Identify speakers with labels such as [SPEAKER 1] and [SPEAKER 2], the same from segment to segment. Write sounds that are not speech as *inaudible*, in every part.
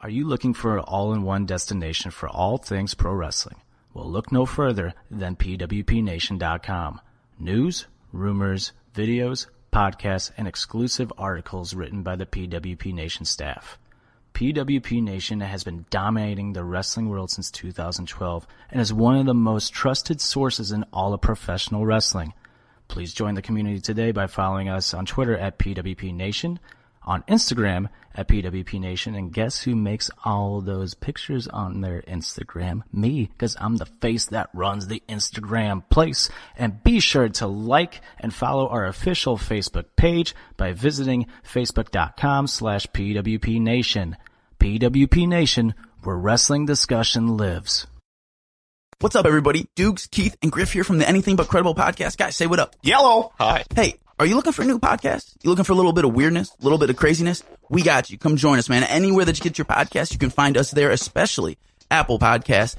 [SPEAKER 1] Are you looking for an all in one destination for all things pro wrestling? Well, look no further than PWPNation.com. News, rumors, videos, podcasts, and exclusive articles written by the PWP Nation staff. PWP Nation has been dominating the wrestling world since 2012 and is one of the most trusted sources in all of professional wrestling. Please join the community today by following us on Twitter at PWP Nation, on Instagram at PWP Nation, and guess who makes all those pictures on their Instagram? Me, because I'm the face that runs the Instagram place. And be sure to like and follow our official Facebook page by visiting facebook.com slash PWP Nation. PWP Nation, where wrestling discussion lives.
[SPEAKER 2] What's up, everybody? Dukes, Keith, and Griff here from the Anything But Credible podcast. Guys, say what up.
[SPEAKER 3] Yellow. Hi.
[SPEAKER 2] Hey, are you looking for a new podcast? You looking for a little bit of weirdness, a little bit of craziness? We got you. Come join us, man. Anywhere that you get your podcast, you can find us there, especially Apple Podcasts.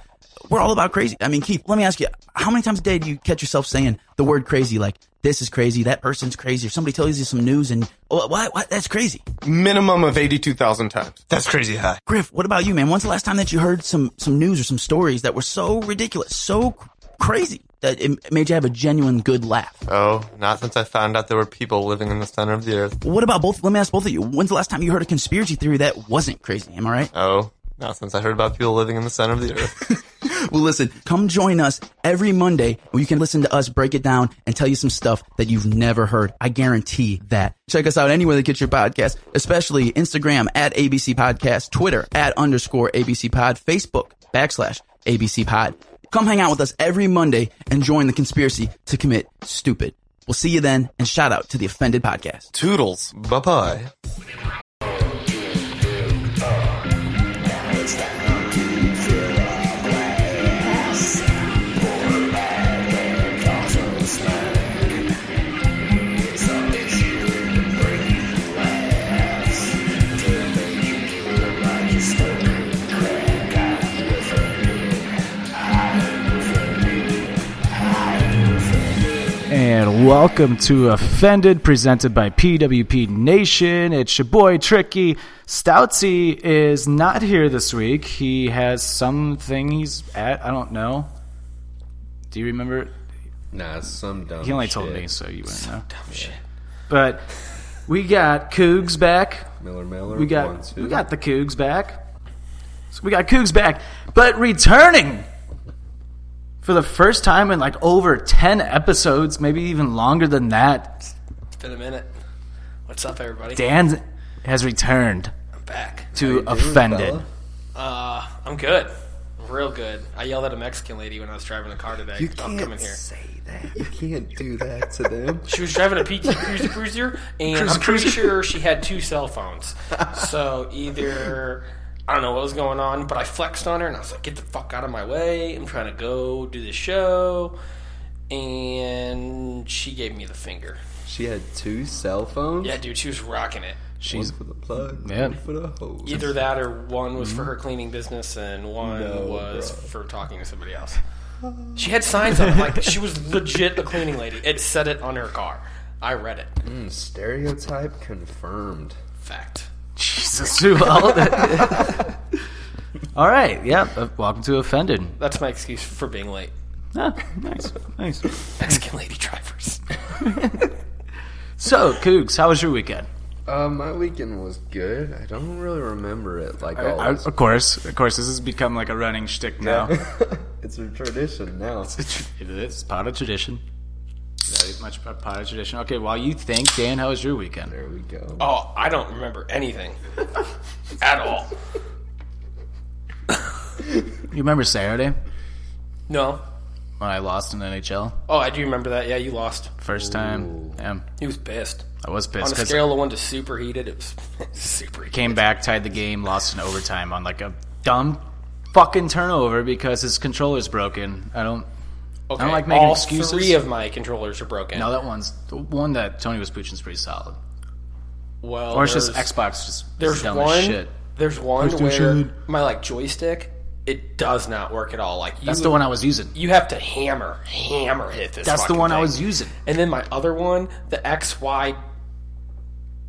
[SPEAKER 2] We're all about crazy. I mean, Keith, let me ask you, how many times a day do you catch yourself saying the word crazy? Like, this is crazy, that person's crazy, or somebody tells you some news and, oh, what, what, that's crazy.
[SPEAKER 3] Minimum of 82,000 times.
[SPEAKER 4] That's crazy high.
[SPEAKER 2] Griff, what about you, man? When's the last time that you heard some, some news or some stories that were so ridiculous, so cr- crazy that it it made you have a genuine good laugh?
[SPEAKER 3] Oh, not since I found out there were people living in the center of the earth.
[SPEAKER 2] What about both? Let me ask both of you. When's the last time you heard a conspiracy theory that wasn't crazy? Am I right?
[SPEAKER 3] Oh, not since I heard about people living in the center of the earth.
[SPEAKER 2] Well, listen, come join us every Monday where you can listen to us break it down and tell you some stuff that you've never heard. I guarantee that. Check us out anywhere that gets your podcast, especially Instagram at ABC Podcast, Twitter at underscore ABC Pod, Facebook backslash ABC Pod. Come hang out with us every Monday and join the conspiracy to commit stupid. We'll see you then, and shout out to the Offended Podcast.
[SPEAKER 3] Toodles. Bye bye.
[SPEAKER 1] And welcome to Offended, presented by PWP Nation. It's your boy Tricky. Stoutsy is not here this week. He has something he's at. I don't know. Do you remember?
[SPEAKER 5] Nah, it's some dumb.
[SPEAKER 1] He only
[SPEAKER 5] shit.
[SPEAKER 1] told me, so you wouldn't know. Dumb shit. But we got Cougs back.
[SPEAKER 5] Miller Miller.
[SPEAKER 1] We
[SPEAKER 5] one,
[SPEAKER 1] got
[SPEAKER 5] two.
[SPEAKER 1] we got the Cougs back. So we got Cougs back, but returning for the first time in like over ten episodes, maybe even longer than that.
[SPEAKER 6] been a minute. What's up, everybody?
[SPEAKER 1] Dan has returned
[SPEAKER 6] I'm back.
[SPEAKER 1] to
[SPEAKER 5] doing,
[SPEAKER 1] offended.
[SPEAKER 5] fella?
[SPEAKER 6] Uh, I'm good. Real good. I yelled at a Mexican lady when I was driving the car today. I'm coming here.
[SPEAKER 5] that. You can't do that to them.
[SPEAKER 6] She was driving a *laughs* PT Cruiser Cruiser, and I'm pretty sure she had two cell *laughs* phones. So either I don't know what was going on, but I flexed on her and I was like, "Get the fuck out of my way! I'm trying to go do the show." And she gave me the finger.
[SPEAKER 5] She had two cell phones.
[SPEAKER 6] Yeah, dude, she was rocking it.
[SPEAKER 1] She's
[SPEAKER 5] One for the plug.
[SPEAKER 1] Man.
[SPEAKER 5] One for the hose.
[SPEAKER 6] Either that or one was for her cleaning business and one
[SPEAKER 5] No,
[SPEAKER 6] was
[SPEAKER 5] bro.
[SPEAKER 6] for talking to somebody else. She had signs on it. Like, she was legit a cleaning lady. It said it on her car. I read it.
[SPEAKER 5] Mm, stereotype confirmed.
[SPEAKER 6] Fact.
[SPEAKER 1] Jesus *laughs* too old. All right, yeah. uh, Welcome to offended.
[SPEAKER 6] That's my excuse for being late.
[SPEAKER 1] Ah, nice, nice.
[SPEAKER 6] Mexican lady drivers.
[SPEAKER 1] So, Cougs, how was your weekend?
[SPEAKER 5] Uh, my weekend was good. I don't really remember it like
[SPEAKER 1] I- I-
[SPEAKER 5] always.
[SPEAKER 1] Uh, of course, of course. This has become like a running shtick now.
[SPEAKER 5] *laughs* it's a tradition now.
[SPEAKER 1] It is part of tradition. Very much a part of tradition. Okay, while you think, Dan, how was your weekend?
[SPEAKER 5] There we go.
[SPEAKER 6] Oh, I don't remember anything at all.
[SPEAKER 1] You remember Saturday
[SPEAKER 6] No.
[SPEAKER 1] when I lost in NHL
[SPEAKER 6] Oh, I do remember that. Yeah, you lost.
[SPEAKER 1] first time? Damn,
[SPEAKER 6] He was pissed.
[SPEAKER 1] I was
[SPEAKER 6] Oh. On
[SPEAKER 1] pissed
[SPEAKER 6] a
[SPEAKER 1] because
[SPEAKER 6] scale of one to super heated, it was *laughs* super heated.
[SPEAKER 1] came back, tied the game, lost in overtime on like a dumb fucking turnover because his controller's broken. I don't.
[SPEAKER 6] Okay,
[SPEAKER 1] I don't like making
[SPEAKER 6] all
[SPEAKER 1] excuses.
[SPEAKER 6] three of my controllers are broken.
[SPEAKER 1] No, that one's the one that Tony was preaching's pretty solid.
[SPEAKER 6] well,
[SPEAKER 1] Or it's just
[SPEAKER 6] there's-
[SPEAKER 1] Xbox just
[SPEAKER 6] There's
[SPEAKER 1] dumb
[SPEAKER 6] one.
[SPEAKER 1] as shit.
[SPEAKER 6] There's one
[SPEAKER 1] PlayStation.
[SPEAKER 6] where my like joystick it does not work at all. Like you,
[SPEAKER 1] That's the one I was using.
[SPEAKER 6] you have to hammer, hammer hit this.
[SPEAKER 1] That's the
[SPEAKER 6] fucking
[SPEAKER 1] one I
[SPEAKER 6] thing.
[SPEAKER 1] was using.
[SPEAKER 6] And then my other one, the X Y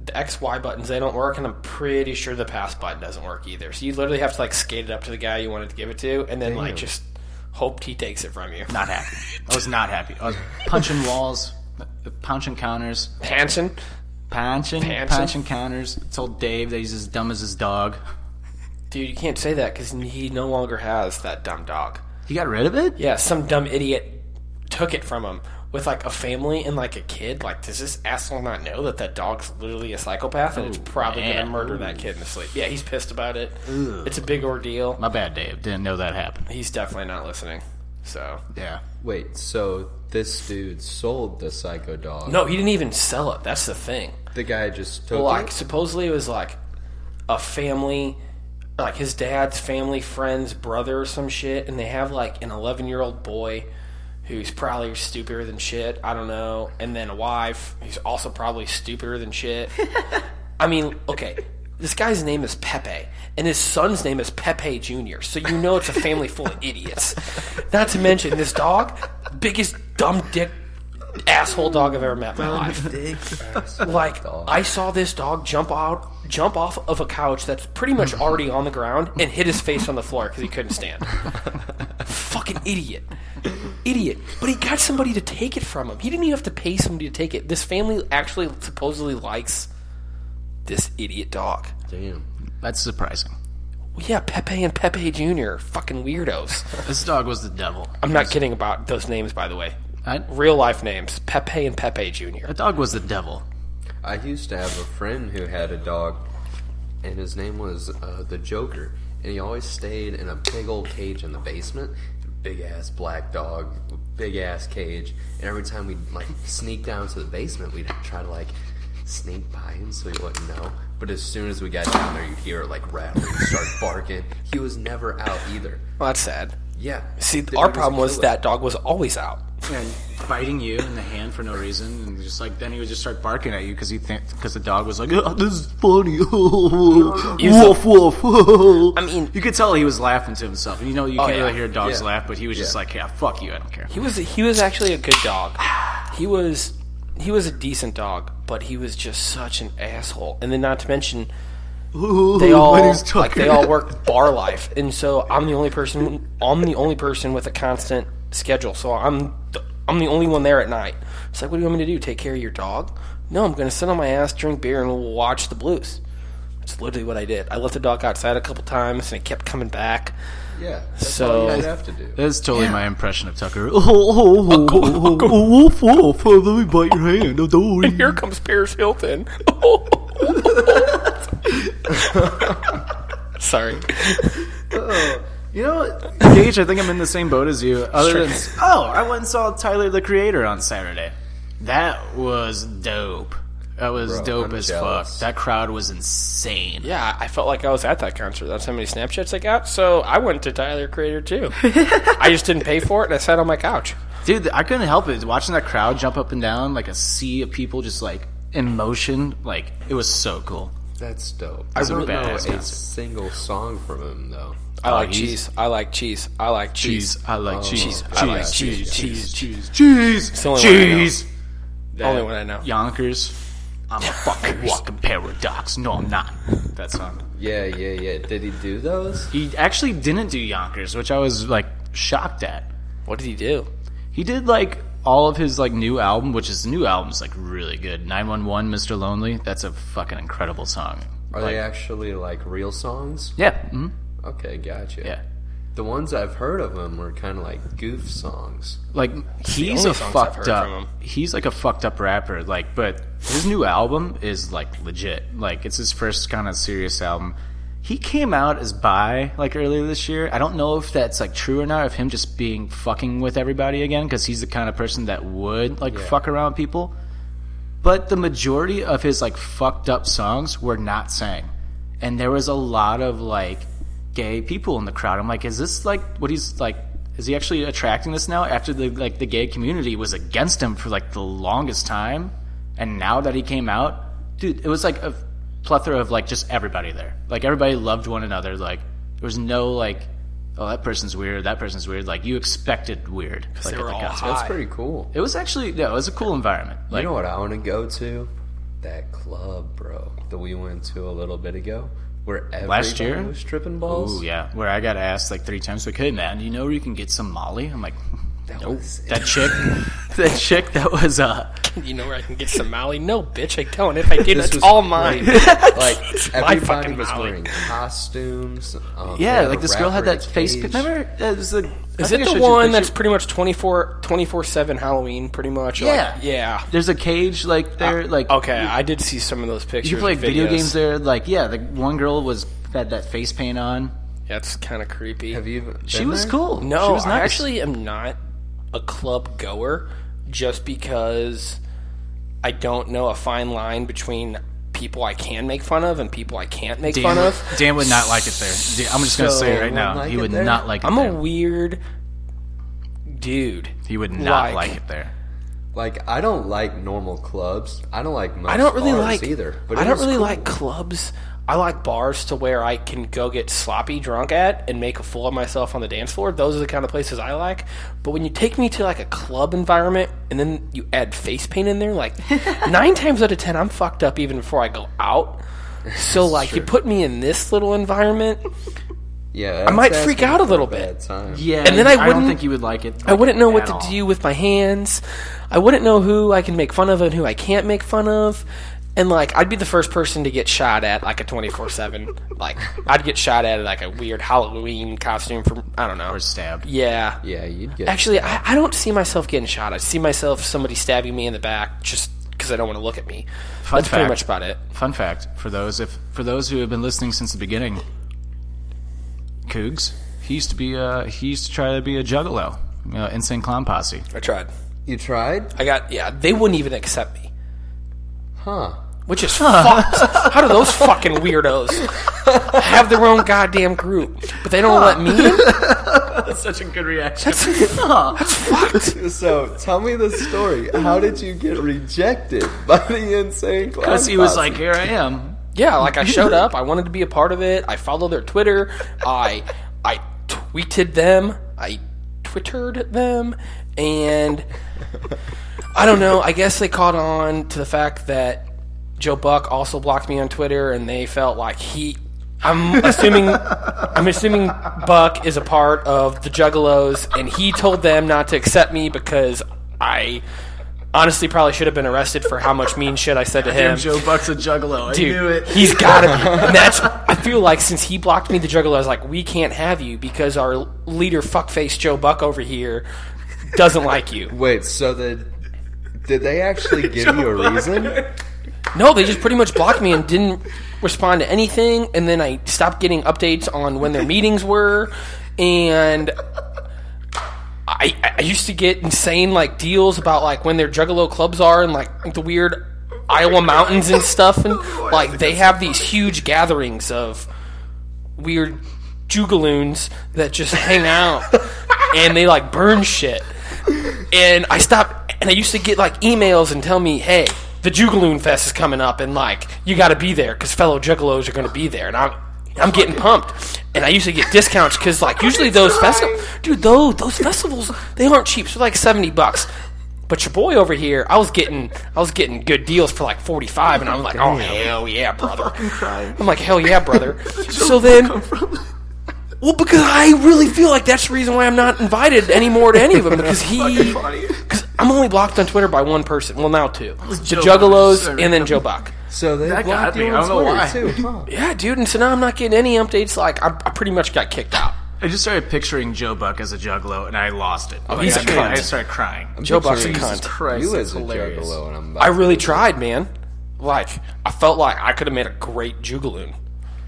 [SPEAKER 6] the X Y buttons they don't work, and I'm pretty sure the pass button doesn't work either. So you literally have to like skate it up to the guy you wanted to give it to, and then like just hoped he takes it from you.
[SPEAKER 1] Not happy. I was not happy. I was punching walls, punching counters,
[SPEAKER 6] Hanson,
[SPEAKER 1] punching,
[SPEAKER 6] Punching?
[SPEAKER 1] punching counters. Told Dave that he's as dumb as his dog.
[SPEAKER 6] dude, you can't say that because he no longer has that dumb dog.
[SPEAKER 1] He got rid of it.
[SPEAKER 6] Yeah, some dumb idiot took it from him with like a family and like a kid. Like, does this asshole not know that that dog's literally a psychopath and it's probably
[SPEAKER 1] man.
[SPEAKER 6] gonna murder that kid in his sleep? Yeah, he's pissed about it. It's a big ordeal.
[SPEAKER 1] My bad, Dave. Didn't know that happened.
[SPEAKER 6] He's definitely not listening. So
[SPEAKER 1] Yeah.
[SPEAKER 4] Wait, so this dude sold the psycho dog.
[SPEAKER 6] no, he didn't even sell it. That's the thing.
[SPEAKER 4] The guy just took
[SPEAKER 6] Like,
[SPEAKER 4] it.
[SPEAKER 6] supposedly it was like a family, like his dad's family friend's brother or some shit, and they have like an 11 year old boy who's probably stupider than shit. I don't know. And then a wife who's also probably stupider than shit. I mean, okay. This guy's name is Pepe, and his son's name is Pepe Jr., so you know it's a family full of idiots. Not to mention this dog, biggest dumb dick asshole dog I've ever met in my life. Like I saw this dog jump out, jump off of a couch that's pretty much already on the ground, and hit his face on the floor because he couldn't stand. Fucking idiot, idiot! But he got somebody to take it from him. He didn't even have to pay somebody to take it. This family actually supposedly likes this idiot dog.
[SPEAKER 4] Damn.
[SPEAKER 1] That's surprising.
[SPEAKER 6] Well, yeah, Pepe and Pepe Jr. Fucking weirdos.
[SPEAKER 1] This dog was the devil.
[SPEAKER 6] I'm not kidding about those names, by the way.
[SPEAKER 1] I,
[SPEAKER 6] Real life names: Pepe and Pepe Jr.
[SPEAKER 1] that dog was the devil.
[SPEAKER 4] I used to have a friend who had a dog, and his name was uh, the Joker, and he always stayed in a big old cage in the basement. Big ass black dog, big ass cage, and every time we'd like sneak down to the basement, we'd try to like sneak by him so he wouldn't know. But as soon as we got down there, you'd hear it like rattle and start barking. He was never out either.
[SPEAKER 6] Well, that's sad.
[SPEAKER 4] Yeah.
[SPEAKER 6] See,
[SPEAKER 4] There
[SPEAKER 6] our
[SPEAKER 4] was a
[SPEAKER 6] problem was
[SPEAKER 4] killer.
[SPEAKER 6] that dog was always out.
[SPEAKER 1] And biting you in the hand for no reason, and just like then he would just start barking at you because he because the dog was like, oh, "This is funny." *laughs* woof woof.
[SPEAKER 6] I mean-
[SPEAKER 1] you could tell he was laughing to himself. You know, you can't
[SPEAKER 6] yeah.
[SPEAKER 1] really hear dogs
[SPEAKER 4] Yeah.
[SPEAKER 1] laugh, but he was just like, Oh, "Yeah, fuck you, I don't care."
[SPEAKER 6] He was he was actually a good dog. He was he was a decent dog, but he was just such an asshole. And then not to mention they all like they all
[SPEAKER 1] *laughs*
[SPEAKER 6] work bar life, and so I'm the only person. I'm the only person with a constant schedule, so I'm the, I'm the only one there at night. It's like, what do you want me to do? Take care of your dog? No, I'm going to sit on my ass, drink beer, and watch the Blues. That's literally what I did. I left the dog outside a couple times, and it kept coming back.
[SPEAKER 4] Yeah. That's
[SPEAKER 6] So-
[SPEAKER 4] all you guys have to do.
[SPEAKER 1] That's totally my impression of Tucker. Oh, oh, *laughs* oh, oh, oh, woof woof. Oh, Let me bite your hand. Oh, don't worry. *laughs*
[SPEAKER 6] Here comes Paris Hilton. Sorry.
[SPEAKER 1] You know, Gage, I think I'm in the same boat as you. Other than oh, I went and saw Tyler the Creator on Saturday. That was dope. That was dope
[SPEAKER 4] I'm
[SPEAKER 1] as
[SPEAKER 4] jealous.
[SPEAKER 1] fuck. That crowd was insane.
[SPEAKER 6] Yeah, I felt like I was at that concert. That's how many Snapchats I got. So I went to Tyler Creator too. I just didn't pay for it, and I sat on my couch.
[SPEAKER 1] Dude, I couldn't help it. Watching that crowd jump up and down like a sea of people just like in motion, like it was so cool.
[SPEAKER 4] That's dope.
[SPEAKER 1] That's
[SPEAKER 4] I
[SPEAKER 1] a
[SPEAKER 4] don't know
[SPEAKER 1] badass
[SPEAKER 4] a
[SPEAKER 1] concept.
[SPEAKER 4] single song from him though.
[SPEAKER 6] I like
[SPEAKER 1] he's-
[SPEAKER 6] cheese. I like cheese. I like cheese.
[SPEAKER 1] Cheese. I like cheese.
[SPEAKER 6] I like
[SPEAKER 1] cheese.
[SPEAKER 6] cheese.
[SPEAKER 1] Cheese. Cheese. Cheese. Cheese.
[SPEAKER 6] the only one I
[SPEAKER 1] cheese.
[SPEAKER 6] know. Only one I know.
[SPEAKER 1] Yonkers. I'm
[SPEAKER 6] *laughs*
[SPEAKER 1] a fucking walking paradox. No, I'm not. That song.
[SPEAKER 4] Yeah, yeah, yeah. Did he do those?
[SPEAKER 1] He actually didn't do Yonkers, which I was like shocked at.
[SPEAKER 6] What did he do?
[SPEAKER 1] He did like all of his like new album, which his new album's like really good. 911 Mr. Lonely, that's a fucking incredible song.
[SPEAKER 4] Are they actually like real songs?
[SPEAKER 1] Yeah. mhm,
[SPEAKER 4] Okay, gotcha.
[SPEAKER 1] Yeah.
[SPEAKER 4] The ones I've heard of him were kind of like goof songs.
[SPEAKER 1] Like he's
[SPEAKER 6] only
[SPEAKER 1] a
[SPEAKER 6] songs I've heard
[SPEAKER 1] fucked
[SPEAKER 6] from
[SPEAKER 1] up.
[SPEAKER 6] him.
[SPEAKER 1] He's like a fucked up rapper like but his new album is like legit. Like it's his first kind of serious album. He came out as bi like earlier this year. I don't know if that's like true or not of him just being fucking with everybody again cuz he's the kind of person that would like fuck around people. but the majority of his like fucked up songs were not sang and there was a lot of like gay people in the crowd i'm like is this like what he's like is he actually attracting this now after the like the gay community was against him for like the longest time and now that he came out dude it was like a plethora of like just everybody there like everybody loved one another like there was no like oh that person's weird that person's weird like you expected weird like
[SPEAKER 6] they
[SPEAKER 1] at
[SPEAKER 6] were
[SPEAKER 1] the
[SPEAKER 6] all
[SPEAKER 1] concert.
[SPEAKER 6] hot.
[SPEAKER 4] That's pretty cool.
[SPEAKER 1] it was actually yeah it was a cool environment like
[SPEAKER 4] you know what I want to go to? that club, bro, that we went to a little bit ago, where everybody
[SPEAKER 1] Last year?
[SPEAKER 4] was tripping balls.
[SPEAKER 1] Oh yeah, where I got asked like three times, like, "Hey man, you know where you can get some Molly?" I'm like,
[SPEAKER 6] *laughs*
[SPEAKER 4] that was
[SPEAKER 1] "That chick, that chick, that was uh,
[SPEAKER 6] You know where I can get some Molly? No, bitch, I don't. If I did,
[SPEAKER 4] This
[SPEAKER 6] it's
[SPEAKER 4] was
[SPEAKER 6] all
[SPEAKER 1] *laughs*
[SPEAKER 6] mine.
[SPEAKER 4] like
[SPEAKER 6] my
[SPEAKER 4] everybody
[SPEAKER 6] fucking
[SPEAKER 4] was
[SPEAKER 6] Molly.
[SPEAKER 4] wearing costumes. Um,
[SPEAKER 1] yeah,
[SPEAKER 4] they had
[SPEAKER 1] like
[SPEAKER 4] a
[SPEAKER 1] this girl had
[SPEAKER 4] rapper in
[SPEAKER 1] that
[SPEAKER 4] a
[SPEAKER 1] face.
[SPEAKER 4] cage.
[SPEAKER 1] Remember, that was the.
[SPEAKER 6] Is uh, it the one that's pretty much 24 7 Halloween, pretty much? Like,
[SPEAKER 1] Yeah.
[SPEAKER 6] yeah.
[SPEAKER 1] There's a cage like there, like
[SPEAKER 6] Uh, Okay, I did see some of those pictures.
[SPEAKER 1] You play
[SPEAKER 6] and
[SPEAKER 1] video
[SPEAKER 6] videos.
[SPEAKER 1] games there, like yeah, the one girl was had that face paint on.
[SPEAKER 6] That's kind of creepy.
[SPEAKER 4] Have you? Been
[SPEAKER 1] She was
[SPEAKER 4] there?
[SPEAKER 1] cool.
[SPEAKER 6] No,
[SPEAKER 1] she was
[SPEAKER 6] I
[SPEAKER 1] nice.
[SPEAKER 6] actually am not a club goer just because I don't know a fine line between people I can make fun of and people I can't make
[SPEAKER 1] Dan,
[SPEAKER 6] fun
[SPEAKER 1] would-
[SPEAKER 6] of.
[SPEAKER 1] Dan would not like it there. Dan- I'm just gonna
[SPEAKER 6] So,
[SPEAKER 1] say it right
[SPEAKER 6] would
[SPEAKER 1] now,
[SPEAKER 4] like
[SPEAKER 1] he
[SPEAKER 4] it
[SPEAKER 1] would
[SPEAKER 4] there?
[SPEAKER 1] not like it.
[SPEAKER 6] I'm
[SPEAKER 1] there.
[SPEAKER 6] a weird dude.
[SPEAKER 1] he would not
[SPEAKER 6] like-
[SPEAKER 1] like it there.
[SPEAKER 4] Like I don't like normal clubs. I don't like most
[SPEAKER 6] I don't really
[SPEAKER 4] bars
[SPEAKER 6] like
[SPEAKER 4] either. But
[SPEAKER 6] I
[SPEAKER 4] it
[SPEAKER 6] don't
[SPEAKER 4] was
[SPEAKER 6] really
[SPEAKER 4] cool.
[SPEAKER 6] like clubs. I like bars to where I can go get sloppy drunk at and make a fool of myself on the dance floor. Those are the kind of places I like. But when you take me to like a club environment and then you add face paint in there,
[SPEAKER 4] *laughs*
[SPEAKER 6] like nine times out of ten, I'm fucked up even before I go
[SPEAKER 4] *laughs*
[SPEAKER 6] out. So like you put me in this little environment,
[SPEAKER 4] Yeah,
[SPEAKER 6] I might
[SPEAKER 4] that's
[SPEAKER 6] freak
[SPEAKER 4] asking
[SPEAKER 6] out a
[SPEAKER 4] for
[SPEAKER 6] little
[SPEAKER 4] bad
[SPEAKER 6] bit.
[SPEAKER 4] Time.
[SPEAKER 1] Yeah,
[SPEAKER 6] And then I
[SPEAKER 1] I don't
[SPEAKER 6] wouldn't-
[SPEAKER 1] think he would like it.
[SPEAKER 6] I wouldn't know what
[SPEAKER 1] at
[SPEAKER 6] to
[SPEAKER 1] all.
[SPEAKER 6] do with my hands. I wouldn't know who I can make fun of and who I can't make fun of. And like I'd be the first person to get shot at like a 24/7. *laughs* like I'd get shot at like a weird Halloween costume from I don't know.
[SPEAKER 1] Or stabbed.
[SPEAKER 6] yeah.
[SPEAKER 4] Yeah, you'd get
[SPEAKER 6] Actually, I, I don't see myself getting shot. I see myself somebody stabbing me in the back just because I don't want to look at me.
[SPEAKER 1] Fun
[SPEAKER 6] That's pretty
[SPEAKER 1] fact.
[SPEAKER 6] much about it.
[SPEAKER 1] Fun fact for those if for those who have been listening since the beginning, Coogs, he used to be uh he used to try to be a juggalo, you know, insane clown posse.
[SPEAKER 6] I tried.
[SPEAKER 4] You tried?
[SPEAKER 6] I got yeah. They wouldn't even accept me.
[SPEAKER 4] Huh.
[SPEAKER 6] which is fucked. How do those fucking weirdos have their own goddamn group, but they don't let me? in?
[SPEAKER 1] That's such a good reaction.
[SPEAKER 6] That's, that's
[SPEAKER 4] *laughs*
[SPEAKER 6] fucked.
[SPEAKER 4] So tell me the story. How did you get rejected by the insane clown?
[SPEAKER 1] *laughs* Because he was
[SPEAKER 4] posse?
[SPEAKER 1] like, here I am.
[SPEAKER 6] Yeah, like I showed up. I wanted to be a part of it. I followed their Twitter. I I tweeted them. I twittered them, and I don't know. I guess they caught on to the fact that Joe Buck also blocked me on Twitter, and they felt like he. I'm
[SPEAKER 1] *laughs*
[SPEAKER 6] assuming. I'm assuming Buck is a part of the Juggalos, and he told them not to accept me because I honestly probably should have been arrested for how much mean shit I said to him.
[SPEAKER 1] Joe Buck's a juggalo.
[SPEAKER 6] Dude,
[SPEAKER 1] I knew it.
[SPEAKER 6] he's
[SPEAKER 1] *laughs*
[SPEAKER 6] gotta be. And that's. I feel like since he blocked me, the Juggalo I was like, we can't have you because our leader, fuckface Joe Buck over here, doesn't like you.
[SPEAKER 4] Wait, so the did they actually give you a reason?
[SPEAKER 6] No, they just pretty much blocked me and didn't respond to anything. And then I stopped getting updates on when their meetings were, and I I used to get insane like deals about like when their Juggalo clubs are and like the weird Iowa mountains and stuff, and like they have these huge gatherings of weird jugaloons that just hang out and they like burn shit. And I stopped, and I used to get like emails and tell me, hey, the Jugaloon Fest is coming up, and like you got to be there because fellow Juggalos are going to be there, and I'm I'm getting pumped. And I used to get discounts because like usually those festivals, dude, those those festivals they aren't cheap, so like seventy bucks. But your boy over here, I was getting I was getting good deals for like forty five, and I'm like, oh hell yeah, brother. I'm like, hell yeah, brother. so then. *laughs* Well, because I really feel like that's the reason why I'm not invited anymore to any of them because he, because I'm only blocked on Twitter by one person. Well, now two, the
[SPEAKER 1] Joe
[SPEAKER 6] Juggalos
[SPEAKER 1] Buck.
[SPEAKER 6] and then Joe Buck.
[SPEAKER 4] So they
[SPEAKER 1] That got
[SPEAKER 4] blocked you
[SPEAKER 1] me.
[SPEAKER 4] on
[SPEAKER 1] I don't know
[SPEAKER 4] Twitter
[SPEAKER 1] why.
[SPEAKER 4] too, huh?
[SPEAKER 6] Yeah, dude, and so now I'm not getting any updates. Like I, I pretty much got kicked out.
[SPEAKER 1] I just started picturing Joe Buck as a juggalo, and I lost it. Oh,
[SPEAKER 6] he's
[SPEAKER 1] I,
[SPEAKER 6] a cunt.
[SPEAKER 1] I started crying.
[SPEAKER 6] Joe Buck's a
[SPEAKER 4] Jesus
[SPEAKER 6] cunt.
[SPEAKER 1] Christ,
[SPEAKER 4] you
[SPEAKER 1] that's
[SPEAKER 4] as a
[SPEAKER 1] hilarious. *laughs*
[SPEAKER 4] juggalo, and I'm. About
[SPEAKER 6] I really tried, man. Like I felt like I could have made a great Jugaloon.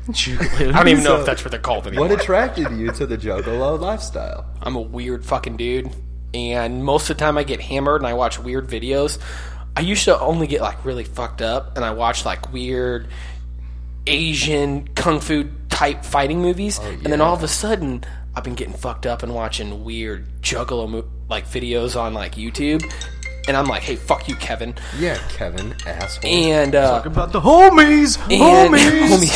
[SPEAKER 1] Juggalo.
[SPEAKER 6] I don't even know if that's what they're called anymore.
[SPEAKER 4] What attracted you to the juggalo lifestyle?
[SPEAKER 6] I'm a weird fucking dude, and most of the time I get hammered and I watch weird videos. I used to only get like really fucked up, and I watch like weird Asian kung fu type fighting movies, and then all of a sudden I've been getting fucked up and watching weird juggalo mo- like videos on like YouTube, and I'm like, hey, fuck you, Kevin,
[SPEAKER 4] Yeah, Kevin, asshole.
[SPEAKER 6] and uh,
[SPEAKER 1] about the homies,
[SPEAKER 6] And-
[SPEAKER 1] homies.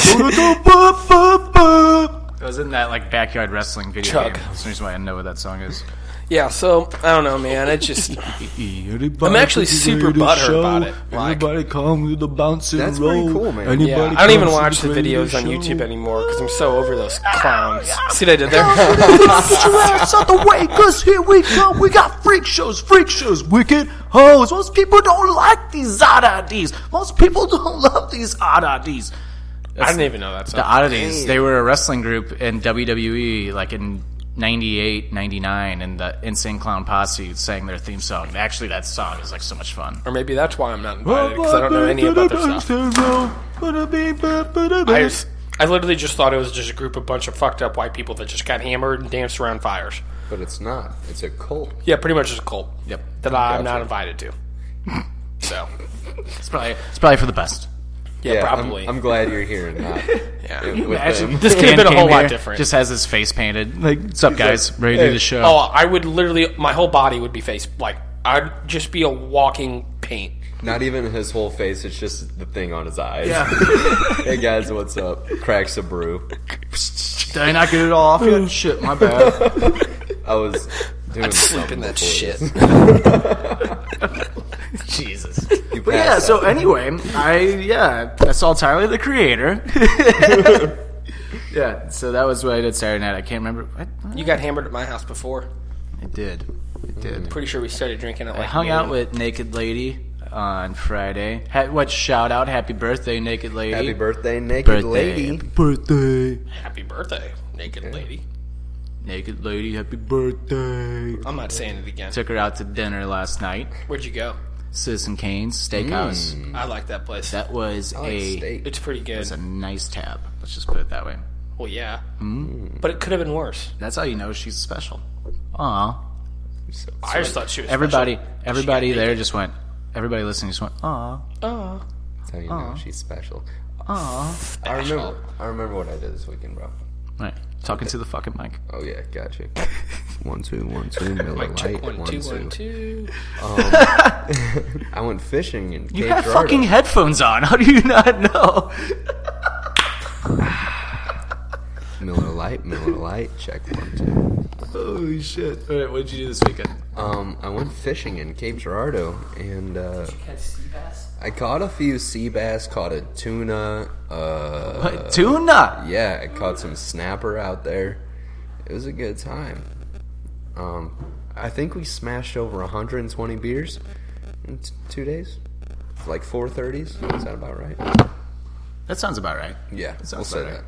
[SPEAKER 1] It was in that like backyard wrestling video
[SPEAKER 6] Chug.
[SPEAKER 1] game. That's the reason why I know what that song is.
[SPEAKER 6] Yeah, so I don't know, man. It just
[SPEAKER 1] I'm
[SPEAKER 6] actually super butthurt about it, like-
[SPEAKER 1] Anybody come to the bouncing
[SPEAKER 7] That's pretty
[SPEAKER 1] roll.
[SPEAKER 7] cool, man.
[SPEAKER 1] Anybody
[SPEAKER 6] yeah. I don't even
[SPEAKER 1] come to
[SPEAKER 6] watch the
[SPEAKER 1] radio
[SPEAKER 6] videos on
[SPEAKER 1] show.
[SPEAKER 6] YouTube anymore because I'm so over those clowns. See what I did there?
[SPEAKER 1] Get your ass out the way, cause here we come. We got freak shows, freak shows, wicked hoes. Most people don't like these oddities. Most people don't love these oddities.
[SPEAKER 6] I didn't even know that.
[SPEAKER 1] The
[SPEAKER 6] Song.
[SPEAKER 1] oddities, they were a wrestling group in WWE, like in 98, 99, and the Insane Clown Posse sang their theme song. And actually, that song is like so much fun.
[SPEAKER 6] Or maybe that's why I'm not invited because I don't know any about their stuff. I just, I literally just thought it was just a group of bunch of fucked up white people that just got hammered and danced around fires.
[SPEAKER 5] But it's not. It's a cult.
[SPEAKER 6] Yeah, pretty much just a cult.
[SPEAKER 1] Yep.
[SPEAKER 6] That I'm not
[SPEAKER 1] *laughs*
[SPEAKER 6] invited to. So
[SPEAKER 1] It's probably, it's probably for the best.
[SPEAKER 6] yeah,
[SPEAKER 5] I'm-
[SPEAKER 6] probably.
[SPEAKER 5] I'm, glad you're here and not.
[SPEAKER 6] Yeah.
[SPEAKER 5] with
[SPEAKER 1] Imagine
[SPEAKER 5] them.
[SPEAKER 1] this
[SPEAKER 6] could've been a whole lot different.
[SPEAKER 1] Just has his face painted. Like, what's up, guys? Ready to do the show? *laughs*
[SPEAKER 6] oh, I would literally, my whole body would be face like I'd just be a walking paint.
[SPEAKER 5] Not even his whole face. It's just the thing on his eyes. *laughs* hey guys, what's up? Cracks a brew.
[SPEAKER 1] Did I not get it all off yet?
[SPEAKER 6] *laughs*
[SPEAKER 1] Shit, my bad.
[SPEAKER 5] I was doing something before this.
[SPEAKER 1] *laughs* Jesus.
[SPEAKER 5] You
[SPEAKER 1] But yeah,
[SPEAKER 5] passed
[SPEAKER 1] so
[SPEAKER 5] out.
[SPEAKER 1] anyway, I yeah, I saw Tyler the Creator. *laughs* yeah, so that was what I did Saturday night. I can't remember. I,
[SPEAKER 6] You got hammered at my house before.
[SPEAKER 1] I did. I did.
[SPEAKER 6] Pretty sure we started drinking at like
[SPEAKER 1] I hung out
[SPEAKER 6] noon.
[SPEAKER 1] with Naked Lady on Friday. Ha- what shout out? Happy birthday, Naked Lady.
[SPEAKER 5] Happy birthday, naked
[SPEAKER 1] Birthday.
[SPEAKER 5] lady.
[SPEAKER 1] Happy birthday.
[SPEAKER 6] Happy birthday, naked lady.
[SPEAKER 1] Naked Lady, happy birthday.
[SPEAKER 6] I'm not saying it again.
[SPEAKER 1] Took her out to dinner last night.
[SPEAKER 6] Where'd you go?
[SPEAKER 1] Citizen Kane's Steakhouse.
[SPEAKER 6] I like that place.
[SPEAKER 1] That was
[SPEAKER 5] Like
[SPEAKER 1] a
[SPEAKER 5] steak.
[SPEAKER 6] it's pretty good.
[SPEAKER 1] was a nice tab. Let's just put it that way.
[SPEAKER 6] Well, yeah, but it could have been worse.
[SPEAKER 1] That's how you know she's special. Aw.
[SPEAKER 6] I just thought she was
[SPEAKER 1] Everybody, everybody there just went. Everybody listening just went. Aw.
[SPEAKER 6] Oh,
[SPEAKER 5] That's how you know she's special.
[SPEAKER 1] Aw.
[SPEAKER 5] I remember. I remember what I did this weekend, bro.
[SPEAKER 1] Right. Talking to the fucking mic.
[SPEAKER 5] Oh yeah, got you. One two one two Miller
[SPEAKER 6] Mike
[SPEAKER 5] Lite
[SPEAKER 6] check one two one two.
[SPEAKER 5] I went fishing in
[SPEAKER 1] You
[SPEAKER 5] Cape
[SPEAKER 1] have
[SPEAKER 5] Girardeau.
[SPEAKER 1] fucking headphones on. *laughs* How do you not know?
[SPEAKER 5] Miller Lite, Miller Lite, check one two.
[SPEAKER 1] Holy shit. All right, what did you do this weekend?
[SPEAKER 5] Um, I went fishing in Cape Girardeau, and uh,
[SPEAKER 6] Sea
[SPEAKER 5] I caught a few sea bass. Caught a tuna. Uh,
[SPEAKER 1] What? Tuna.
[SPEAKER 5] Yeah, I caught some snapper out there. It was a good time. Um, I think we smashed over 120 beers in t- two days. It's Like 4:30s. Is that about right?
[SPEAKER 1] That sounds about right.
[SPEAKER 5] Yeah,
[SPEAKER 1] That
[SPEAKER 5] we'll
[SPEAKER 1] sounds
[SPEAKER 5] say
[SPEAKER 1] about right.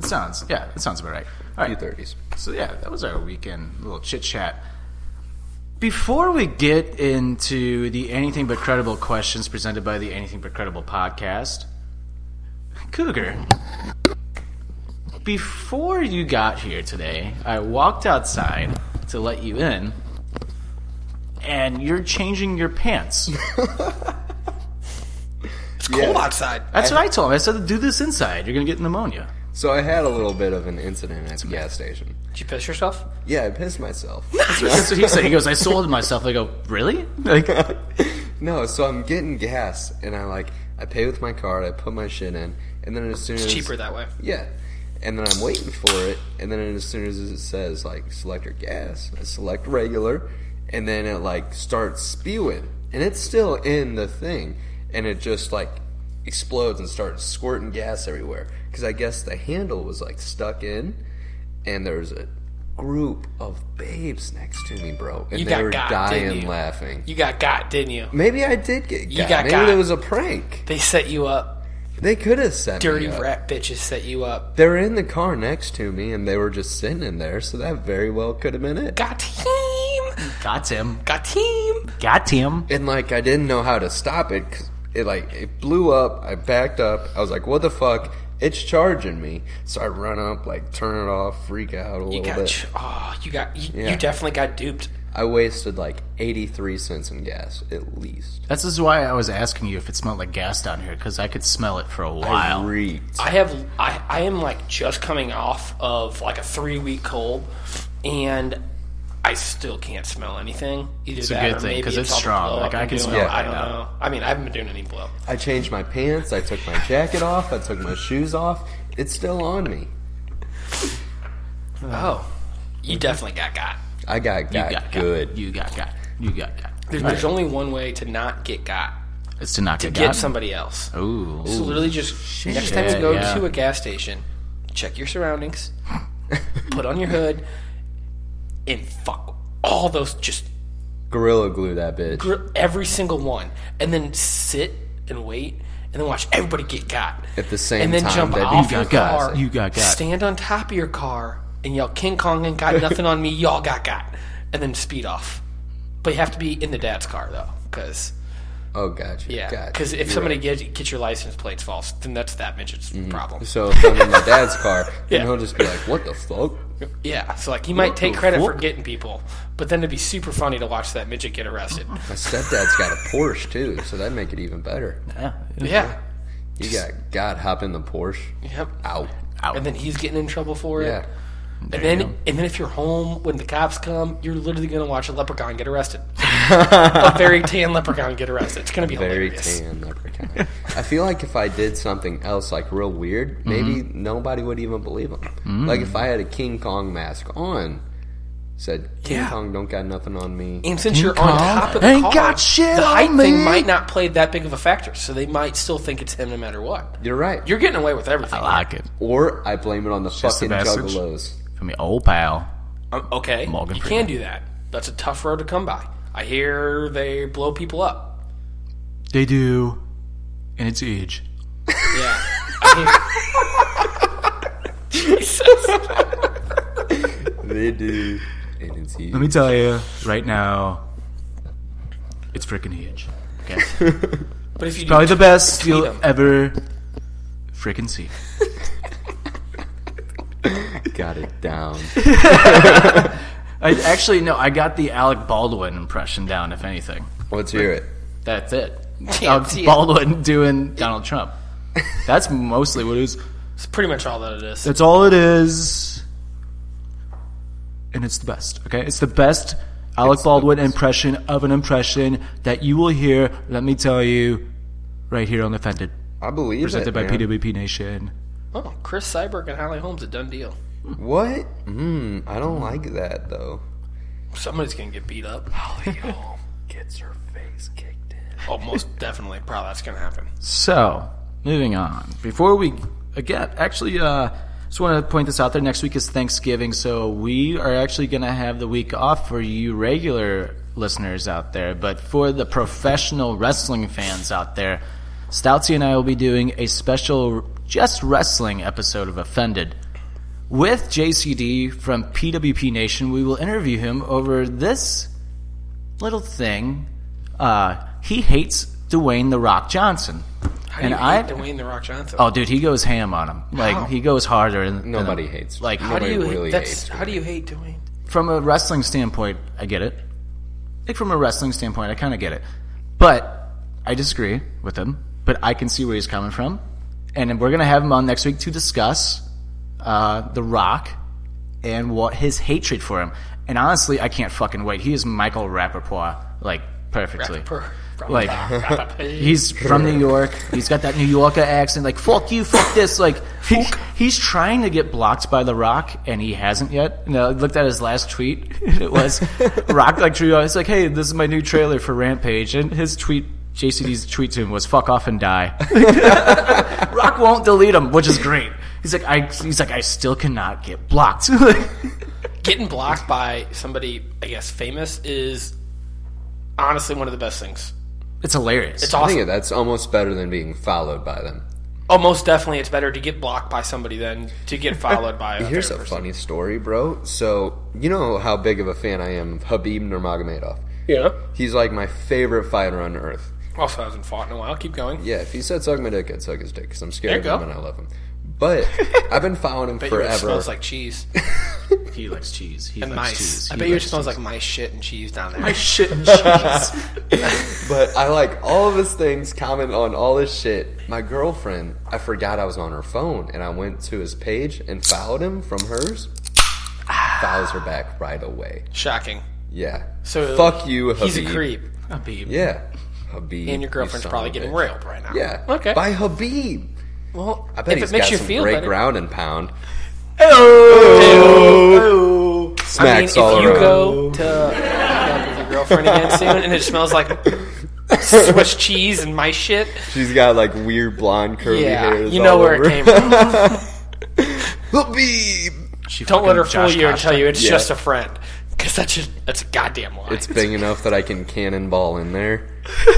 [SPEAKER 1] It sounds. Yeah, it sounds about right. All
[SPEAKER 5] that.
[SPEAKER 1] right.
[SPEAKER 5] 2:30s.
[SPEAKER 1] So yeah, that was our weekend little chit chat. Before we get into the anything but credible questions presented by the Anything But Credible podcast, Cougar, before you got here today, I walked outside to let you in, and you're changing your pants.
[SPEAKER 6] It's cold outside.
[SPEAKER 1] That's what I told him. I said, "Do this inside. You're gonna get pneumonia."
[SPEAKER 5] So I had a little bit of an incident at the gas station.
[SPEAKER 6] Did you piss yourself?
[SPEAKER 5] Yeah, I pissed myself.
[SPEAKER 1] That's what he said. He goes, "I sold myself." I go, "Really?" Like,
[SPEAKER 5] no, so I'm getting gas, and I like I pay with my card. I put my shit in, and then as soon
[SPEAKER 6] It's
[SPEAKER 5] as
[SPEAKER 6] cheaper that way.
[SPEAKER 5] Yeah. And then I'm waiting for it, and then as soon as it says like select your gas, I select regular, and then it like starts spewing, and it's still in the thing, and it just like explodes and starts squirting gas everywhere because I guess the handle was like stuck in, and there's a group of babes next to me, bro, and
[SPEAKER 6] You
[SPEAKER 5] they
[SPEAKER 6] got
[SPEAKER 5] were
[SPEAKER 6] got, didn't
[SPEAKER 5] dying
[SPEAKER 6] you?
[SPEAKER 5] laughing.
[SPEAKER 6] You got got, didn't you?
[SPEAKER 5] Maybe I did get
[SPEAKER 6] You
[SPEAKER 5] got.
[SPEAKER 6] got
[SPEAKER 5] Maybe
[SPEAKER 6] got.
[SPEAKER 5] it was a prank.
[SPEAKER 6] They set you up.
[SPEAKER 5] They could have set me
[SPEAKER 6] Dirty
[SPEAKER 5] up.
[SPEAKER 6] rat bitches set you up.
[SPEAKER 5] They were in the car next to me, and they were just sitting in there, so that very well could have been it.
[SPEAKER 6] Got team.
[SPEAKER 1] got him.
[SPEAKER 6] Got team.
[SPEAKER 1] Got him.
[SPEAKER 5] And like, I didn't know how to stop it. 'cause it like it blew up. I backed up. I was like, "What the fuck? It's charging me!" So I run up, like, turn it off, freak out a
[SPEAKER 6] You
[SPEAKER 5] little
[SPEAKER 6] got.
[SPEAKER 5] bit.
[SPEAKER 6] Ch- oh, you got. You,
[SPEAKER 5] Yeah.
[SPEAKER 6] you definitely got duped.
[SPEAKER 5] I wasted like eighty-three cents in gas, at least.
[SPEAKER 1] This is why I was asking you if it smelled like gas down here because I could smell it for a
[SPEAKER 5] I
[SPEAKER 1] while.
[SPEAKER 5] reeked.
[SPEAKER 6] I have I, I am like just coming off of like a three week cold, and I still can't smell anything. Either
[SPEAKER 1] a
[SPEAKER 6] that
[SPEAKER 1] good
[SPEAKER 6] or
[SPEAKER 1] thing,
[SPEAKER 6] maybe
[SPEAKER 1] 'cause it's
[SPEAKER 6] all the
[SPEAKER 1] strong.
[SPEAKER 6] blow
[SPEAKER 1] Like,
[SPEAKER 6] I've
[SPEAKER 1] I
[SPEAKER 6] been
[SPEAKER 1] can
[SPEAKER 6] doing.
[SPEAKER 1] smell it
[SPEAKER 6] I
[SPEAKER 1] right
[SPEAKER 6] don't
[SPEAKER 1] now.
[SPEAKER 6] know. I mean, I haven't been doing any blow.
[SPEAKER 5] I changed my pants. I took my jacket off. I took my shoes off. It's still on me.
[SPEAKER 6] Oh, You definitely got got.
[SPEAKER 5] I got got,
[SPEAKER 1] got got.
[SPEAKER 5] good.
[SPEAKER 1] You got got. You got got.
[SPEAKER 6] There, There's only one way to not get got.
[SPEAKER 1] It's to not get,
[SPEAKER 6] Get
[SPEAKER 1] got.
[SPEAKER 6] somebody else.
[SPEAKER 1] Ooh.
[SPEAKER 6] So literally just next time you
[SPEAKER 1] Yeah,
[SPEAKER 6] go
[SPEAKER 1] yeah.
[SPEAKER 6] to a gas station, check
[SPEAKER 1] *laughs*
[SPEAKER 6] your surroundings, put on your hood, and fuck all those just
[SPEAKER 5] Gorilla glue that bitch.
[SPEAKER 6] gr- every single one, and then sit and wait, and then watch everybody get got
[SPEAKER 5] At the same
[SPEAKER 6] and then
[SPEAKER 5] time,
[SPEAKER 6] jump
[SPEAKER 5] that'd be
[SPEAKER 6] off
[SPEAKER 5] good
[SPEAKER 6] your
[SPEAKER 1] guys.
[SPEAKER 6] car.
[SPEAKER 1] You got got.
[SPEAKER 6] Stand on top of your car and yell "King Kong ain't got nothing
[SPEAKER 5] *laughs*
[SPEAKER 6] on me." Y'all got got, and then speed off. But you have to be in the dad's car though, because
[SPEAKER 5] oh, gotcha.
[SPEAKER 6] yeah,
[SPEAKER 5] gotcha.
[SPEAKER 6] because if
[SPEAKER 5] You're
[SPEAKER 6] somebody
[SPEAKER 5] right. Mm-hmm.
[SPEAKER 6] gets gets your license plates false, then that's that midget's problem.
[SPEAKER 5] so if I'm in my dad's
[SPEAKER 6] *laughs*
[SPEAKER 5] car, then
[SPEAKER 6] Yeah.
[SPEAKER 5] he'll just be like, "What the fuck?"
[SPEAKER 6] Yeah, so like you might take
[SPEAKER 5] the
[SPEAKER 6] credit for
[SPEAKER 5] fuck?
[SPEAKER 6] getting people, but then it'd be super funny to watch that midget get
[SPEAKER 5] *laughs*
[SPEAKER 6] arrested.
[SPEAKER 5] My stepdad's got a Porsche too, so that'd make it even better.
[SPEAKER 1] Yeah.
[SPEAKER 6] yeah,
[SPEAKER 5] You got God hop in the Porsche.
[SPEAKER 6] yep.
[SPEAKER 5] Out.
[SPEAKER 6] And then he's getting in trouble for it.
[SPEAKER 5] Yeah.
[SPEAKER 6] And then, and then if you're home when the cops come, you're literally going to watch a leprechaun
[SPEAKER 1] *laughs*
[SPEAKER 6] get arrested. a very tan leprechaun get arrested. It's going to be
[SPEAKER 5] Very
[SPEAKER 6] hilarious.
[SPEAKER 5] tan leprechaun. I feel like if I did something else like real weird,
[SPEAKER 6] Mm-hmm.
[SPEAKER 5] maybe nobody would even believe him.
[SPEAKER 6] Mm.
[SPEAKER 5] Like if I had a King Kong mask on, said King
[SPEAKER 6] Yeah.
[SPEAKER 5] Kong don't got nothing on me.
[SPEAKER 6] And since you're on top of the
[SPEAKER 1] ain't
[SPEAKER 6] car,
[SPEAKER 1] got shit
[SPEAKER 6] the
[SPEAKER 1] on
[SPEAKER 6] height
[SPEAKER 1] me.
[SPEAKER 6] thing might not play that big of a factor, so they might still think it's him no matter what.
[SPEAKER 5] You're right.
[SPEAKER 6] You're getting away with everything.
[SPEAKER 1] I like it.
[SPEAKER 5] or I blame it on the
[SPEAKER 1] just
[SPEAKER 5] fucking
[SPEAKER 1] the message.
[SPEAKER 5] juggalos.
[SPEAKER 1] I mean, old pal.
[SPEAKER 6] Um, okay,
[SPEAKER 1] Morgan
[SPEAKER 6] you
[SPEAKER 1] Freeman.
[SPEAKER 6] can do that. That's a tough road to come by. I hear they blow people up.
[SPEAKER 1] They do. And it's age.
[SPEAKER 6] Yeah. I hear- Jesus.
[SPEAKER 5] They do. And it's huge.
[SPEAKER 1] Let me tell you, right now, it's freaking huge. Okay.
[SPEAKER 6] But if you do
[SPEAKER 1] Probably the best
[SPEAKER 6] Tweet
[SPEAKER 1] you'll
[SPEAKER 6] 'em.
[SPEAKER 1] ever freaking see.
[SPEAKER 5] got it
[SPEAKER 6] *laughs*
[SPEAKER 5] down.
[SPEAKER 1] I actually no, I got the Alec Baldwin impression down. If anything,
[SPEAKER 5] Let's hear it.
[SPEAKER 1] that's it.
[SPEAKER 6] Yeah,
[SPEAKER 1] Alec
[SPEAKER 6] yeah.
[SPEAKER 1] Baldwin doing Donald Trump. That's mostly what it is.
[SPEAKER 6] It's pretty much all that it is.
[SPEAKER 1] That's all it is, and it's the best. Okay, it's the best Alec Baldwin impression of an impression that you will hear. Let me tell you, right here on Offended,
[SPEAKER 5] I believe
[SPEAKER 1] presented
[SPEAKER 5] it.
[SPEAKER 1] by
[SPEAKER 5] man.
[SPEAKER 1] PWP Nation.
[SPEAKER 6] Oh, Chris Cyborg and Holly Holmes, a done deal.
[SPEAKER 5] What? Mm, I don't like that though.
[SPEAKER 6] Somebody's gonna get beat up. Holly Holmes gets her face kicked in. Oh, most definitely. Probably that's gonna happen.
[SPEAKER 1] So, moving on. Before we again, actually, uh, just want to point this out there. Next week is Thanksgiving, so we are actually going to have the week off for you regular listeners out there. But for the professional wrestling fans out there, Stoutsy and I will be doing a special just wrestling episode of Offended. With JCD from PWP Nation, we will interview him over this little thing. Uh, he hates Dwayne the Rock Johnson,
[SPEAKER 6] How
[SPEAKER 1] and
[SPEAKER 6] do you
[SPEAKER 1] I
[SPEAKER 6] hate Dwayne the Rock Johnson?
[SPEAKER 1] oh dude, he goes ham on him. Like
[SPEAKER 6] How?
[SPEAKER 1] he goes harder. Than,
[SPEAKER 5] Nobody
[SPEAKER 1] than-
[SPEAKER 5] hates-
[SPEAKER 1] Like
[SPEAKER 6] how do you
[SPEAKER 5] nobody really
[SPEAKER 6] hate, that's,
[SPEAKER 5] hates
[SPEAKER 6] How do you hate Dwayne?
[SPEAKER 1] from a wrestling standpoint, I get it. Like from a wrestling standpoint, I kind of get it. But I disagree with him. But I can see where he's coming from, and then we're gonna have him on next week to discuss uh, the Rock and what his hatred for him. And honestly, I can't fucking wait. He is Michael Rappaport, like perfectly.
[SPEAKER 6] Rapper- rapper-
[SPEAKER 5] *laughs*
[SPEAKER 1] Like
[SPEAKER 6] rapper-
[SPEAKER 1] he's from New York. He's got that New Yorker accent. Like fuck you, fuck this. Like he, he's trying to get blocked by The Rock, and he hasn't yet. And I looked at his last tweet. *laughs* And it was Rock like Drew. It's like, hey, this is my new trailer for Rampage, and his tweet. JCD's tweet to him was "fuck off and die." *laughs* Rock won't delete him, which is great. He's like, I, he's like, I still cannot get blocked. *laughs*
[SPEAKER 6] Getting blocked by somebody, I guess, famous is honestly one of the best things.
[SPEAKER 1] It's hilarious.
[SPEAKER 6] It's
[SPEAKER 5] I
[SPEAKER 6] awesome.
[SPEAKER 5] think that's almost better than being followed by them.
[SPEAKER 6] Oh, most definitely, it's better to get blocked by somebody than to get followed by.
[SPEAKER 5] *laughs*
[SPEAKER 6] A
[SPEAKER 5] Here's
[SPEAKER 6] third
[SPEAKER 5] a
[SPEAKER 6] person.
[SPEAKER 5] funny story, bro. So you know how big of a fan I am of Habib Nurmagomedov.
[SPEAKER 6] Yeah.
[SPEAKER 5] He's like my favorite fighter on earth.
[SPEAKER 6] Also hasn't fought in a while. Keep going.
[SPEAKER 5] Yeah, if he said suck my dick, I'd suck his dick because I'm
[SPEAKER 6] There
[SPEAKER 5] scared
[SPEAKER 6] you
[SPEAKER 5] of him
[SPEAKER 6] go.
[SPEAKER 5] and I love him.
[SPEAKER 6] *laughs*
[SPEAKER 5] But I've been following him
[SPEAKER 6] Bet you it
[SPEAKER 5] forever.
[SPEAKER 6] smells like cheese
[SPEAKER 5] *laughs*
[SPEAKER 1] he likes cheese. He
[SPEAKER 6] and
[SPEAKER 1] likes cheese.
[SPEAKER 6] mice. I
[SPEAKER 1] He
[SPEAKER 6] bet you it
[SPEAKER 1] likes
[SPEAKER 6] smells
[SPEAKER 1] cheese.
[SPEAKER 6] like *laughs* mice shit and cheese down there.
[SPEAKER 1] my shit and cheese.
[SPEAKER 5] But I like all of his things, comment on all his shit. My girlfriend, I forgot I was on her phone, and I went to his page and followed him from hers. Follows her back right away.
[SPEAKER 6] Shocking.
[SPEAKER 5] Yeah.
[SPEAKER 6] So
[SPEAKER 5] fuck you, Habib.
[SPEAKER 6] He's a creep,
[SPEAKER 1] Habib.
[SPEAKER 5] Yeah, Habib.
[SPEAKER 6] and your
[SPEAKER 5] you
[SPEAKER 6] girlfriend's
[SPEAKER 5] son
[SPEAKER 6] probably
[SPEAKER 5] of a
[SPEAKER 6] getting
[SPEAKER 5] bitch.
[SPEAKER 6] railed right now.
[SPEAKER 5] Yeah.
[SPEAKER 6] Okay.
[SPEAKER 5] By Habib.
[SPEAKER 6] Well,
[SPEAKER 5] I bet
[SPEAKER 6] if
[SPEAKER 5] he's
[SPEAKER 6] it makes
[SPEAKER 5] got
[SPEAKER 6] you
[SPEAKER 5] some
[SPEAKER 6] feel
[SPEAKER 5] great
[SPEAKER 6] better,
[SPEAKER 5] ground and pound.
[SPEAKER 1] Hey-oh.
[SPEAKER 5] So Smacks
[SPEAKER 6] I mean,
[SPEAKER 5] all
[SPEAKER 6] if you
[SPEAKER 5] around.
[SPEAKER 6] go to hook up with your girlfriend again soon, and it smells like Swiss cheese and my shit,
[SPEAKER 5] *laughs* She's got like weird blonde curly
[SPEAKER 6] yeah,
[SPEAKER 5] hairs.
[SPEAKER 6] you know
[SPEAKER 5] all
[SPEAKER 6] where
[SPEAKER 5] over.
[SPEAKER 6] it came from.
[SPEAKER 5] Look, babe.
[SPEAKER 1] *laughs* She
[SPEAKER 6] Don't
[SPEAKER 1] fucking
[SPEAKER 6] let her fool
[SPEAKER 1] Josh
[SPEAKER 6] you and
[SPEAKER 1] Koscheck.
[SPEAKER 6] tell you it's
[SPEAKER 5] Yeah.
[SPEAKER 6] just a friend, because that's a, that's a goddamn lie.
[SPEAKER 5] It's big enough that I can cannonball in there.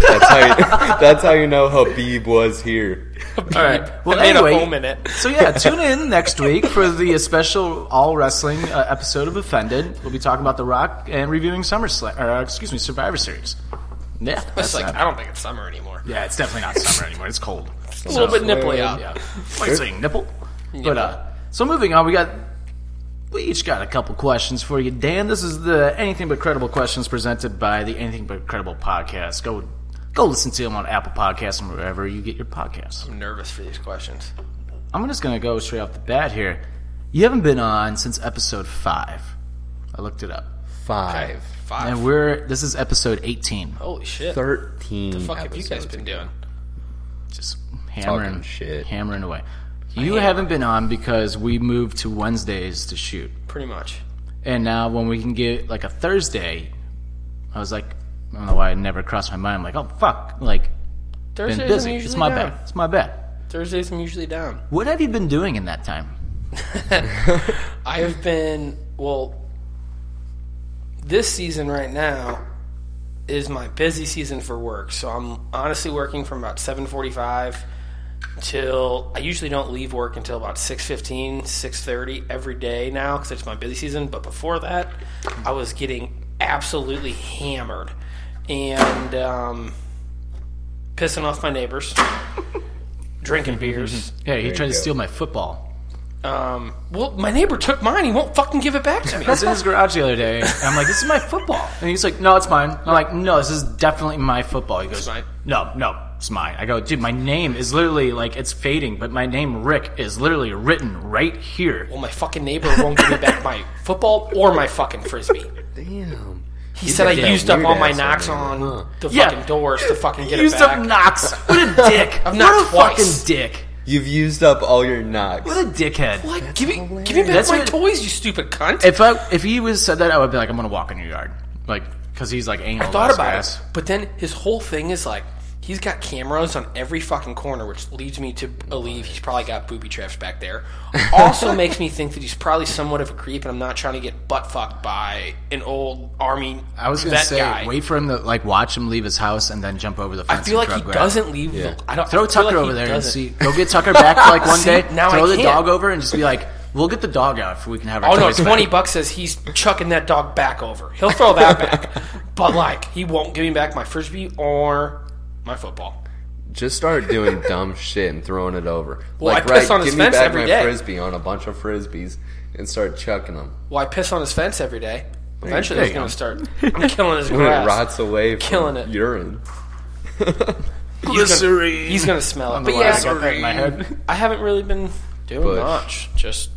[SPEAKER 5] That's how you, *laughs* that's how you know Habib was here.
[SPEAKER 6] all right.
[SPEAKER 1] Well,
[SPEAKER 6] I made
[SPEAKER 1] anyway-
[SPEAKER 6] a home in it.
[SPEAKER 1] So yeah, tune in next week for the special all wrestling uh, episode of Offended. We'll be talking about The Rock and reviewing SummerSlam, or uh, excuse me, Survivor Series. Yeah,
[SPEAKER 6] It's
[SPEAKER 1] that's
[SPEAKER 6] like
[SPEAKER 1] not-
[SPEAKER 6] I don't think it's summer anymore.
[SPEAKER 1] yeah, it's definitely not summer anymore. It's cold.
[SPEAKER 6] a little bit nipply out.
[SPEAKER 1] Yeah, like saying nipple. But uh, so moving on, we got we each got a couple questions for you, Dan. This is the Anything But Credible questions presented by the Anything But Credible podcast. Go go listen to them on Apple Podcasts and wherever you get your podcasts.
[SPEAKER 6] I'm nervous for these questions.
[SPEAKER 1] I'm just gonna go straight off the bat here. You haven't been on since episode five. I looked it up,
[SPEAKER 5] Five.
[SPEAKER 6] Five.
[SPEAKER 1] and we're this is episode 18.
[SPEAKER 6] Holy shit!
[SPEAKER 5] Thirteen.
[SPEAKER 6] fuck have you guys
[SPEAKER 5] episodes
[SPEAKER 6] been
[SPEAKER 5] ago.
[SPEAKER 6] doing?
[SPEAKER 1] Just hammering
[SPEAKER 5] Talking shit.
[SPEAKER 1] hammering away. You haven't been on because we moved to Wednesdays to shoot.
[SPEAKER 6] Pretty much.
[SPEAKER 1] And now when we can get like a Thursday, I was like, I don't know why it never crossed my mind. I'm like, oh fuck, like been
[SPEAKER 6] Thursdays
[SPEAKER 1] busy.
[SPEAKER 6] I'm usually
[SPEAKER 1] It's my
[SPEAKER 6] down.
[SPEAKER 1] bad. It's my bad.
[SPEAKER 6] Thursdays I'm usually down.
[SPEAKER 1] What have you been doing in that time?
[SPEAKER 6] *laughs* I have been well. This season right now is my busy season for work, so I'm honestly working from about seven forty-five till I usually don't leave work until about 6.15, 6.30 every day now because it's my busy season. But before that, I was getting absolutely hammered and um, pissing off my neighbors, drinking beers.
[SPEAKER 1] Hey, he tried to steal my football.
[SPEAKER 6] Um, well, my neighbor took mine. He won't fucking give it back to me.
[SPEAKER 1] I was in his garage the other day, and I'm like, "This is my football," and he's like, "No, it's mine." I'm like, "No, this is definitely my football." He goes,
[SPEAKER 6] mine.
[SPEAKER 1] "No, no, it's mine." I go, "Dude, my name is literally like it's fading, but my name Rick is literally written right here."
[SPEAKER 6] Well, my fucking neighbor won't give me back my football or my fucking frisbee.
[SPEAKER 5] Damn.
[SPEAKER 6] He said I
[SPEAKER 5] got that
[SPEAKER 6] used up
[SPEAKER 5] weird
[SPEAKER 6] all my
[SPEAKER 5] ass
[SPEAKER 6] knocks
[SPEAKER 5] neighbor,
[SPEAKER 6] on
[SPEAKER 5] huh?
[SPEAKER 6] the
[SPEAKER 1] Yeah.
[SPEAKER 6] fucking doors to fucking get
[SPEAKER 1] used
[SPEAKER 6] it back.
[SPEAKER 1] up Knox. What a
[SPEAKER 6] *laughs*
[SPEAKER 1] dick!
[SPEAKER 6] I've
[SPEAKER 1] what
[SPEAKER 6] knocked
[SPEAKER 1] a
[SPEAKER 6] twice.
[SPEAKER 1] fucking dick!
[SPEAKER 5] You've used up all your knocks.
[SPEAKER 1] What a dickhead!
[SPEAKER 6] what? Give me, give me back
[SPEAKER 1] That's
[SPEAKER 6] my
[SPEAKER 1] what-
[SPEAKER 6] toys, you stupid cunt.
[SPEAKER 1] If I if he was said that, I would be like, "I'm gonna walk in your yard," like because he's like anal.
[SPEAKER 6] I thought
[SPEAKER 1] about
[SPEAKER 6] about
[SPEAKER 1] grass.
[SPEAKER 6] it, but then his whole thing is like he's got cameras on every fucking corner, which leads me to believe he's probably got booby traps back there.
[SPEAKER 1] *laughs*
[SPEAKER 6] Also makes me think that he's probably somewhat of a creep, and I'm not trying to get butt fucked by an old army.
[SPEAKER 1] I was gonna
[SPEAKER 6] vet
[SPEAKER 1] say,
[SPEAKER 6] guy.
[SPEAKER 1] wait for him to like watch him leave his house and then jump over the fence.
[SPEAKER 6] I feel like
[SPEAKER 1] and
[SPEAKER 6] he
[SPEAKER 1] grab grass.
[SPEAKER 6] doesn't leave.
[SPEAKER 5] Yeah.
[SPEAKER 6] The, I don't I
[SPEAKER 1] Throw
[SPEAKER 6] feel
[SPEAKER 1] Tucker
[SPEAKER 6] like he
[SPEAKER 1] over there and
[SPEAKER 6] doesn't.
[SPEAKER 1] see. Go get Tucker back for
[SPEAKER 6] *laughs*
[SPEAKER 1] like one
[SPEAKER 6] See,
[SPEAKER 1] day.
[SPEAKER 6] now
[SPEAKER 1] throw
[SPEAKER 6] I
[SPEAKER 1] the
[SPEAKER 6] can't.
[SPEAKER 1] dog over and just be like, "We'll get the dog out if we can have our
[SPEAKER 6] Oh no,
[SPEAKER 1] toys back."
[SPEAKER 6] twenty bucks says *laughs* he's chucking that dog back over. He'll throw
[SPEAKER 1] *laughs*
[SPEAKER 6] that back, but like he won't give me back my frisbee or my football.
[SPEAKER 5] Just start
[SPEAKER 6] *laughs*
[SPEAKER 5] doing dumb shit and throwing it over.
[SPEAKER 6] Well,
[SPEAKER 5] like,
[SPEAKER 6] I
[SPEAKER 5] right,
[SPEAKER 6] piss on his
[SPEAKER 5] give me
[SPEAKER 6] fence
[SPEAKER 5] back
[SPEAKER 6] every
[SPEAKER 5] my
[SPEAKER 6] day.
[SPEAKER 5] frisbee on a bunch of frisbees and start chucking them.
[SPEAKER 6] Well, I piss on his fence every day. Eventually,
[SPEAKER 1] there you
[SPEAKER 6] it's gonna
[SPEAKER 1] go. *laughs*
[SPEAKER 6] start. I'm killing his
[SPEAKER 5] When
[SPEAKER 6] grass.
[SPEAKER 5] it rots away from
[SPEAKER 6] Killing it. *laughs*
[SPEAKER 5] urine.
[SPEAKER 1] Glycerine.
[SPEAKER 6] He's gonna smell it. But
[SPEAKER 1] Why
[SPEAKER 6] yeah,
[SPEAKER 1] I got that in my head.
[SPEAKER 6] I haven't really been doing
[SPEAKER 5] Bush.
[SPEAKER 6] much. Just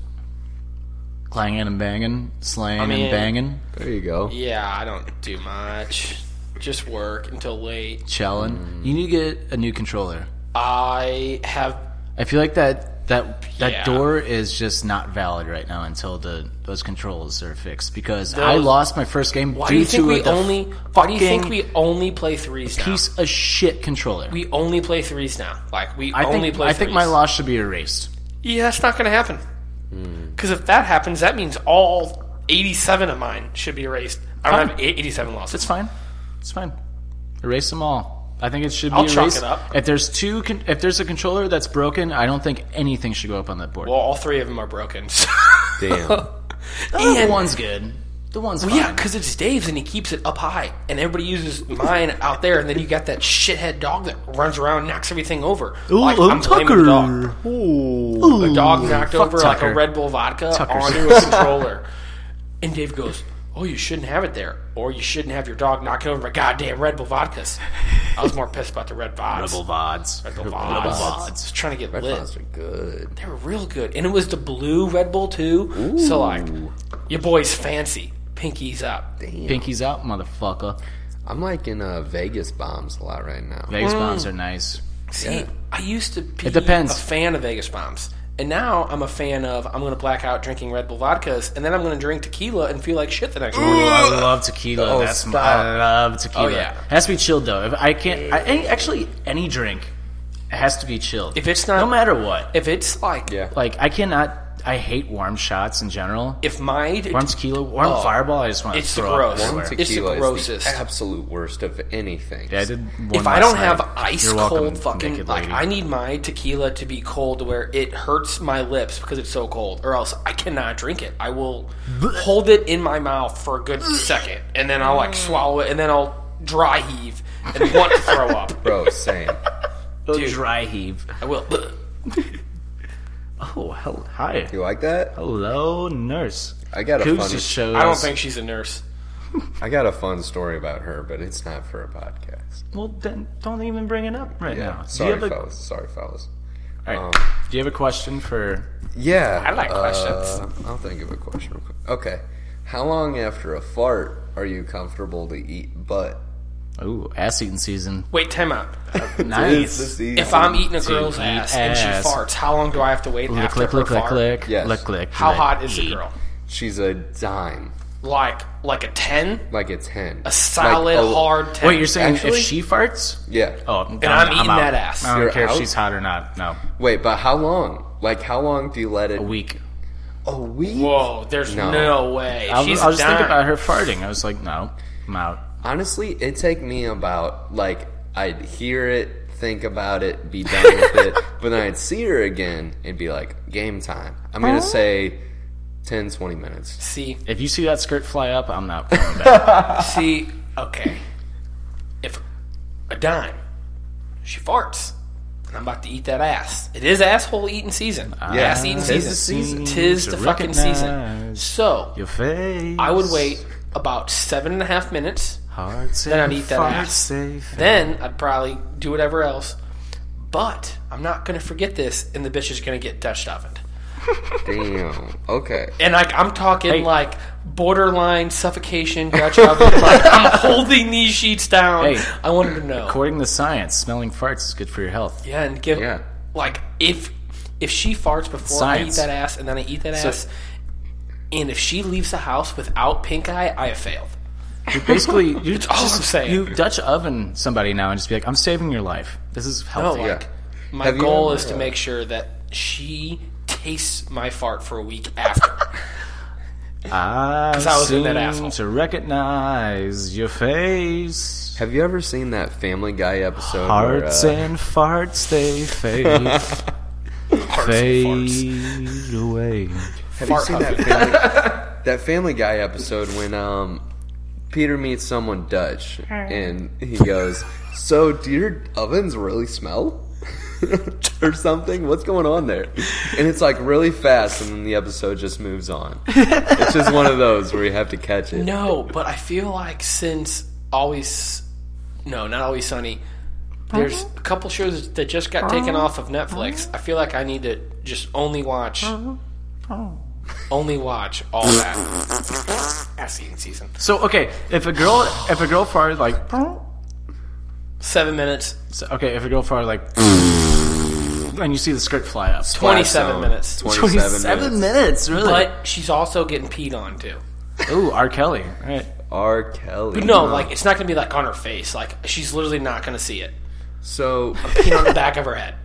[SPEAKER 1] Clanging and banging, slaying
[SPEAKER 6] mean-
[SPEAKER 1] and banging,
[SPEAKER 5] There you go.
[SPEAKER 6] yeah, I don't do much. Just work until late.
[SPEAKER 1] chilling.
[SPEAKER 6] Mm.
[SPEAKER 1] You need to get a new controller.
[SPEAKER 6] I have.
[SPEAKER 1] I feel like that that that
[SPEAKER 6] Yeah.
[SPEAKER 1] door is just not valid right now until the those controls are fixed because I lost my first game
[SPEAKER 6] Why
[SPEAKER 1] due
[SPEAKER 6] do you think
[SPEAKER 1] to
[SPEAKER 6] we
[SPEAKER 1] the
[SPEAKER 6] only? Why do you think
[SPEAKER 1] fucking
[SPEAKER 6] we only play threes now?
[SPEAKER 1] piece of shit controller.
[SPEAKER 6] We only play threes now. Like we
[SPEAKER 1] I
[SPEAKER 6] only
[SPEAKER 1] think
[SPEAKER 6] play.
[SPEAKER 1] I think
[SPEAKER 6] threes.
[SPEAKER 1] my loss should be erased.
[SPEAKER 6] Yeah, it's not going to happen. Because if that happens, that means all 87 of mine should be erased. I don't
[SPEAKER 1] Fine.
[SPEAKER 6] have eight- 87 losses.
[SPEAKER 1] It's fine. It's fine. Erase them all. I think it should be
[SPEAKER 6] I'll
[SPEAKER 1] erased.
[SPEAKER 6] chalk it up.
[SPEAKER 1] If there's two, con- if there's a controller that's broken, I don't think anything should go up on that board.
[SPEAKER 6] Well, all three of them are broken. *laughs* so-
[SPEAKER 5] Damn.
[SPEAKER 1] Oh, the
[SPEAKER 6] and-
[SPEAKER 1] one's good. The one's fine.
[SPEAKER 6] yeah, *laughs* because it's Dave's and he keeps it up high, and everybody uses mine out there, and then you got that shithead dog that runs around and knocks everything over. Like, I'm blaming the dog. The dog knocked
[SPEAKER 1] Fuck
[SPEAKER 6] over like
[SPEAKER 1] Tucker.
[SPEAKER 6] a Red Bull vodka
[SPEAKER 1] Tucker's-
[SPEAKER 6] onto a controller. And Dave goes, Oh, you shouldn't have it there. Or you shouldn't have your dog knocking over my goddamn Red Bull vodkas. I was more pissed about the Red Vods.
[SPEAKER 1] Rebel vods.
[SPEAKER 6] Red Bull Vods. I was trying to get lit.
[SPEAKER 5] Those are good.
[SPEAKER 6] They were real good. And it was the blue Red Bull, too. So, like, your boy's fancy. Pinkies up.
[SPEAKER 1] Pinkies out, motherfucker.
[SPEAKER 5] I'm liking uh, Vegas bombs a
[SPEAKER 6] Mm.
[SPEAKER 5] lot right now.
[SPEAKER 1] Vegas bombs are nice.
[SPEAKER 6] See, I used to be
[SPEAKER 1] It depends.
[SPEAKER 6] a fan of Vegas Bombs. And now I'm a fan of I'm going to black out drinking Red Bull vodkas, and then I'm going to drink tequila and feel like shit the next morning.
[SPEAKER 1] Ooh, I love tequila. That's my, I love tequila.
[SPEAKER 6] Oh, yeah.
[SPEAKER 1] has to be chilled though. If I can't, I, any, actually, any drink has to be chilled.
[SPEAKER 6] If it's not-
[SPEAKER 1] no matter what.
[SPEAKER 6] If it's like,
[SPEAKER 5] Yeah.
[SPEAKER 1] like I cannot. I hate warm shots in general.
[SPEAKER 6] if my
[SPEAKER 1] warm tequila, warm
[SPEAKER 6] Oh.
[SPEAKER 1] fireball. I just want
[SPEAKER 6] It's
[SPEAKER 1] to throw up
[SPEAKER 6] gross.
[SPEAKER 1] everywhere.
[SPEAKER 5] Warm
[SPEAKER 6] It's the
[SPEAKER 5] tequila is
[SPEAKER 6] grossest.
[SPEAKER 5] the absolute worst of anything.
[SPEAKER 1] Yeah, I did one
[SPEAKER 6] if I
[SPEAKER 1] last
[SPEAKER 6] don't
[SPEAKER 1] night.
[SPEAKER 6] have ice
[SPEAKER 1] You're welcome,
[SPEAKER 6] cold fucking
[SPEAKER 1] naked
[SPEAKER 6] like
[SPEAKER 1] lady.
[SPEAKER 6] I need my tequila to be cold to where it hurts my lips because it's so cold or else I cannot drink it. I will hold it in my mouth for a good second and then I'll like swallow it and then I'll dry heave and want to throw up.
[SPEAKER 5] Bro, same.
[SPEAKER 1] Go dry heave.
[SPEAKER 6] I will.
[SPEAKER 1] Oh, hell, hi.
[SPEAKER 5] You like that?
[SPEAKER 1] Hello, nurse.
[SPEAKER 5] I got a
[SPEAKER 1] Coots
[SPEAKER 5] funny-
[SPEAKER 1] just shows.
[SPEAKER 6] I don't think she's a nurse.
[SPEAKER 5] I got a fun story about her, but it's not for a podcast.
[SPEAKER 1] Well, then don't even bring it up right now.
[SPEAKER 5] Sorry, Um,
[SPEAKER 1] do you have a,
[SPEAKER 5] fellas. Sorry, fellas.
[SPEAKER 1] all right. do you have a question for?
[SPEAKER 5] Yeah. uh,
[SPEAKER 6] I like questions.
[SPEAKER 5] I'll think of a question. real quick. Okay. How long after a fart are you comfortable to eat butt?
[SPEAKER 1] Ooh, ass eating
[SPEAKER 5] *laughs*
[SPEAKER 1] season.
[SPEAKER 6] Wait, time out.
[SPEAKER 5] It's the
[SPEAKER 1] Nice.
[SPEAKER 5] season.
[SPEAKER 6] If I'm eating a girl's
[SPEAKER 1] eat
[SPEAKER 6] ass, and
[SPEAKER 1] ass.
[SPEAKER 6] she farts, how long do I have to wait
[SPEAKER 1] Ooh,
[SPEAKER 6] after
[SPEAKER 1] click,
[SPEAKER 6] her
[SPEAKER 1] click, click,
[SPEAKER 6] fart?
[SPEAKER 1] click.
[SPEAKER 5] Yes.
[SPEAKER 1] Click, click.
[SPEAKER 6] How
[SPEAKER 1] click,
[SPEAKER 6] hot is the
[SPEAKER 1] eat.
[SPEAKER 6] girl?
[SPEAKER 5] She's a dime.
[SPEAKER 6] Like like a ten,
[SPEAKER 5] Like a 10.
[SPEAKER 6] a solid
[SPEAKER 5] Like, oh,
[SPEAKER 6] hard ten.
[SPEAKER 1] Wait, you're saying
[SPEAKER 5] Actually-
[SPEAKER 1] if she farts?
[SPEAKER 5] Yeah.
[SPEAKER 1] Oh,
[SPEAKER 6] and I'm, eating
[SPEAKER 1] out.
[SPEAKER 6] that ass.
[SPEAKER 1] I don't
[SPEAKER 5] You're
[SPEAKER 1] care if
[SPEAKER 5] out?
[SPEAKER 1] she's hot or not. No,
[SPEAKER 5] Wait, but how long? Like, how long do you let it?
[SPEAKER 1] a week.
[SPEAKER 5] A week?
[SPEAKER 6] Whoa, there's no,
[SPEAKER 5] No.
[SPEAKER 6] way.
[SPEAKER 1] I was,
[SPEAKER 6] She's
[SPEAKER 1] I was just
[SPEAKER 6] dying.
[SPEAKER 1] thinking about her farting. I was like, no, I'm out.
[SPEAKER 5] Honestly, it take me about like I'd hear it, think about it, be done with it, but then I'd see her again and be like, game time. I'm gonna say 10, 20 minutes.
[SPEAKER 6] See,
[SPEAKER 1] If you see that skirt fly up, I'm not.
[SPEAKER 6] *laughs*
[SPEAKER 1] Going back.
[SPEAKER 6] see, okay. If a dime, she farts, and I'm about to eat that ass. It is asshole eating season.
[SPEAKER 1] Ah,
[SPEAKER 6] ass eating
[SPEAKER 5] Tis
[SPEAKER 6] season.
[SPEAKER 5] the season.
[SPEAKER 6] Tis the
[SPEAKER 1] To
[SPEAKER 6] fucking season.
[SPEAKER 1] recognize
[SPEAKER 6] So
[SPEAKER 1] Your face.
[SPEAKER 6] I would wait about seven and a half minutes.
[SPEAKER 1] Hearts
[SPEAKER 6] Then I'd
[SPEAKER 1] and
[SPEAKER 6] eat that
[SPEAKER 1] farts
[SPEAKER 6] ass.
[SPEAKER 1] safe.
[SPEAKER 6] Then I'd probably do whatever else. But I'm not gonna forget this, and the bitch is gonna get Dutch ovened.
[SPEAKER 5] Damn. Okay.
[SPEAKER 6] And like I'm talking like borderline suffocation, Dutch
[SPEAKER 1] *laughs*
[SPEAKER 6] oven. like I'm holding these sheets down.
[SPEAKER 1] Hey.
[SPEAKER 6] I wanted to know.
[SPEAKER 1] According to science, smelling farts is good for your health.
[SPEAKER 6] yeah, and give
[SPEAKER 5] Yeah.
[SPEAKER 6] like if if she farts before
[SPEAKER 1] Science.
[SPEAKER 6] I eat that ass, and then I eat that ass, and if she leaves the house without pink eye, I have failed. *laughs*
[SPEAKER 1] Basically, you
[SPEAKER 6] all
[SPEAKER 1] just-
[SPEAKER 6] I'm saying.
[SPEAKER 1] You Dutch oven somebody now and just be like, "I'm saving your life. This is
[SPEAKER 6] No,
[SPEAKER 1] healthy."
[SPEAKER 6] like my
[SPEAKER 5] Have you
[SPEAKER 6] goal
[SPEAKER 5] ever,
[SPEAKER 6] is to
[SPEAKER 5] uh,
[SPEAKER 6] make sure that she tastes my fart for a week after.
[SPEAKER 1] I
[SPEAKER 6] I was in that
[SPEAKER 1] seem
[SPEAKER 6] asshole.
[SPEAKER 1] to recognize your face.
[SPEAKER 5] Have you ever seen that Family Guy episode?
[SPEAKER 1] Hearts
[SPEAKER 5] where, uh,
[SPEAKER 1] and farts they fade, fade away.
[SPEAKER 5] have you seen that family, that family Guy episode when um Peter meets someone Dutch and he goes, "So, do your ovens really smell?" *laughs* or something. What's going on there? And it's like really fast, and then the episode just moves
[SPEAKER 6] *laughs*
[SPEAKER 5] on. it's just one of those where you have to catch it.
[SPEAKER 6] No, but I feel like since always, no, not always sunny. There's a couple shows that just got taken off of Netflix. I feel like I need to just only watch, only watch all that. Ass eating season.
[SPEAKER 1] So okay, if a girl if a girl farted like
[SPEAKER 6] Seven minutes,
[SPEAKER 1] so- okay if a girl farted like and you see the skirt fly up. *laughs*
[SPEAKER 6] twenty-seven
[SPEAKER 5] Black Zone,
[SPEAKER 6] minutes.
[SPEAKER 5] Twenty-seven, minutes.
[SPEAKER 1] minutes, really?
[SPEAKER 6] But she's also getting peed on too.
[SPEAKER 1] *laughs* Ooh, R. Kelly. All right.
[SPEAKER 5] R. Kelly.
[SPEAKER 6] No, like it's not gonna be like on her face. Like she's literally not gonna see it.
[SPEAKER 5] so.
[SPEAKER 6] Peed on the back of her head.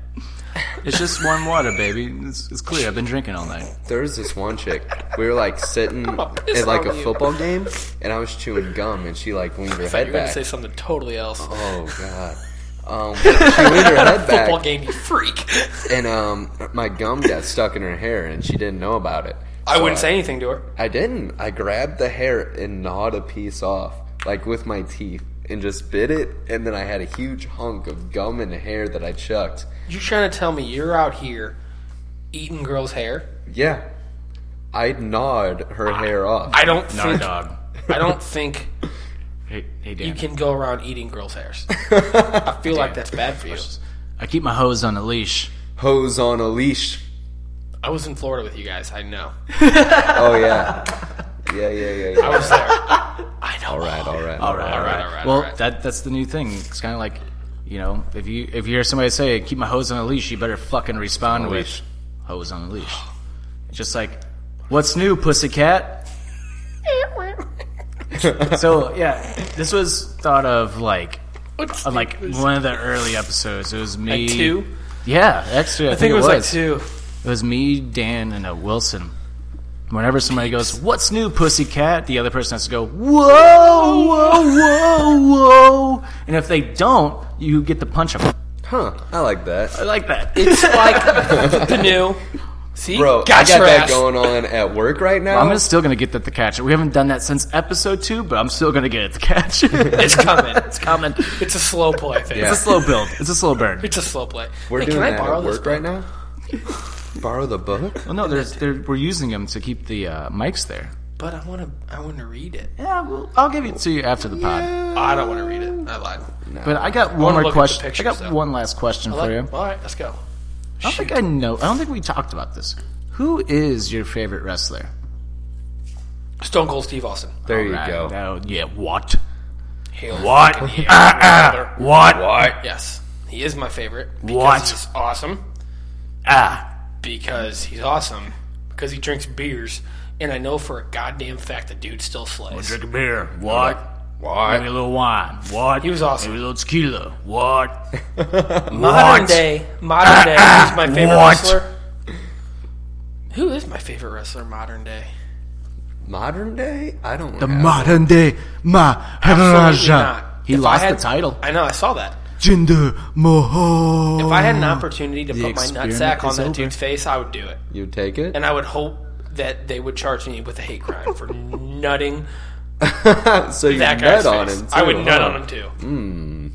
[SPEAKER 1] It's just warm water, baby. It's, it's clear. I've been drinking all night.
[SPEAKER 5] There was this one chick. We were like sitting
[SPEAKER 6] *laughs* gonna piss
[SPEAKER 5] at like a
[SPEAKER 6] on you.
[SPEAKER 5] football game, and I was chewing gum, and she like leaned her
[SPEAKER 6] But
[SPEAKER 5] head
[SPEAKER 6] you're gonna
[SPEAKER 5] back.
[SPEAKER 6] say something totally else.
[SPEAKER 5] Oh god. Um, she leaned her head
[SPEAKER 6] *laughs* Football
[SPEAKER 5] back,
[SPEAKER 6] game, you freak.
[SPEAKER 5] and um, my gum got stuck in her hair, and she didn't know about it.
[SPEAKER 6] I
[SPEAKER 5] So
[SPEAKER 6] wouldn't say anything to her.
[SPEAKER 5] I didn't. I grabbed the hair and gnawed a piece off, like with my teeth, and just bit it, and then I had a huge hunk of gum and hair that I chucked.
[SPEAKER 6] You trying to tell me you're out here eating girls' hair?
[SPEAKER 5] Yeah, I gnawed her hair off.
[SPEAKER 6] I don't *laughs*
[SPEAKER 1] Nar
[SPEAKER 6] think
[SPEAKER 1] dog.
[SPEAKER 6] I don't *laughs* think
[SPEAKER 1] Hey, hey, Dan.
[SPEAKER 6] you can go around eating girls' hairs. *laughs* I feel like that's bad for you.
[SPEAKER 1] I keep my hose on a leash.
[SPEAKER 5] Hose on a leash.
[SPEAKER 6] I was in Florida with you guys. I know.
[SPEAKER 5] Oh yeah, yeah, yeah, yeah. yeah.
[SPEAKER 6] I was there. *laughs* I know. All right.
[SPEAKER 5] All right.
[SPEAKER 1] All right, all right,
[SPEAKER 6] all right,
[SPEAKER 1] Well,
[SPEAKER 6] all right.
[SPEAKER 1] that that's the new thing. It's kind of like, you know, if you if you hear somebody say, "Keep my hose on a leash," you better fucking respond with, Hose Unleashed. Just like, what's new, pussycat? so yeah, this was thought of like, on, like one of the early episodes. It was me.
[SPEAKER 6] Like two?
[SPEAKER 1] Yeah, actually, I,
[SPEAKER 6] I think it was like *laughs* two.
[SPEAKER 1] it was me, Dan, and uh, Wilson. Whenever somebody goes, "What's new, pussycat?" the other person has to go, "Whoa, whoa, whoa, whoa!" And if they don't, you get to punch them.
[SPEAKER 5] Huh. I like that.
[SPEAKER 6] Uh,
[SPEAKER 1] I like that.
[SPEAKER 6] It's like the new. See,
[SPEAKER 5] Bro,
[SPEAKER 6] got
[SPEAKER 5] I got
[SPEAKER 6] your
[SPEAKER 5] that
[SPEAKER 6] ass.
[SPEAKER 5] going on at work right now.
[SPEAKER 1] I'm still gonna get that to catch it. We haven't done that since episode two, but I'm still gonna get it to *laughs* catch it.
[SPEAKER 6] *laughs* It's coming. *laughs* It's coming. It's a slow play thing.
[SPEAKER 1] It's a slow build. It's a slow *laughs* burn.
[SPEAKER 6] It's a slow play.
[SPEAKER 5] We're
[SPEAKER 6] Hey,
[SPEAKER 5] doing
[SPEAKER 6] can I
[SPEAKER 5] that
[SPEAKER 6] borrow
[SPEAKER 5] at
[SPEAKER 6] this
[SPEAKER 5] work right now. *laughs* borrow the book?
[SPEAKER 1] Well, no, there's, there, we're using them to keep the uh, mics there.
[SPEAKER 6] But I want to. I want to read it.
[SPEAKER 1] Yeah, well, I'll give it to you after the pod.
[SPEAKER 6] I don't want to read it. I lied.
[SPEAKER 1] But I got one
[SPEAKER 6] wanna
[SPEAKER 1] more
[SPEAKER 6] look at the
[SPEAKER 1] question.
[SPEAKER 6] pictures,
[SPEAKER 1] I got
[SPEAKER 6] though.
[SPEAKER 1] one last question
[SPEAKER 6] I
[SPEAKER 1] for
[SPEAKER 6] lied.
[SPEAKER 1] you.
[SPEAKER 6] All right, let's go.
[SPEAKER 1] I don't think I know. I don't think we talked about this. Who is your favorite wrestler?
[SPEAKER 6] Stone Cold Steve Austin.
[SPEAKER 5] There you
[SPEAKER 1] Right,
[SPEAKER 5] go.
[SPEAKER 1] that- yeah. What?
[SPEAKER 6] Hail
[SPEAKER 1] What? Ah,
[SPEAKER 6] fucking yeah, brother.
[SPEAKER 1] What? What?
[SPEAKER 6] Yes, he is my favorite. Because
[SPEAKER 1] What?
[SPEAKER 6] He's awesome
[SPEAKER 1] Ah.
[SPEAKER 6] because he's awesome because he drinks beers, and I know for a goddamn fact the dude still slays.
[SPEAKER 1] Drink a beer. What? What? Give me a little wine. What?
[SPEAKER 6] He was awesome.
[SPEAKER 1] Give me a little tequila.
[SPEAKER 6] *laughs*
[SPEAKER 1] What?
[SPEAKER 6] Modern
[SPEAKER 1] What? Ah,
[SPEAKER 6] day, modern day. Who's my favorite
[SPEAKER 1] What?
[SPEAKER 6] wrestler? Who is my favorite wrestler? Modern day.
[SPEAKER 5] Modern day? I don't
[SPEAKER 1] The
[SPEAKER 5] have
[SPEAKER 1] modern day
[SPEAKER 6] Absolutely
[SPEAKER 1] Maharaja.
[SPEAKER 6] not.
[SPEAKER 1] He
[SPEAKER 6] If I
[SPEAKER 1] lost
[SPEAKER 6] had-
[SPEAKER 1] the title.
[SPEAKER 6] I know. I saw that.
[SPEAKER 1] Jinder Mahal.
[SPEAKER 6] If I had an opportunity to put my
[SPEAKER 1] Oh, experiment
[SPEAKER 6] nutsack on
[SPEAKER 1] is
[SPEAKER 6] that
[SPEAKER 1] over.
[SPEAKER 6] dude's face, I would do it.
[SPEAKER 5] You take it?
[SPEAKER 6] And I would hope that they would charge me with a hate
[SPEAKER 1] *laughs*
[SPEAKER 6] crime for nutting
[SPEAKER 5] *laughs* so you
[SPEAKER 6] that
[SPEAKER 5] bet
[SPEAKER 6] guy's
[SPEAKER 5] on
[SPEAKER 6] face.
[SPEAKER 5] him. Too,
[SPEAKER 6] I would nut
[SPEAKER 5] huh?
[SPEAKER 6] on him too.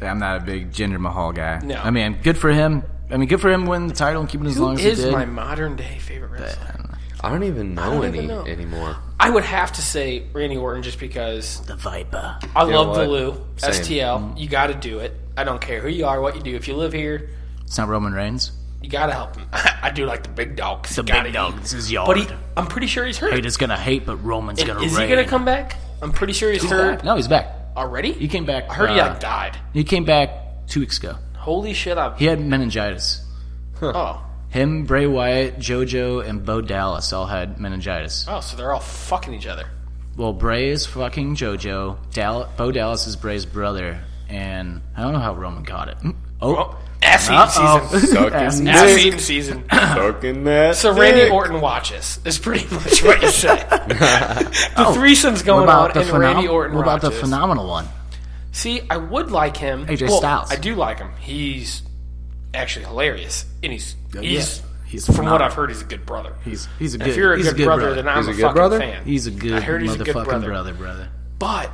[SPEAKER 1] I'm not a big Jinder Mahal guy.
[SPEAKER 6] No.
[SPEAKER 1] I mean, good for him. I mean, good for him winning the title and keeping it as
[SPEAKER 6] Who
[SPEAKER 1] long as he
[SPEAKER 6] is
[SPEAKER 1] did.
[SPEAKER 6] my modern day favorite wrestler?
[SPEAKER 5] I don't even know
[SPEAKER 6] don't
[SPEAKER 5] any
[SPEAKER 6] even know. *clears throat*
[SPEAKER 5] anymore.
[SPEAKER 6] I would have to say Randy Orton just because
[SPEAKER 1] the Viper.
[SPEAKER 6] I
[SPEAKER 5] know
[SPEAKER 6] love the
[SPEAKER 5] what?
[SPEAKER 6] Lou
[SPEAKER 5] Same.
[SPEAKER 1] Mm-hmm.
[SPEAKER 6] STL. You got to do it. I don't care who you are, what you do. If you live here,
[SPEAKER 1] It's not Roman Reigns.
[SPEAKER 6] you got to help him. *laughs* I do like the big dog. 'cause
[SPEAKER 1] The
[SPEAKER 6] he gotta
[SPEAKER 1] big dog.
[SPEAKER 6] eat.
[SPEAKER 1] This is your.
[SPEAKER 6] But he, I'm pretty sure he's hurt.
[SPEAKER 1] Hate is gonna hate, but Roman's
[SPEAKER 6] And
[SPEAKER 1] gonna.
[SPEAKER 6] is
[SPEAKER 1] reign.
[SPEAKER 6] he gonna come back? I'm pretty sure he's, hurt
[SPEAKER 1] No, he's back.
[SPEAKER 6] already.
[SPEAKER 1] He came back.
[SPEAKER 6] I heard he
[SPEAKER 1] uh,
[SPEAKER 6] like died.
[SPEAKER 1] He came back two weeks ago.
[SPEAKER 6] Holy shit! I
[SPEAKER 1] He had meningitis.
[SPEAKER 6] oh
[SPEAKER 1] Him, Bray Wyatt, JoJo, and Bo Dallas all had meningitis.
[SPEAKER 6] oh, so they're all fucking each other.
[SPEAKER 1] Well, Bray is fucking JoJo. Dal- Bo Dallas is Bray's brother, and I don't know how Roman got it. Oh,
[SPEAKER 6] Oh, ass eating
[SPEAKER 1] Uh-oh. *laughs*
[SPEAKER 6] season.
[SPEAKER 1] Ass
[SPEAKER 5] Sucking
[SPEAKER 6] Ass
[SPEAKER 5] dick.
[SPEAKER 6] eating season.
[SPEAKER 5] Sucking that.
[SPEAKER 6] So Randy
[SPEAKER 5] dick.
[SPEAKER 6] Orton watches. Is pretty *laughs* much what you say. the
[SPEAKER 1] Oh,
[SPEAKER 6] threesome's
[SPEAKER 1] what
[SPEAKER 6] going on,
[SPEAKER 1] about the
[SPEAKER 6] and Randy
[SPEAKER 1] phenomenal?
[SPEAKER 6] Orton
[SPEAKER 1] What about the
[SPEAKER 6] watches.
[SPEAKER 1] phenomenal one?
[SPEAKER 6] See, I would like him.
[SPEAKER 1] AJ
[SPEAKER 6] well,
[SPEAKER 1] Styles.
[SPEAKER 6] I do like him. He's actually hilarious, and he's he's
[SPEAKER 1] yeah. He's
[SPEAKER 6] from what
[SPEAKER 1] phenomenal.
[SPEAKER 6] I've heard, he's a good brother.
[SPEAKER 1] He's he's a good.
[SPEAKER 6] if you're a,
[SPEAKER 1] he's
[SPEAKER 6] good, brother, then I'm
[SPEAKER 5] He's
[SPEAKER 6] a,
[SPEAKER 5] a good
[SPEAKER 6] fucking
[SPEAKER 5] brother?
[SPEAKER 6] fan.
[SPEAKER 1] He's a good
[SPEAKER 6] I heard he's a
[SPEAKER 1] motherfucking
[SPEAKER 6] good brother.
[SPEAKER 1] brother, brother.
[SPEAKER 6] But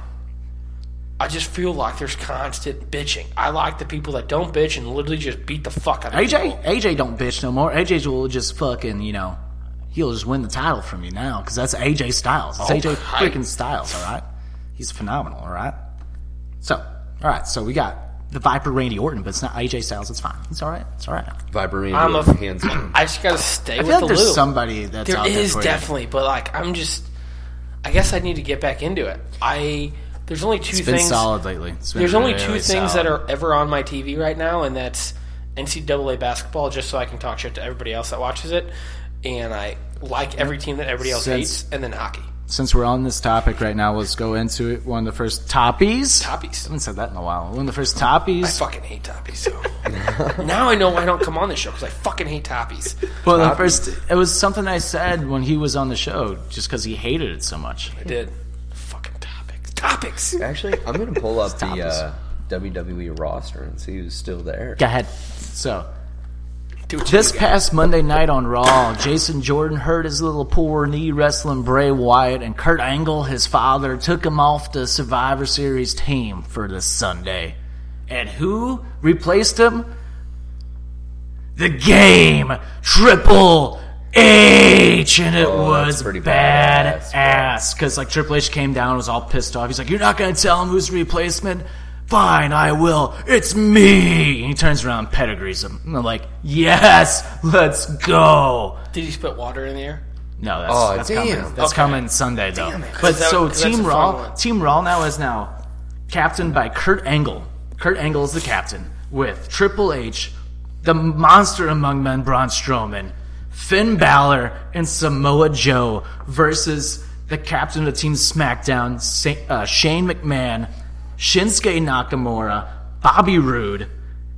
[SPEAKER 6] I just feel like there's constant bitching. I like the people that don't bitch and literally just beat the fuck out of people.
[SPEAKER 1] AJ, AJ don't bitch no more. AJ will just fucking, you know, he'll just win the title from you now because that's AJ Styles.
[SPEAKER 6] Oh,
[SPEAKER 1] It's AJ
[SPEAKER 6] hi.
[SPEAKER 1] freaking Styles, all right? He's phenomenal, all right? So, all right, so we got the Viper Randy Orton, but it's not AJ Styles. It's fine. It's all right. It's all right.
[SPEAKER 5] Vibranium
[SPEAKER 6] I'm a-
[SPEAKER 5] hands
[SPEAKER 6] *laughs*
[SPEAKER 5] on.
[SPEAKER 6] I just gotta stay
[SPEAKER 1] I
[SPEAKER 6] with
[SPEAKER 1] feel like
[SPEAKER 6] the
[SPEAKER 1] there's
[SPEAKER 6] loop.
[SPEAKER 1] somebody that's
[SPEAKER 6] There
[SPEAKER 1] out there
[SPEAKER 6] is
[SPEAKER 1] for you.
[SPEAKER 6] definitely, but like I'm just, I guess I need to get back into it. I there's only 2
[SPEAKER 1] It's been
[SPEAKER 6] things.
[SPEAKER 1] solid lately. It's been
[SPEAKER 6] There's only
[SPEAKER 1] really
[SPEAKER 6] two things
[SPEAKER 1] solid.
[SPEAKER 6] that are ever on my TV right now, and that's NCAA basketball, just so I can talk shit to everybody else that watches it, and I like every team that everybody else
[SPEAKER 1] Since-
[SPEAKER 6] hates, and then hockey.
[SPEAKER 1] Since we're on this topic right now, let's go into it. One of the first toppies. I
[SPEAKER 6] Toppies.
[SPEAKER 1] haven't said that in a while. One of the first
[SPEAKER 6] I
[SPEAKER 1] toppies.
[SPEAKER 6] fucking hate Toppies.
[SPEAKER 1] *laughs*
[SPEAKER 6] So now I know why I don't come on this show because I fucking hate Toppies.
[SPEAKER 1] Well, the first, it was something I said when he was on the show, just because he hated it so much.
[SPEAKER 6] I did. Fucking topics. Topics.
[SPEAKER 5] Actually, I'm gonna pull up
[SPEAKER 1] Stop
[SPEAKER 5] the
[SPEAKER 1] us.
[SPEAKER 5] uh, WWE roster and see who's still there.
[SPEAKER 1] Go ahead. So,
[SPEAKER 6] Do what you
[SPEAKER 1] this
[SPEAKER 6] do, guys.
[SPEAKER 1] past Monday night on Raw, Jason Jordan hurt his little poor knee wrestling Bray Wyatt, and Kurt Angle, his father, took him off the Survivor Series team for this Sunday. And who replaced him? The game! Triple H! And it was
[SPEAKER 5] pretty badass, bro.
[SPEAKER 1] badass. Because, like, Triple H came down and was all pissed off. He's like, You're not going to tell him who's the replacement? Fine, I will. It's me! And he turns around and pedigrees him. And I'm like, Yes! Let's go!
[SPEAKER 6] Did he spit water in the air?
[SPEAKER 1] No, that's,
[SPEAKER 5] Aw,
[SPEAKER 1] that's
[SPEAKER 5] damn.
[SPEAKER 1] coming. That's
[SPEAKER 6] Oh, Okay.
[SPEAKER 1] coming Sunday, though.
[SPEAKER 6] Damn it.
[SPEAKER 1] But
[SPEAKER 6] 'Cause that-
[SPEAKER 1] so
[SPEAKER 6] 'cause that's
[SPEAKER 1] Team
[SPEAKER 6] a fun
[SPEAKER 1] Raw,
[SPEAKER 6] one.
[SPEAKER 1] Team Raw now is now captained by Kurt Angle. Kurt Angle is the captain with Triple H, the monster among men, Braun Strowman, Finn Balor and Samoa Joe versus the captain of the team SmackDown, Sa- uh, Shane McMahon, Shinsuke Nakamura, Bobby Roode,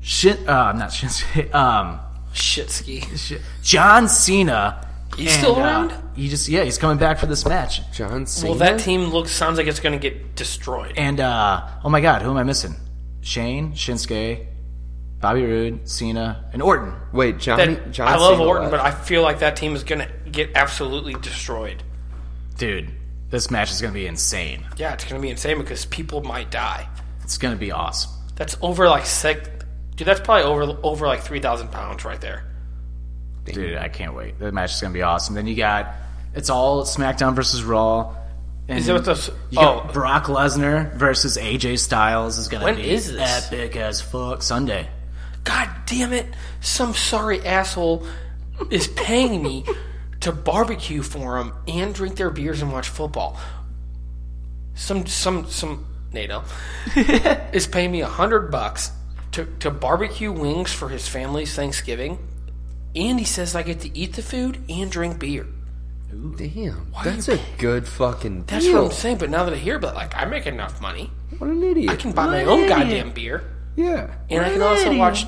[SPEAKER 1] Shin, uh, not Shinsuke, *laughs* um,
[SPEAKER 6] Shitski.
[SPEAKER 1] Sh- John Cena.
[SPEAKER 6] He's still
[SPEAKER 1] uh,
[SPEAKER 6] around?
[SPEAKER 1] he just yeah, he's coming back for this match.
[SPEAKER 5] John Cena.
[SPEAKER 6] Well, that team looks sounds like it's going to get destroyed.
[SPEAKER 1] And uh, oh my God, who am I missing? Shane, Shinsuke, Bobby Roode, Cena, and Orton.
[SPEAKER 5] Wait, John.
[SPEAKER 6] That-
[SPEAKER 5] John
[SPEAKER 6] I love
[SPEAKER 5] Cena left.
[SPEAKER 6] Orton, but I feel like that team is going to get absolutely destroyed.
[SPEAKER 1] Dude, this match is gonna be insane.
[SPEAKER 6] Yeah, it's going to be insane because people might die.
[SPEAKER 1] It's gonna be awesome.
[SPEAKER 6] That's over like six. Dude, that's probably over over like three thousand pounds right there.
[SPEAKER 1] Dude, I can't wait. The match is gonna be awesome. Then you got it's all SmackDown versus Raw. And
[SPEAKER 6] Is it with those?
[SPEAKER 1] you
[SPEAKER 6] Oh,
[SPEAKER 1] got Brock Lesnar versus AJ Styles is gonna
[SPEAKER 6] When
[SPEAKER 1] be
[SPEAKER 6] is this?
[SPEAKER 1] epic as fuck Sunday.
[SPEAKER 6] god damn it! Some sorry asshole is paying me to barbecue for them and drink their beers and watch football. Some some some NATO is paying me a hundred bucks to to barbecue wings for his family's Thanksgiving, and he says I get to eat the food and drink beer.
[SPEAKER 5] Damn, that's a good fucking
[SPEAKER 6] That's
[SPEAKER 5] deal.
[SPEAKER 6] what I'm saying. But now that I hear about, it, like, I make enough money.
[SPEAKER 5] What an idiot.
[SPEAKER 6] I can buy my own goddamn beer,
[SPEAKER 5] yeah.
[SPEAKER 6] and I can also watch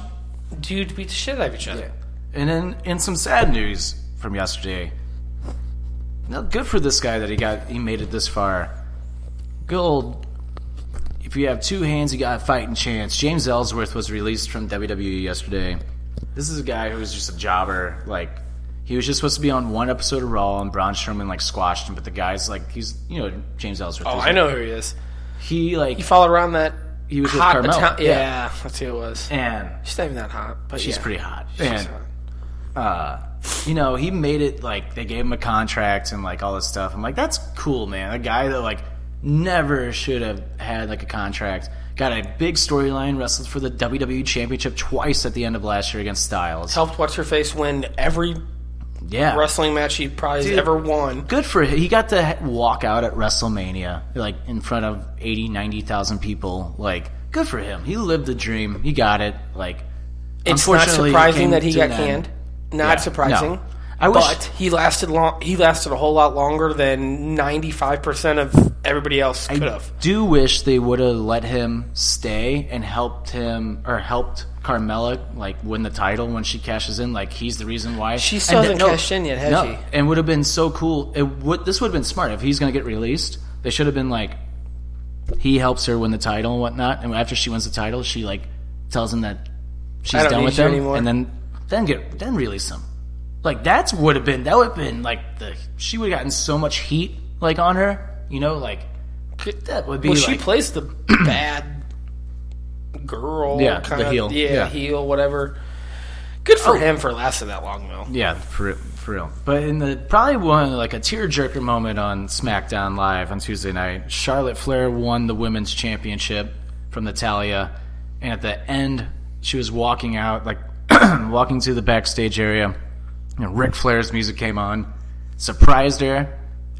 [SPEAKER 6] dudes beat the shit out of each other.
[SPEAKER 1] And in in some sad news from yesterday. Now good for this guy that he got he made it this far. Good old if you have two hands you got a fighting chance. James Ellsworth was released from WWE yesterday. This is a guy who was just a jobber, like he was just supposed to be on one episode of Raw and Braun Strowman like squashed him, but the guy's like he's you know James Ellsworth.
[SPEAKER 6] Oh,
[SPEAKER 1] he's-
[SPEAKER 6] I know who he is.
[SPEAKER 1] He like
[SPEAKER 6] He followed around that
[SPEAKER 1] He was with
[SPEAKER 6] hot
[SPEAKER 1] Carmella,
[SPEAKER 6] Ital-
[SPEAKER 1] yeah.
[SPEAKER 6] yeah. that's who it was.
[SPEAKER 1] and
[SPEAKER 6] She's not even that hot, but
[SPEAKER 1] she's
[SPEAKER 6] yeah.
[SPEAKER 1] pretty hot.
[SPEAKER 6] She's
[SPEAKER 1] and
[SPEAKER 6] hot.
[SPEAKER 1] you know, he made it like they gave him a contract and like all this stuff. I'm like, that's cool, man. A guy that like never should have had like a contract. Got a big storyline, wrestled for the WWE Championship twice at the end of last year against Styles.
[SPEAKER 6] Helped what's her face win every
[SPEAKER 1] yeah.
[SPEAKER 6] wrestling match he probably has
[SPEAKER 1] Dude.
[SPEAKER 6] ever won.
[SPEAKER 1] Good for him. He got to ha- walk out at WrestleMania, like in front of 80, 90,000 people. Like, good for him. He lived the dream. He got it. Like,
[SPEAKER 6] It's not
[SPEAKER 1] unfortunately, it
[SPEAKER 6] surprising
[SPEAKER 1] came
[SPEAKER 6] that he
[SPEAKER 1] to an
[SPEAKER 6] got
[SPEAKER 1] end.
[SPEAKER 6] canned.
[SPEAKER 1] Yeah,
[SPEAKER 6] Not
[SPEAKER 1] no.
[SPEAKER 6] surprising.
[SPEAKER 1] I wish-
[SPEAKER 6] but he lasted long. He lasted a whole lot longer than ninety five percent of everybody else could
[SPEAKER 1] I
[SPEAKER 6] have.
[SPEAKER 1] do wish they would have let him stay and helped him or helped Carmella like win the title when she cashes in. Like he's the reason why
[SPEAKER 6] She still
[SPEAKER 1] And th-
[SPEAKER 6] hasn't cashed in yet, has
[SPEAKER 1] no,
[SPEAKER 6] she?
[SPEAKER 1] And would have been so cool. It would this would have been smart if he's going to get released. They should have been like he helps her win the title and whatnot. And after she wins the title, she like tells him that she's
[SPEAKER 6] don't
[SPEAKER 1] done
[SPEAKER 6] need
[SPEAKER 1] with
[SPEAKER 6] you
[SPEAKER 1] him,
[SPEAKER 6] anymore.
[SPEAKER 1] and then then get then release him. Like that's would have been that would have been like the she would have gotten so much heat like on her, you know, like that would be
[SPEAKER 6] Well, she
[SPEAKER 1] like,
[SPEAKER 6] plays
[SPEAKER 1] *clears throat*
[SPEAKER 6] the bad girl.
[SPEAKER 1] Yeah, the
[SPEAKER 6] kind of,
[SPEAKER 1] heel.
[SPEAKER 6] Yeah,
[SPEAKER 1] Yeah. Oh.
[SPEAKER 6] heel, whatever. Good for him for lasting that long, though.
[SPEAKER 1] yeah, for real, for real. But in the probably one like a tearjerker moment on SmackDown Live on Tuesday night, Charlotte Flair won the women's championship from Natalia, and at the end she was walking out, like *clears throat* walking to the backstage area, and Ric Flair's music came on, surprised her,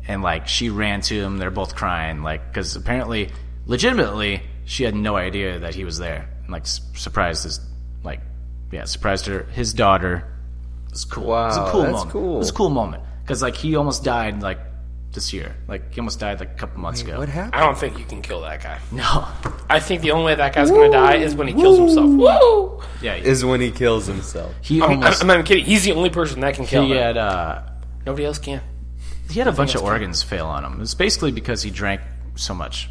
[SPEAKER 1] and like she ran to him. They're both crying, like because apparently, legitimately, she had no idea that he was there, and like s- surprised his, like, yeah, surprised her, his daughter. It's cool. it's a
[SPEAKER 5] Wow,
[SPEAKER 1] cool
[SPEAKER 5] that's
[SPEAKER 1] moment.
[SPEAKER 5] cool.
[SPEAKER 1] It's a cool moment because like he almost died like this year. Like he almost died like a couple months ago.
[SPEAKER 5] What happened?
[SPEAKER 6] I don't think you can kill that guy.
[SPEAKER 1] *laughs* No,
[SPEAKER 6] I think the only way that guy's going to die is when he kills himself. Whoa!
[SPEAKER 1] yeah, he-
[SPEAKER 5] Is when he kills himself.
[SPEAKER 1] he
[SPEAKER 6] I'm, I'm,
[SPEAKER 1] almost.
[SPEAKER 6] I'm not even kidding. He's the only person that can kill
[SPEAKER 1] he
[SPEAKER 6] him.
[SPEAKER 1] had uh,
[SPEAKER 6] Nobody else can.
[SPEAKER 1] he had a bunch of organs fail on him. It's basically because he drank so much,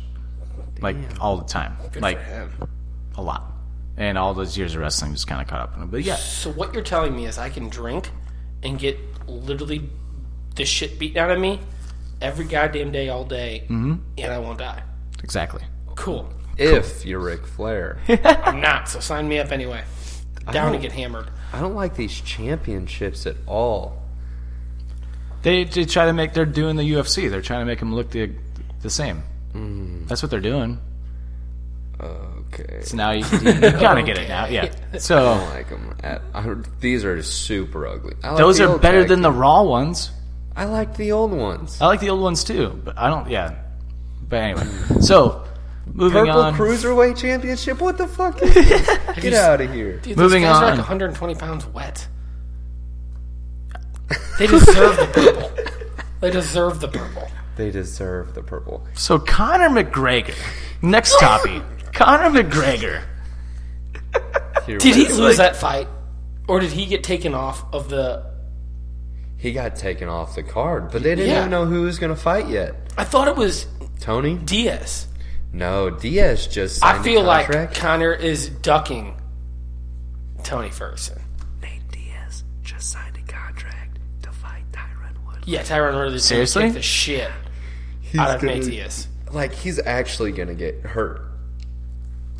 [SPEAKER 1] like all the time, like a lot, and all those years of wrestling just kind of caught up in him. But yeah,
[SPEAKER 6] So what you're telling me is I can drink and get literally the shit beaten out of me every goddamn day, all day,
[SPEAKER 1] Mm-hmm.
[SPEAKER 6] and I won't die.
[SPEAKER 1] exactly.
[SPEAKER 6] Cool.
[SPEAKER 5] If you're Ric Flair.
[SPEAKER 6] I'm not, so sign me up anyway. Down to get hammered.
[SPEAKER 5] *laughs* I don't like these championships at all.
[SPEAKER 1] They, they try to make they're doing the UFC. They're trying to make him look the the same. That's what they're doing.
[SPEAKER 5] Okay.
[SPEAKER 1] Hmm. So now *laughs* you, you gotta get it now. *laughs* Yeah. So.
[SPEAKER 5] I don't like them. At, I, these are super ugly. I like
[SPEAKER 1] Those
[SPEAKER 5] the Uh,
[SPEAKER 1] are
[SPEAKER 5] old
[SPEAKER 1] better
[SPEAKER 5] tag
[SPEAKER 1] than the
[SPEAKER 5] team.
[SPEAKER 1] raw ones.
[SPEAKER 5] I like the old ones.
[SPEAKER 1] I like the old ones too, but I don't. Yeah. But anyway, so moving
[SPEAKER 5] Purple
[SPEAKER 1] on.
[SPEAKER 5] Cruiserweight Championship. What the fuck? *laughs* Is this? Get out of here.
[SPEAKER 6] Dude,
[SPEAKER 1] Moving
[SPEAKER 6] those guys are
[SPEAKER 1] on.
[SPEAKER 6] like 120 pounds wet. They deserve the purple.
[SPEAKER 1] *laughs*
[SPEAKER 6] They deserve the purple.
[SPEAKER 5] They deserve the purple.
[SPEAKER 1] So Conor McGregor. *laughs* Next topic. Conor McGregor.
[SPEAKER 6] Did he lose that fight, or did he get taken off of the?
[SPEAKER 5] He got taken off the card, but they didn't
[SPEAKER 6] Yeah.
[SPEAKER 5] even know who was going to fight yet.
[SPEAKER 6] I thought it was
[SPEAKER 5] Tony?
[SPEAKER 6] Diaz.
[SPEAKER 5] No, Diaz just. Signed
[SPEAKER 6] I feel
[SPEAKER 5] a
[SPEAKER 6] like
[SPEAKER 5] contract.
[SPEAKER 6] Connor is ducking Tony Ferguson.
[SPEAKER 5] Nate Diaz just signed a contract to fight Tyron Woodley.
[SPEAKER 6] Yeah, Tyron Woodley is going to
[SPEAKER 1] Seriously?
[SPEAKER 6] kick the shit out of Nate Diaz.
[SPEAKER 5] Like he's actually going to get hurt.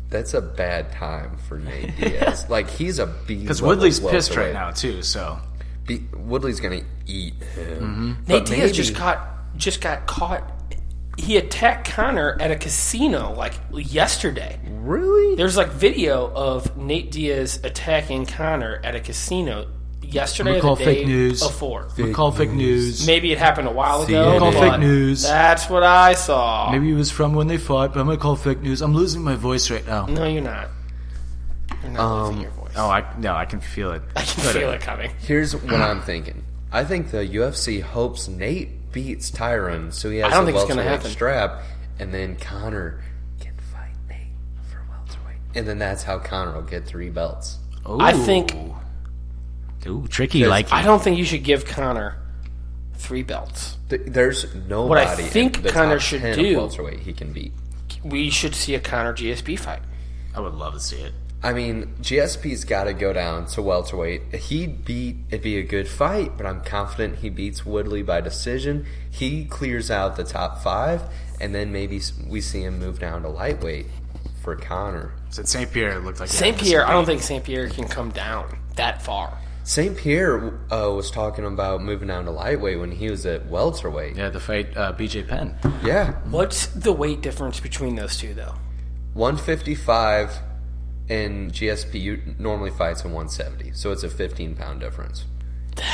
[SPEAKER 5] That's a bad time for
[SPEAKER 6] *laughs*
[SPEAKER 5] Nate Diaz. like he's a beast.
[SPEAKER 1] Because Woodley's pissed right now too. So
[SPEAKER 5] Be- Woodley's going to eat him.
[SPEAKER 6] Nate
[SPEAKER 5] But
[SPEAKER 6] Diaz just
[SPEAKER 5] maybe-
[SPEAKER 6] caught just got caught. He attacked Connor at a casino like yesterday.
[SPEAKER 5] Really?
[SPEAKER 6] There's like video of Nate Diaz attacking Connor at a casino yesterday.
[SPEAKER 1] I'm
[SPEAKER 6] or
[SPEAKER 1] gonna
[SPEAKER 6] the
[SPEAKER 1] call fake
[SPEAKER 6] day
[SPEAKER 1] news.
[SPEAKER 6] Before.
[SPEAKER 1] call fake news.
[SPEAKER 6] Maybe it happened a while ago.
[SPEAKER 5] it
[SPEAKER 1] Call
[SPEAKER 5] is.
[SPEAKER 6] but
[SPEAKER 1] fake news.
[SPEAKER 6] That's what I saw.
[SPEAKER 1] Maybe it was from when they fought, but I'm gonna call fake news. I'm losing my voice right now.
[SPEAKER 6] No, you're not. You're not losing your voice.
[SPEAKER 1] Oh, I no, I can feel it.
[SPEAKER 6] I can feel it coming. *clears throat*
[SPEAKER 5] Here's what I'm thinking. I think the UFC hopes Nate beats Tyron, so he has
[SPEAKER 6] don't
[SPEAKER 5] the
[SPEAKER 6] think it's gonna
[SPEAKER 5] welterweight
[SPEAKER 6] happen.
[SPEAKER 5] strap, and then Connor can fight Nate for welterweight, and then that's how Connor will get three belts.
[SPEAKER 6] I think-
[SPEAKER 1] Ooh, tricky. Like
[SPEAKER 6] I don't think you should give Connor three belts.
[SPEAKER 5] Th- There's nobody. in
[SPEAKER 6] think
[SPEAKER 5] the
[SPEAKER 6] Connor
[SPEAKER 5] top
[SPEAKER 6] should
[SPEAKER 5] 10 of
[SPEAKER 6] do-
[SPEAKER 5] welterweight he can beat.
[SPEAKER 6] We should see a Connor GSP fight.
[SPEAKER 1] I would love to see it.
[SPEAKER 5] I mean, GSP's got to go down to welterweight. He beat it'd be a good fight, but I'm confident he beats Woodley by decision. He clears out the top five, and then maybe s- we see him move down to lightweight for Connor.
[SPEAKER 1] So Saint Pierre looked like
[SPEAKER 6] Saint Pierre, I don't think Saint Pierre can come down that far.
[SPEAKER 5] Saint Pierre uh, was talking about moving down to lightweight when he was at welterweight.
[SPEAKER 1] Yeah, the fight uh, BJ Penn.
[SPEAKER 5] Yeah,
[SPEAKER 6] What's the weight difference between those two, though?
[SPEAKER 5] 155 and GSP u- normally fights in 170, so it's a 15 pound difference.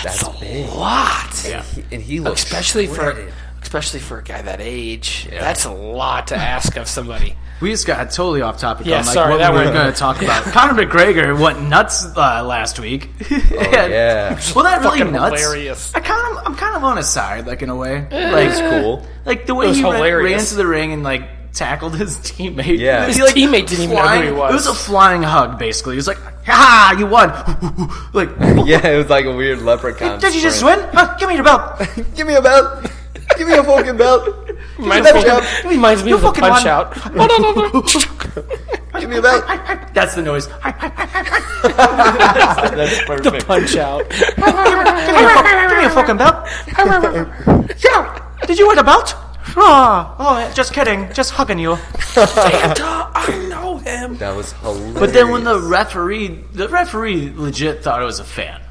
[SPEAKER 5] That's, big.
[SPEAKER 6] Lot,
[SPEAKER 5] He- and he looks
[SPEAKER 6] especially
[SPEAKER 5] shredded.
[SPEAKER 6] for especially for a guy that age. That's a lot to ask
[SPEAKER 1] *laughs*
[SPEAKER 6] of somebody.
[SPEAKER 1] We just got totally off topic.
[SPEAKER 6] Yeah,
[SPEAKER 1] on, like,
[SPEAKER 6] sorry,
[SPEAKER 1] what
[SPEAKER 6] that
[SPEAKER 1] we were
[SPEAKER 6] went-
[SPEAKER 1] going to talk
[SPEAKER 6] *laughs*
[SPEAKER 1] about. Conor McGregor went nuts uh, last week. *laughs*
[SPEAKER 5] yeah.
[SPEAKER 1] Well, not really
[SPEAKER 6] Fucking
[SPEAKER 1] nuts.
[SPEAKER 6] hilarious. Eh.
[SPEAKER 1] I kind of, I'm kind of on his side, like in a way. Like
[SPEAKER 5] cool.
[SPEAKER 1] Like the way
[SPEAKER 6] was
[SPEAKER 1] he ran,
[SPEAKER 6] hilarious.
[SPEAKER 1] ran to the ring and like tackled his *laughs* teammate.
[SPEAKER 5] Yeah.
[SPEAKER 1] He,
[SPEAKER 6] His
[SPEAKER 1] like,
[SPEAKER 6] teammate didn't even know who
[SPEAKER 1] flying,
[SPEAKER 6] he was.
[SPEAKER 1] It was a flying hug, basically. He was like, "Ha, you won!" *laughs*
[SPEAKER 6] *laughs*
[SPEAKER 1] like,
[SPEAKER 5] *laughs* Yeah, it was like a weird leprechaun.
[SPEAKER 1] did you just
[SPEAKER 5] sprint.
[SPEAKER 1] win? Huh, give me your belt. *laughs*
[SPEAKER 5] Give me a belt. Give me a fucking belt.
[SPEAKER 6] Reminds me,
[SPEAKER 5] job.
[SPEAKER 6] it reminds me
[SPEAKER 1] You
[SPEAKER 6] of the
[SPEAKER 1] fucking
[SPEAKER 6] punch
[SPEAKER 1] won. *laughs*
[SPEAKER 6] out.
[SPEAKER 5] Give me a belt.
[SPEAKER 1] That's the noise.
[SPEAKER 5] That's perfect.
[SPEAKER 6] punch out.
[SPEAKER 1] Give me, a fuck- give me a fucking belt. *laughs* yeah. Did you win a belt? Oh, oh, just kidding. Just hugging you.
[SPEAKER 6] I know him.
[SPEAKER 5] That was hilarious.
[SPEAKER 1] But then when the referee, the referee legit thought it was a fan.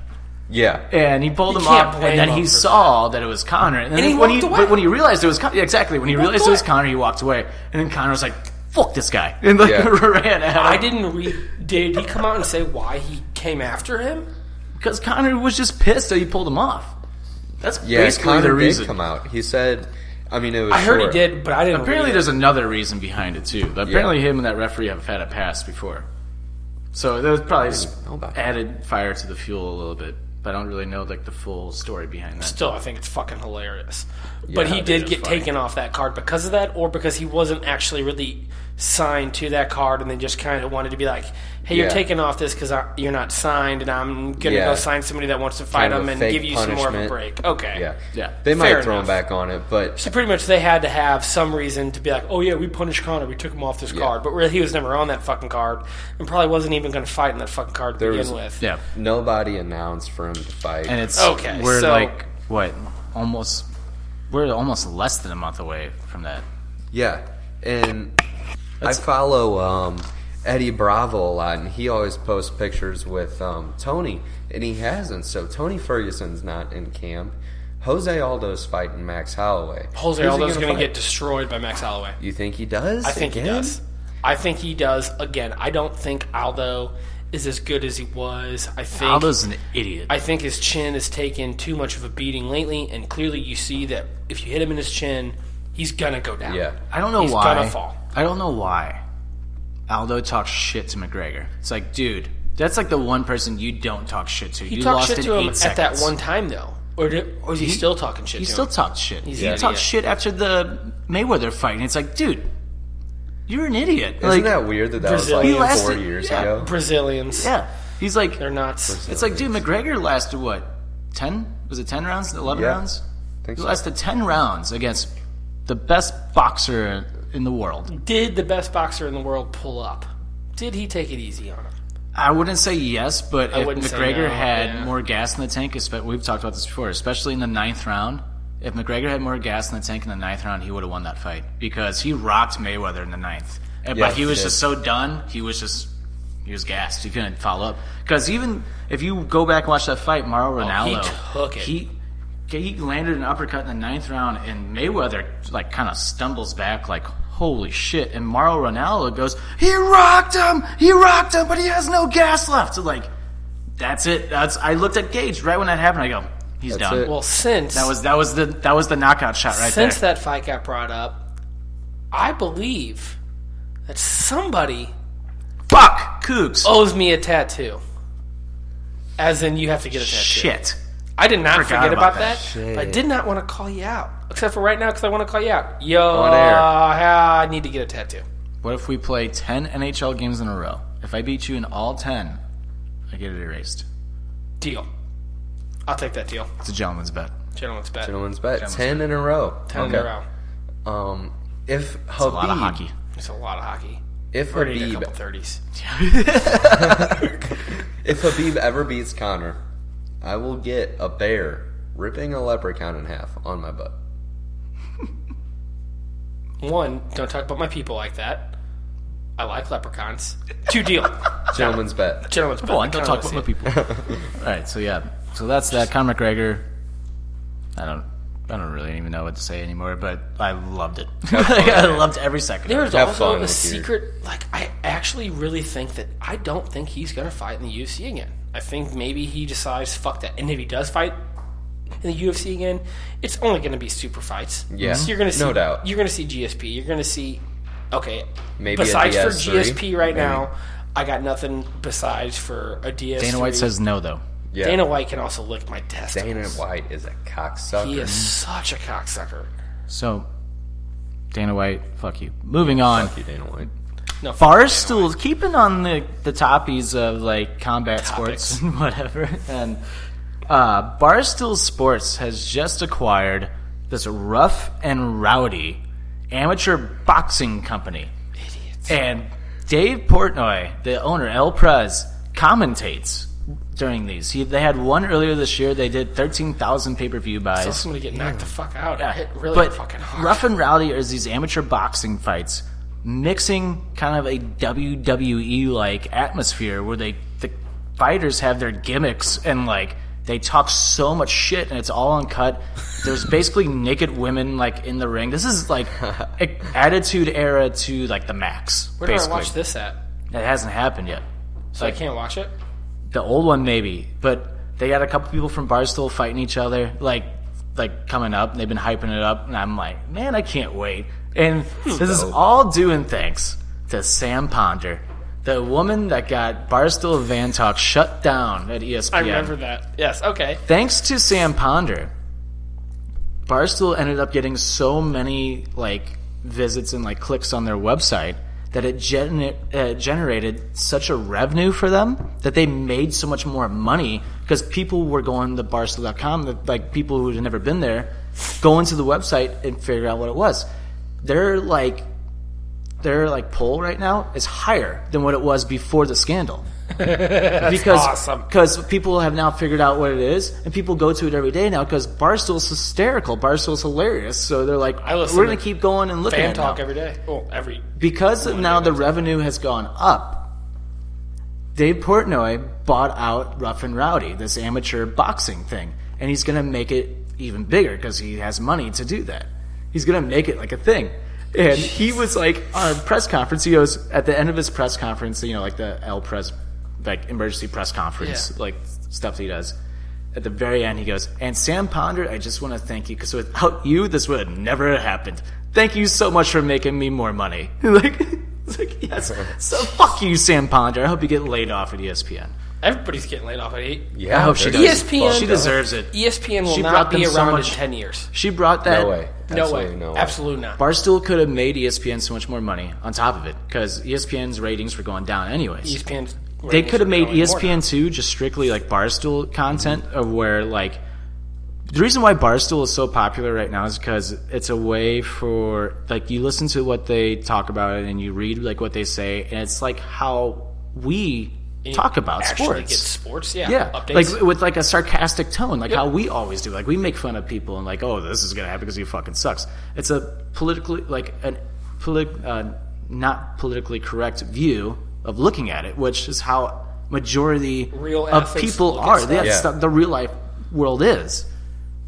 [SPEAKER 5] yeah,
[SPEAKER 1] and he pulled him
[SPEAKER 6] can't
[SPEAKER 1] up,
[SPEAKER 6] blame
[SPEAKER 1] and then
[SPEAKER 6] him
[SPEAKER 1] he
[SPEAKER 6] for-
[SPEAKER 1] saw that it was Connor. And then
[SPEAKER 6] he
[SPEAKER 1] when
[SPEAKER 6] walked
[SPEAKER 1] he,
[SPEAKER 6] away.
[SPEAKER 1] but when he realized it was Con- yeah, exactly when he, realized it was
[SPEAKER 6] away.
[SPEAKER 1] Connor, he walked away. And then Connor was like, "Fuck this guy," *laughs* and like
[SPEAKER 5] Yeah.
[SPEAKER 1] ran at him.
[SPEAKER 6] I didn't read. Did he come out and say why he came after him?
[SPEAKER 1] because Connor was just pissed that he pulled him off. That's
[SPEAKER 5] yeah.
[SPEAKER 1] basically
[SPEAKER 5] Connor
[SPEAKER 1] the
[SPEAKER 5] did
[SPEAKER 1] reason.
[SPEAKER 5] come out. He said, "I mean, it was."
[SPEAKER 6] I heard he
[SPEAKER 5] short.
[SPEAKER 6] did, but I didn't.
[SPEAKER 1] Apparently,
[SPEAKER 6] read
[SPEAKER 1] there's another reason behind it too. Apparently, him and that referee have had a past before, so that was probably just
[SPEAKER 5] know about that.
[SPEAKER 1] added fire to the fuel a little bit. But I don't really know like the full story behind that.
[SPEAKER 6] Still, I think it's fucking hilarious. but he
[SPEAKER 1] it
[SPEAKER 6] did
[SPEAKER 1] is
[SPEAKER 6] get
[SPEAKER 1] funny.
[SPEAKER 6] taken off that card because of that, or because he wasn't actually really signed to that card, and they just kind of wanted to be like, "Hey, you're
[SPEAKER 5] Yeah.
[SPEAKER 6] taking off this because you're not signed, and I'm gonna
[SPEAKER 5] Yeah.
[SPEAKER 6] go sign somebody that wants to fight
[SPEAKER 5] Kind of
[SPEAKER 6] him and
[SPEAKER 5] fake
[SPEAKER 6] give you some more of
[SPEAKER 5] punishment.
[SPEAKER 6] a break." Okay,
[SPEAKER 5] Yeah,
[SPEAKER 1] Yeah.
[SPEAKER 5] They might
[SPEAKER 6] Fair
[SPEAKER 5] throw
[SPEAKER 6] enough.
[SPEAKER 5] him back on it, but
[SPEAKER 6] So pretty much, they had to have some reason to be like, "Oh yeah, we punished Connor, we took him off this card," but really, he was never on that fucking card, and probably wasn't even going to fight in that fucking card to begin
[SPEAKER 5] was-
[SPEAKER 6] with.
[SPEAKER 1] Yeah,
[SPEAKER 5] nobody announced for him to fight.
[SPEAKER 1] and it's
[SPEAKER 6] Okay,
[SPEAKER 1] We're
[SPEAKER 6] so-
[SPEAKER 1] like what almost we're almost less than a month away from that.
[SPEAKER 5] Yeah, and I follow um, Eddie Bravo a lot, and he always posts pictures with um, Tony, and he hasn't. So Tony Ferguson's not in camp. Jose Aldo's fighting Max Holloway.
[SPEAKER 6] Jose
[SPEAKER 5] Who's he
[SPEAKER 6] Aldo's going to
[SPEAKER 5] fight?
[SPEAKER 6] get destroyed by Max Holloway.
[SPEAKER 5] You think he does?
[SPEAKER 6] I think he does. I think he does again. I don't think Aldo is as good as he was. I think
[SPEAKER 1] Aldo's an idiot.
[SPEAKER 6] I think his chin has taken too much of a beating lately, and clearly you see that if you hit him in his chin, he's gonna go down.
[SPEAKER 5] Yeah.
[SPEAKER 1] I don't know
[SPEAKER 6] He's
[SPEAKER 1] why.
[SPEAKER 6] gonna fall.
[SPEAKER 1] I don't know why Aldo talks shit to McGregor. It's like, dude, that's like the one person you don't talk shit to.
[SPEAKER 6] he
[SPEAKER 1] you
[SPEAKER 6] talked
[SPEAKER 1] lost
[SPEAKER 6] shit
[SPEAKER 1] in
[SPEAKER 6] to him
[SPEAKER 1] eight
[SPEAKER 6] at that
[SPEAKER 1] seconds.
[SPEAKER 6] one time though. Or, did, or is he, still talking shit?
[SPEAKER 1] He
[SPEAKER 6] to
[SPEAKER 1] still
[SPEAKER 6] him?
[SPEAKER 1] talked shit.
[SPEAKER 6] He's
[SPEAKER 1] he
[SPEAKER 6] an
[SPEAKER 1] talked
[SPEAKER 6] idiot.
[SPEAKER 1] shit after the Mayweather fight, and it's like, dude, you're an idiot. like,
[SPEAKER 5] Isn't that weird that that was like
[SPEAKER 6] Brazilian-
[SPEAKER 1] He lasted-
[SPEAKER 5] four years
[SPEAKER 1] yeah.
[SPEAKER 5] ago?
[SPEAKER 6] Brazilians.
[SPEAKER 1] yeah, he's like,
[SPEAKER 6] They're nuts.
[SPEAKER 1] it's like, dude, McGregor lasted what, ten? Was it ten rounds? Eleven
[SPEAKER 5] Yeah.
[SPEAKER 1] rounds?
[SPEAKER 5] Think
[SPEAKER 1] He
[SPEAKER 5] so.
[SPEAKER 1] lasted ten rounds against the best boxer in the world.
[SPEAKER 6] Did the best boxer in the world pull up? Did he take it easy on him?
[SPEAKER 1] I wouldn't say yes, but if
[SPEAKER 6] wouldn't say
[SPEAKER 1] McGregor
[SPEAKER 6] no,
[SPEAKER 1] had
[SPEAKER 6] yeah.
[SPEAKER 1] more gas in the tank, espe- we've talked about this before, especially in the ninth round. If McGregor had more gas in the tank in the ninth round, he would have won that fight because he rocked Mayweather in the ninth. And-
[SPEAKER 5] Yeah,
[SPEAKER 1] but he
[SPEAKER 5] he
[SPEAKER 1] was
[SPEAKER 5] did.
[SPEAKER 1] just so done, he was just he was gassed. He couldn't follow up because even if you go back and watch that fight, Mauro Ronaldo,
[SPEAKER 6] took it.
[SPEAKER 1] he he landed an uppercut in the ninth round, and Mayweather like kind of stumbles back, like holy shit. And Mauro Ronaldo goes, he rocked him, he rocked him, but he has no gas left. So like, that's it. That's I looked at Gage right when that happened. I go, he's
[SPEAKER 5] That's
[SPEAKER 1] done.
[SPEAKER 5] it.
[SPEAKER 6] Well, since
[SPEAKER 1] That was that was the that was the knockout shot right
[SPEAKER 6] since
[SPEAKER 1] there.
[SPEAKER 6] that fight got brought up, I believe that somebody
[SPEAKER 1] Fuck Cougs.
[SPEAKER 6] owes me a tattoo. As in, you have to get a tattoo.
[SPEAKER 1] shit.
[SPEAKER 6] I did not
[SPEAKER 1] Forgot
[SPEAKER 6] forget
[SPEAKER 1] about
[SPEAKER 6] about, that. but I did not want to call you out, except for right now because I want to call you out. Yo,
[SPEAKER 5] air.
[SPEAKER 6] uh, I need to get a tattoo.
[SPEAKER 1] What if we play 10 NHL games in a row? If I beat you in all 10, I get it erased.
[SPEAKER 6] Deal. I'll take that deal.
[SPEAKER 1] It's a gentleman's bet.
[SPEAKER 6] Gentlemen's bet.
[SPEAKER 5] Gentlemen's bet. Ten in a row.
[SPEAKER 6] Ten in a row.
[SPEAKER 5] row. Um, if
[SPEAKER 1] A lot of
[SPEAKER 5] Habib,
[SPEAKER 1] hockey.
[SPEAKER 6] It's a lot of hockey.
[SPEAKER 5] if
[SPEAKER 6] Or need a
[SPEAKER 5] Habib,
[SPEAKER 6] couple thirties.
[SPEAKER 5] *laughs* if Habib ever beats Connor, I will get a bear ripping a leprechaun in half on my butt.
[SPEAKER 6] One, don't talk about my people like that. I like leprechauns.
[SPEAKER 1] *laughs*
[SPEAKER 6] Two deal.
[SPEAKER 5] Gentlemen's bet.
[SPEAKER 6] Gentlemen's bet.
[SPEAKER 1] Come on,
[SPEAKER 6] I
[SPEAKER 1] don't
[SPEAKER 6] kinda
[SPEAKER 1] talk
[SPEAKER 6] wanna
[SPEAKER 1] about
[SPEAKER 6] see
[SPEAKER 1] my
[SPEAKER 6] it.
[SPEAKER 1] people. all right, so yeah. So that's that. Conor McGregor. I don't. I don't really even know what to say anymore, but I loved it. *laughs* I loved every second.
[SPEAKER 6] There
[SPEAKER 1] of it.
[SPEAKER 6] is
[SPEAKER 5] Have
[SPEAKER 6] also
[SPEAKER 5] fun
[SPEAKER 6] a
[SPEAKER 5] with your-
[SPEAKER 6] secret. Like, I actually really think that I don't think he's going to fight in the UFC again. I think maybe he decides fuck that, and if he does fight in the UFC again, it's only going to be super fights.
[SPEAKER 5] Yeah.
[SPEAKER 6] so you're going to see,
[SPEAKER 5] No doubt.
[SPEAKER 6] You're going to see GSP. You're going to see. Okay,
[SPEAKER 5] Maybe a
[SPEAKER 6] besides for
[SPEAKER 5] DS3,
[SPEAKER 6] GSP right
[SPEAKER 5] maybe.
[SPEAKER 6] now, I got nothing besides for a DS.
[SPEAKER 1] Dana White says no, though.
[SPEAKER 5] Yeah.
[SPEAKER 6] Dana White can also lick my testicles.
[SPEAKER 5] Dana White is a cocksucker.
[SPEAKER 6] He is such a cocksucker.
[SPEAKER 1] So Dana White, fuck you. Moving on.
[SPEAKER 5] Fuck you, Dana White.
[SPEAKER 6] No, fuck
[SPEAKER 1] Far still keeping on the the toppies of like combat sports *laughs*
[SPEAKER 6] Topics.
[SPEAKER 1] and whatever, and uh, Barstool Sports has just acquired this rough and rowdy amateur boxing company,
[SPEAKER 6] idiots.
[SPEAKER 1] and Dave Portnoy, the owner El Prez, commentates during these. He, they had one earlier this year. They did thirteen thousand pay per view buys.
[SPEAKER 6] I'm gonna get knocked the
[SPEAKER 5] Mm.
[SPEAKER 6] fuck out. I hit really
[SPEAKER 1] but
[SPEAKER 6] fucking hard.
[SPEAKER 1] Rough and Rowdy is these amateur boxing fights mixing kind of a WWE like atmosphere where they the fighters have their gimmicks and like they talk so much shit and it's all uncut. There's basically naked women like in the ring. This is
[SPEAKER 6] *laughs*
[SPEAKER 1] like a- attitude era to like the max.
[SPEAKER 6] Where
[SPEAKER 1] basically.
[SPEAKER 6] do I watch this at?
[SPEAKER 1] It hasn't happened yet.
[SPEAKER 6] So I can't watch it.
[SPEAKER 1] The old one maybe, but they got a couple people from Barstool fighting each other, like like coming up. And they've been hyping it up, and I'm like, man, I can't wait. And
[SPEAKER 6] Hmm.
[SPEAKER 1] this is
[SPEAKER 6] Oh.
[SPEAKER 1] all doing thanks to Sam Ponder, the woman that got Barstool Van Talk shut down at E ESPN.
[SPEAKER 6] I remember that. Yes. Okay.
[SPEAKER 1] Thanks to Sam Ponder, Barstool ended up getting so many like visits and like clicks on their website that it gener- uh, generated such a revenue for them that they made so much more money because people were going to barstool.com that, like people who had never been there going to the website and figure out what it was their like their like poll right now is higher than what it was before the
[SPEAKER 6] *laughs*
[SPEAKER 1] scandal because
[SPEAKER 6] awesome.
[SPEAKER 1] because people have now figured out what it is and people go to it every day now because barstool's hysterical barstool's hilarious so they're like
[SPEAKER 6] I listen
[SPEAKER 1] we're gonna
[SPEAKER 6] to
[SPEAKER 1] keep going and looking
[SPEAKER 6] Fan
[SPEAKER 1] at it now."
[SPEAKER 6] talk every day. Oh, every.
[SPEAKER 1] because now the revenue has gone up, Dave Portnoy bought out Rough and Rowdy, this amateur boxing thing, and he's going to make it even bigger because he has money to do that. He's going to make it like a thing. And he was like on a press conference. He goes at the end of his press conference, you know, like the El Pres, like emergency press conference,
[SPEAKER 6] Yeah.
[SPEAKER 1] like stuff that he does. At the very end, he goes, "And Sam Ponder, I just want to thank you because without you, this would have never happened. Thank you so much for making me more *laughs* money." like, it's like yes. So fuck you, Sam Ponder. I hope you get laid off at E ESPN.
[SPEAKER 6] Everybody's getting laid off at eight. E
[SPEAKER 5] Yeah,
[SPEAKER 1] Oh, she
[SPEAKER 5] there's-
[SPEAKER 1] does.
[SPEAKER 6] ESPN
[SPEAKER 1] She deserves it.
[SPEAKER 6] ESPN will
[SPEAKER 1] She brought
[SPEAKER 6] not be
[SPEAKER 1] them
[SPEAKER 6] around
[SPEAKER 1] so much-
[SPEAKER 6] in ten years.
[SPEAKER 1] She brought that.
[SPEAKER 5] No way.
[SPEAKER 6] No way.
[SPEAKER 5] Absolutely No way.
[SPEAKER 6] Absolutely not.
[SPEAKER 1] Barstool could have made E ESPN so much more money on top of it E because ESPN's ratings were going down anyways.
[SPEAKER 6] ESPN's
[SPEAKER 1] they could have made E
[SPEAKER 6] ratings are going
[SPEAKER 1] ESPN two just strictly like Barstool content, of where like the reason why Barstool is so popular right now is because it's a way for like you listen to what they talk about and you read like what they say, and it's like how we
[SPEAKER 6] more now.
[SPEAKER 1] talk about
[SPEAKER 6] Actually
[SPEAKER 1] sports.
[SPEAKER 6] Get sports. Yeah.
[SPEAKER 1] yeah,
[SPEAKER 6] Updates.
[SPEAKER 1] like with like a sarcastic tone, like how we always do. Like we make fun of people and like, oh, this is gonna happen because he fucking sucks. It's a politically like an polit- uh, not politically correct view of looking at it, which is how majority
[SPEAKER 6] Real
[SPEAKER 1] of
[SPEAKER 6] athletes
[SPEAKER 1] people
[SPEAKER 6] look at
[SPEAKER 1] are.
[SPEAKER 6] stuff.
[SPEAKER 1] That's
[SPEAKER 5] Yeah.
[SPEAKER 1] the, the real life world is.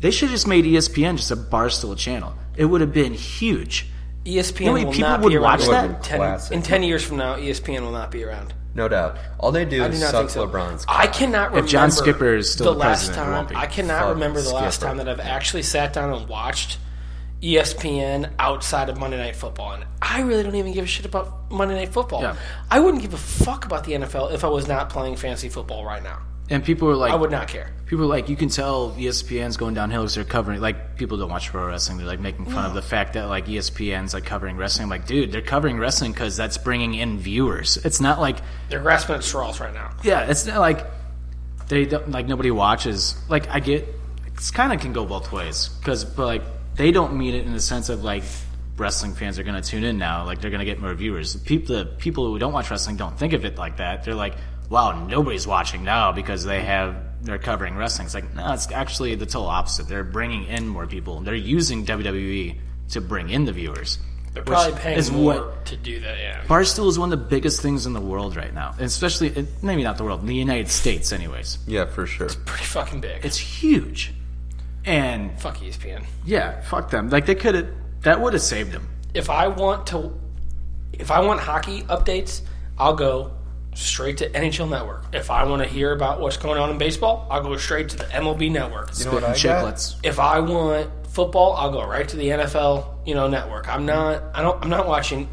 [SPEAKER 1] They should have just made E ESPN just a barstool channel. It would have been huge.
[SPEAKER 6] ESPN
[SPEAKER 1] know how many
[SPEAKER 6] will
[SPEAKER 1] people
[SPEAKER 6] not
[SPEAKER 1] would
[SPEAKER 6] be around
[SPEAKER 1] watch
[SPEAKER 6] in
[SPEAKER 1] that?
[SPEAKER 6] 10
[SPEAKER 5] Classic.
[SPEAKER 6] in ten years from now. E ESPN will not be around.
[SPEAKER 5] No doubt. All they do
[SPEAKER 6] I do
[SPEAKER 5] is
[SPEAKER 6] not
[SPEAKER 5] suck
[SPEAKER 6] think so.
[SPEAKER 5] LeBron's.
[SPEAKER 6] I cannot remember
[SPEAKER 1] If John Skipper is still
[SPEAKER 6] the
[SPEAKER 1] the
[SPEAKER 6] last
[SPEAKER 1] president, it
[SPEAKER 6] time.
[SPEAKER 1] won't be.
[SPEAKER 6] I cannot
[SPEAKER 5] Fuck
[SPEAKER 6] remember the last
[SPEAKER 5] Skipper.
[SPEAKER 6] time that I've actually sat down and watched E ESPN outside of Monday Night Football, and I really don't even give a shit about Monday Night Football.
[SPEAKER 1] Yeah.
[SPEAKER 6] I wouldn't give a fuck about the NFL if I was not playing fantasy football right now.
[SPEAKER 1] And people were like,
[SPEAKER 6] I would not care.
[SPEAKER 1] People are like, you can tell E ESPN's going downhill because they're covering, like, people don't watch pro wrestling. They're, like, making fun of the fact that, like, E ESPN's, like, covering wrestling. I'm like, dude, they're covering wrestling because that's bringing in viewers. It's not like,
[SPEAKER 6] They're grasping at straws right now.
[SPEAKER 1] yeah, it's not like they don't, like, nobody watches. Like, I get, it's kind of can go both ways because, but, like, they don't mean it in the sense of, like, wrestling fans are going to tune in now. Like, they're going to get more viewers. People, the people who don't watch wrestling don't think of it like that. They're like, wow, nobody's watching now because they have they're covering wrestling. It's like no, it's actually the total opposite. They're bringing in more people. They're using WWE to bring in the viewers.
[SPEAKER 6] They're
[SPEAKER 1] which
[SPEAKER 6] probably paying
[SPEAKER 1] is
[SPEAKER 6] more
[SPEAKER 1] what-
[SPEAKER 6] to do that. Yeah.
[SPEAKER 1] Barstool is one of the biggest things in the world right now, and especially eh, maybe not the world, in the United States, anyways.
[SPEAKER 5] Yeah, for sure.
[SPEAKER 6] Pretty fucking big.
[SPEAKER 1] It's huge, and
[SPEAKER 6] fuck E ESPN.
[SPEAKER 1] yeah, fuck them. Like they could have, that would have saved them.
[SPEAKER 6] if I want to, if I want hockey updates, I'll go straight to NHL Network. If I want to hear about what's going on in baseball, I'll go straight to the MLB Network.
[SPEAKER 5] know what I got?
[SPEAKER 1] Chicklets.
[SPEAKER 6] If I want football, I'll go right to the NFL, you know, network. I'm not, I don't, I'm not watching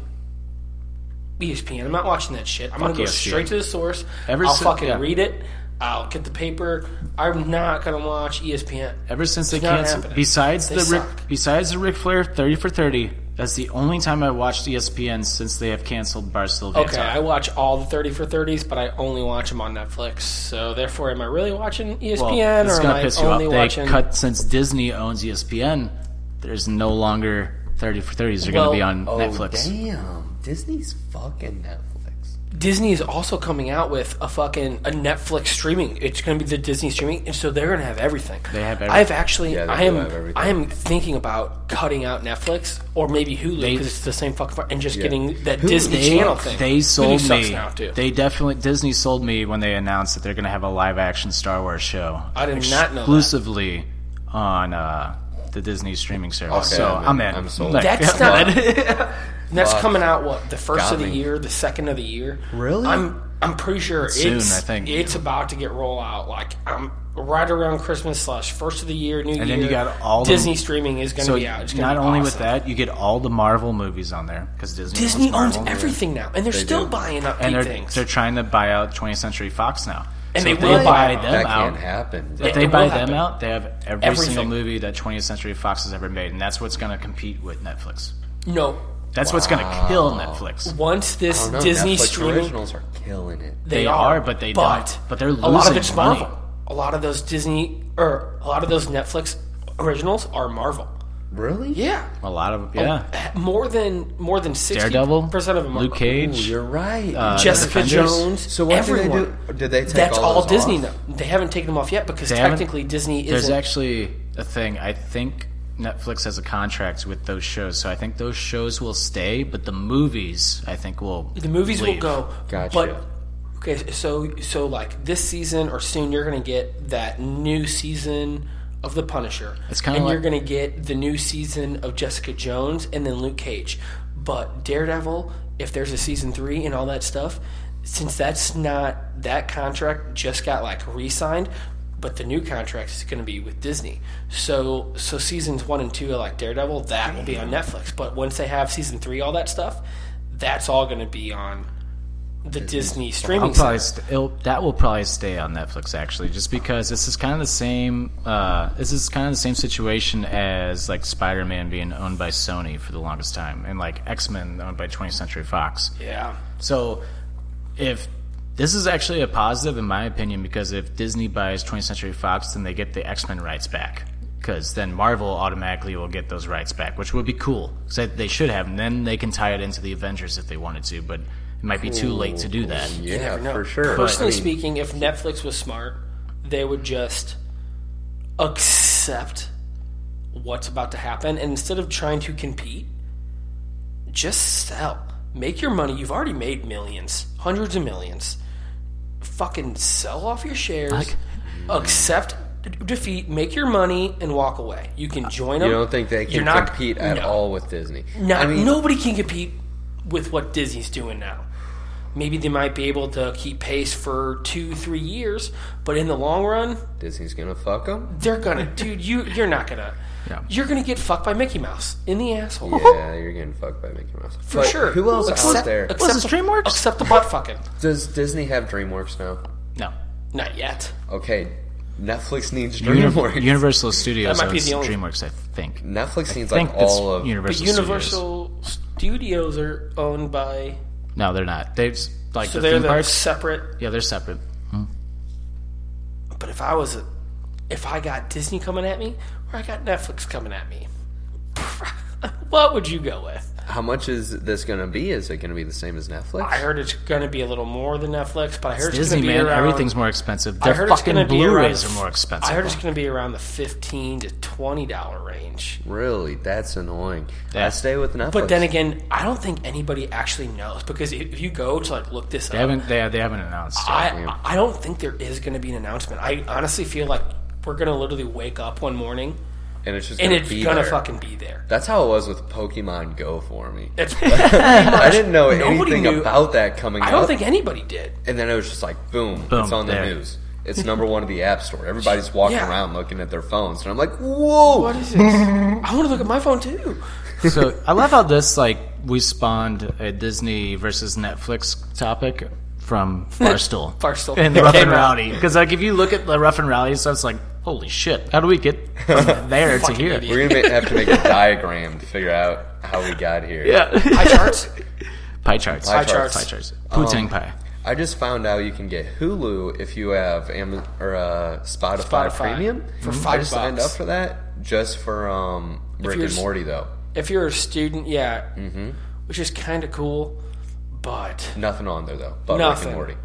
[SPEAKER 6] E ESPN. I'm not watching that shit. I'm gonna go
[SPEAKER 1] ESPN.
[SPEAKER 6] straight to the source.
[SPEAKER 1] Ever
[SPEAKER 6] I'll
[SPEAKER 1] since-
[SPEAKER 6] fucking
[SPEAKER 1] yeah.
[SPEAKER 6] read it. I'll get the paper. I'm not gonna watch E ESPN.
[SPEAKER 1] Ever since they
[SPEAKER 6] It's not
[SPEAKER 1] canceled,
[SPEAKER 6] happening.
[SPEAKER 1] besides
[SPEAKER 6] They
[SPEAKER 1] the Ric,
[SPEAKER 6] suck.
[SPEAKER 1] besides the Ric Flair thirty for thirty, that's the only time I watched E ESPN since they have canceled Barstool. Van
[SPEAKER 6] Okay,
[SPEAKER 1] Talk.
[SPEAKER 6] I watch all the 30 for 30s, but I only watch them on Netflix. So, therefore, am I really watching E
[SPEAKER 1] Well,
[SPEAKER 6] ESPN
[SPEAKER 1] this is
[SPEAKER 6] or am
[SPEAKER 1] gonna
[SPEAKER 6] I
[SPEAKER 1] piss you off.
[SPEAKER 6] only
[SPEAKER 1] They
[SPEAKER 6] watching.
[SPEAKER 1] cut since Disney owns E ESPN. There's no longer thirty for thirties. They're
[SPEAKER 6] Well, oh,
[SPEAKER 1] going to be on Netflix.
[SPEAKER 5] Oh, Damn, Disney's fucking Netflix.
[SPEAKER 6] Disney is also coming out with a fucking a Netflix streaming. It's going to be the Disney streaming, and so they're going to have everything.
[SPEAKER 1] They have everything.
[SPEAKER 6] I've actually,
[SPEAKER 5] Yeah, they
[SPEAKER 6] I
[SPEAKER 5] do
[SPEAKER 6] am,
[SPEAKER 5] have everything.
[SPEAKER 6] I am thinking about cutting out Netflix or maybe Hulu because it's the same fucking, fu- and just getting that Disney Channel thing.
[SPEAKER 1] They sold
[SPEAKER 6] Hulu sucks
[SPEAKER 1] me.
[SPEAKER 6] now too.
[SPEAKER 1] They definitely Disney sold me when they announced that they're going to have a live action Star Wars show.
[SPEAKER 6] I did not know that.
[SPEAKER 1] exclusively on uh, the Disney streaming service.
[SPEAKER 5] Okay,
[SPEAKER 1] so
[SPEAKER 5] I'm in.
[SPEAKER 1] I'm in.
[SPEAKER 5] I'm sold.
[SPEAKER 1] Like, *laughs*
[SPEAKER 6] That's *laughs* not. And that's coming out what the first
[SPEAKER 5] Got
[SPEAKER 6] of the
[SPEAKER 5] me.
[SPEAKER 6] year, the second of the year.
[SPEAKER 5] Really?
[SPEAKER 6] I'm I'm pretty sure it's
[SPEAKER 1] Soon, I think.
[SPEAKER 6] it's about to get roll out. Like I'm right around Christmas slash first of the year, New Year.
[SPEAKER 1] then you got all the-
[SPEAKER 6] Disney streaming is going to
[SPEAKER 1] So
[SPEAKER 6] be out. It's gonna
[SPEAKER 1] not
[SPEAKER 6] be
[SPEAKER 1] only
[SPEAKER 6] awesome.
[SPEAKER 1] with that, you get all the Marvel movies on there because Disney,
[SPEAKER 6] Disney owns
[SPEAKER 1] Marvel.
[SPEAKER 6] everything now, and they're still
[SPEAKER 5] do.
[SPEAKER 6] buying up
[SPEAKER 1] and
[SPEAKER 6] big
[SPEAKER 1] they're
[SPEAKER 6] things.
[SPEAKER 1] they're trying to buy out 20th Century Fox now.
[SPEAKER 6] And
[SPEAKER 1] So
[SPEAKER 6] they
[SPEAKER 1] if
[SPEAKER 6] will buy
[SPEAKER 1] them
[SPEAKER 6] them.
[SPEAKER 5] That
[SPEAKER 1] out.
[SPEAKER 5] can't happen.
[SPEAKER 1] If
[SPEAKER 6] It
[SPEAKER 1] they
[SPEAKER 6] will
[SPEAKER 1] buy
[SPEAKER 6] happen.
[SPEAKER 1] them out, they have every
[SPEAKER 6] Everything.
[SPEAKER 1] single movie that 20th Century Fox has ever made, and that's what's going to compete with Netflix.
[SPEAKER 6] no,
[SPEAKER 1] That's what's going to kill Netflix.
[SPEAKER 6] once this
[SPEAKER 5] I don't know,
[SPEAKER 6] Disney
[SPEAKER 5] Oh, Netflix
[SPEAKER 6] streaming
[SPEAKER 5] originals are killing it.
[SPEAKER 1] They are, but they don't. But they're
[SPEAKER 6] a lot of
[SPEAKER 1] losing
[SPEAKER 6] it's
[SPEAKER 1] money.
[SPEAKER 6] Marvel. A lot of those Disney or a lot of those Netflix originals are Marvel.
[SPEAKER 5] Really?
[SPEAKER 6] Yeah,
[SPEAKER 1] A lot of yeah,
[SPEAKER 6] more than more than sixty
[SPEAKER 1] Daredevil,
[SPEAKER 6] Oh, percent of them. are
[SPEAKER 1] Luke
[SPEAKER 5] Ooh,
[SPEAKER 1] Cage. Uh,
[SPEAKER 5] you're right.
[SPEAKER 6] Jessica
[SPEAKER 1] Defenders.
[SPEAKER 6] Jones.
[SPEAKER 5] so what
[SPEAKER 6] Uh, everyone.
[SPEAKER 5] did they do? Did they take
[SPEAKER 6] That's all,
[SPEAKER 5] all, those
[SPEAKER 6] Disney.
[SPEAKER 5] off?
[SPEAKER 6] Now. They haven't taken them off yet because
[SPEAKER 1] They haven't-
[SPEAKER 6] technically Disney
[SPEAKER 1] There's
[SPEAKER 6] isn't.
[SPEAKER 1] actually a thing. I think Netflix has a contract with those shows, so I think those shows will stay, but the movies, I think, will
[SPEAKER 6] the movies
[SPEAKER 1] leave.
[SPEAKER 6] will go.
[SPEAKER 5] Gotcha.
[SPEAKER 6] But okay, so so like this season or soon you're gonna get that new season of The Punisher.
[SPEAKER 1] It's kinda
[SPEAKER 6] and
[SPEAKER 1] like-
[SPEAKER 6] you're gonna get the new season of Jessica Jones and then Luke Cage. But Daredevil, if there's a season three and all that stuff, since that's not that contract just got like re-signed. But the new contract is going to be with Disney, so so seasons one and two, are like Daredevil, that will be on Netflix. But once they have season three, all that stuff, that's all going to be on the Disney streaming.
[SPEAKER 1] I'll probably
[SPEAKER 6] service.
[SPEAKER 1] st- it'll, that will probably stay on Netflix actually, just because this is kind of the same. Uh, this is kind of the same situation as like Spider-Man being owned by Sony for the longest time, and like X-Men owned by 20th Century Fox.
[SPEAKER 6] yeah,
[SPEAKER 1] So, if this is actually a positive in my opinion, because if Disney buys 20th Century Fox, then they get the X Men rights back. Because then Marvel automatically will get those rights back, which would be cool. So they should have, and then they can tie it into the Avengers if they wanted to. But it might be too late to do that.
[SPEAKER 5] Yeah,
[SPEAKER 6] never know.
[SPEAKER 5] for sure.
[SPEAKER 6] Personally
[SPEAKER 5] I mean,
[SPEAKER 6] speaking, if Netflix was smart, they would just accept what's about to happen, and instead of trying to compete, just sell. Make your money. You've already made millions, hundreds of millions. Fucking sell off your shares. accept d- defeat. Make your money and walk away. You can join them.
[SPEAKER 5] you don't think they
[SPEAKER 6] You're
[SPEAKER 5] can
[SPEAKER 6] not-
[SPEAKER 5] compete at
[SPEAKER 6] no.
[SPEAKER 5] all with Disney?
[SPEAKER 6] Now,
[SPEAKER 5] I mean,
[SPEAKER 6] nobody can compete with what Disney's doing now. Maybe they might be able to keep pace for two, three years, but in the long run,
[SPEAKER 5] Disney's gonna fuck
[SPEAKER 6] *laughs*
[SPEAKER 5] them.
[SPEAKER 1] *laughs*
[SPEAKER 6] they're gonna, dude. You, you're not gonna.
[SPEAKER 1] Yeah.
[SPEAKER 6] You're gonna get fucked by Mickey Mouse in the asshole
[SPEAKER 5] Yeah, you're getting fucked by Mickey Mouse.
[SPEAKER 6] for sure.
[SPEAKER 5] Who else out
[SPEAKER 6] Except-
[SPEAKER 5] there?
[SPEAKER 6] *laughs* Except
[SPEAKER 1] Was it
[SPEAKER 6] the-
[SPEAKER 1] DreamWorks?
[SPEAKER 6] Except the butt fucking.
[SPEAKER 5] Does Disney have DreamWorks now?
[SPEAKER 6] *laughs*
[SPEAKER 1] No,
[SPEAKER 6] Not yet.
[SPEAKER 5] Okay, Netflix needs
[SPEAKER 1] Uni-
[SPEAKER 5] DreamWorks.
[SPEAKER 1] Universal Studios
[SPEAKER 6] That might be
[SPEAKER 1] owns
[SPEAKER 6] the only-
[SPEAKER 1] DreamWorks, I think.
[SPEAKER 5] Netflix needs
[SPEAKER 1] I think
[SPEAKER 5] like all of.
[SPEAKER 1] Universal.
[SPEAKER 6] But Universal Studios are owned by,
[SPEAKER 1] Studios. No, they're not. They've s- like
[SPEAKER 6] so
[SPEAKER 1] the
[SPEAKER 6] they're
[SPEAKER 1] theme
[SPEAKER 6] the
[SPEAKER 1] parks.
[SPEAKER 6] separate.
[SPEAKER 1] Yeah, they're separate.
[SPEAKER 6] But if I was, a, if I got Disney coming at me, or I got Netflix coming at me, *laughs* what would you go with?
[SPEAKER 5] How much is this gonna be? Is it gonna be the same as Netflix?
[SPEAKER 6] I heard it's going to be a little more than Netflix, but I heard it's,
[SPEAKER 1] Disney,
[SPEAKER 6] going to be
[SPEAKER 1] man,
[SPEAKER 6] around.
[SPEAKER 1] everything's more expensive.
[SPEAKER 6] I
[SPEAKER 1] Their
[SPEAKER 6] heard it's
[SPEAKER 1] fucking
[SPEAKER 6] gonna be
[SPEAKER 1] Blu-rays
[SPEAKER 6] around-
[SPEAKER 1] are more
[SPEAKER 6] I
[SPEAKER 1] expensive.
[SPEAKER 6] heard it's going to be around the fifteen to twenty dollar range.
[SPEAKER 5] Really, that's annoying.
[SPEAKER 1] Yeah.
[SPEAKER 5] I stay with Netflix.
[SPEAKER 6] But then again, I don't think anybody actually knows because if if you go to like look this
[SPEAKER 1] they
[SPEAKER 6] up,
[SPEAKER 1] haven't. They, they haven't announced. it.
[SPEAKER 6] I I don't think there is going to be an announcement. I honestly feel like we're going to literally wake up one morning
[SPEAKER 5] and it's just
[SPEAKER 6] and
[SPEAKER 5] gonna
[SPEAKER 6] it's
[SPEAKER 5] be
[SPEAKER 6] going to
[SPEAKER 5] there.
[SPEAKER 6] fucking be there.
[SPEAKER 5] That's how it was with Pokemon Go for me.
[SPEAKER 1] *laughs*
[SPEAKER 6] It's,
[SPEAKER 5] *laughs* I didn't know
[SPEAKER 6] Nobody
[SPEAKER 5] anything
[SPEAKER 6] knew-
[SPEAKER 5] about that coming
[SPEAKER 6] I don't
[SPEAKER 5] up.
[SPEAKER 6] think anybody did.
[SPEAKER 5] and then it was just like, boom,
[SPEAKER 1] Boom,
[SPEAKER 5] it's on the
[SPEAKER 1] there.
[SPEAKER 5] news.
[SPEAKER 6] *laughs*
[SPEAKER 5] It's number one in the app store. Everybody's walking
[SPEAKER 6] Yeah.
[SPEAKER 5] around looking at their phones, and I'm like, whoa!
[SPEAKER 6] What *laughs* is this? I want to look at my phone too.
[SPEAKER 1] so I love how this like we spawned a Disney versus Netflix topic from Barstool,
[SPEAKER 6] *laughs*
[SPEAKER 1] *laughs*
[SPEAKER 6] Barstool.
[SPEAKER 1] and
[SPEAKER 6] It
[SPEAKER 1] Rough
[SPEAKER 6] came
[SPEAKER 1] and
[SPEAKER 6] out.
[SPEAKER 1] Rowdy. Because like if you look at the Rough and Rowdy stuff, it's like holy shit. How do we get
[SPEAKER 6] *laughs*
[SPEAKER 1] from there to
[SPEAKER 6] Fucking
[SPEAKER 1] here?
[SPEAKER 6] idiot.
[SPEAKER 5] We're gonna ma- have to make a diagram to figure out how we got here.
[SPEAKER 1] Yeah,
[SPEAKER 6] Pie charts.
[SPEAKER 1] *laughs* pie charts.
[SPEAKER 5] Pie
[SPEAKER 6] charts. Um,
[SPEAKER 1] Pie charts. Putang pie.
[SPEAKER 5] I just found out you can get Hulu if you have Amazon or uh, Spotify,
[SPEAKER 6] Spotify.
[SPEAKER 5] Premium
[SPEAKER 6] For
[SPEAKER 5] I
[SPEAKER 6] five
[SPEAKER 5] just signed up
[SPEAKER 6] bucks.
[SPEAKER 5] for that just for um, Rick
[SPEAKER 6] you're
[SPEAKER 5] and
[SPEAKER 6] s-
[SPEAKER 5] Morty though.
[SPEAKER 6] if you're a student, yeah,
[SPEAKER 5] Mm-hmm.
[SPEAKER 6] which is kind of cool, but
[SPEAKER 5] Nothing on there though, but Rick
[SPEAKER 6] Nothing.
[SPEAKER 5] and Morty.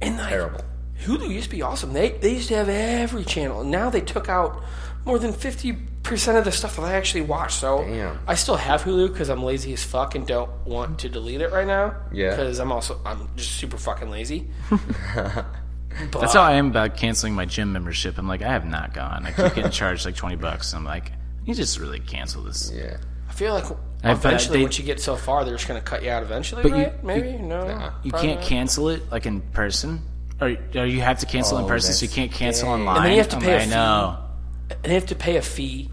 [SPEAKER 6] and like,
[SPEAKER 5] Terrible.
[SPEAKER 6] Hulu used to be awesome. They they used to have every channel, and now they took out more than fifty percent of the stuff that I actually watch. So
[SPEAKER 5] Damn.
[SPEAKER 6] I still have Hulu because I'm lazy as fuck and don't want to delete it right now.
[SPEAKER 5] Yeah.
[SPEAKER 6] because I'm also I'm just super fucking lazy. but
[SPEAKER 1] That's how I am about canceling my gym membership. I'm like, I have not gone. I keep
[SPEAKER 6] *laughs*
[SPEAKER 1] getting charged like twenty bucks. I'm like, you just really cancel this.
[SPEAKER 5] Yeah,
[SPEAKER 6] I feel like
[SPEAKER 1] I- but
[SPEAKER 6] eventually,
[SPEAKER 1] they-
[SPEAKER 6] once you get so far, they're just gonna cut you out eventually,
[SPEAKER 1] But you-
[SPEAKER 6] right? Maybe no.
[SPEAKER 1] You
[SPEAKER 6] probably
[SPEAKER 1] can't
[SPEAKER 6] not.
[SPEAKER 1] cancel it like in person, or, or you have to cancel in
[SPEAKER 5] Oh,
[SPEAKER 1] person, so you
[SPEAKER 5] that's-
[SPEAKER 1] can't cancel online.
[SPEAKER 6] And then you have to
[SPEAKER 1] I'm
[SPEAKER 6] pay a
[SPEAKER 1] like, I
[SPEAKER 6] fee.
[SPEAKER 1] know.
[SPEAKER 6] And they have to pay a fee.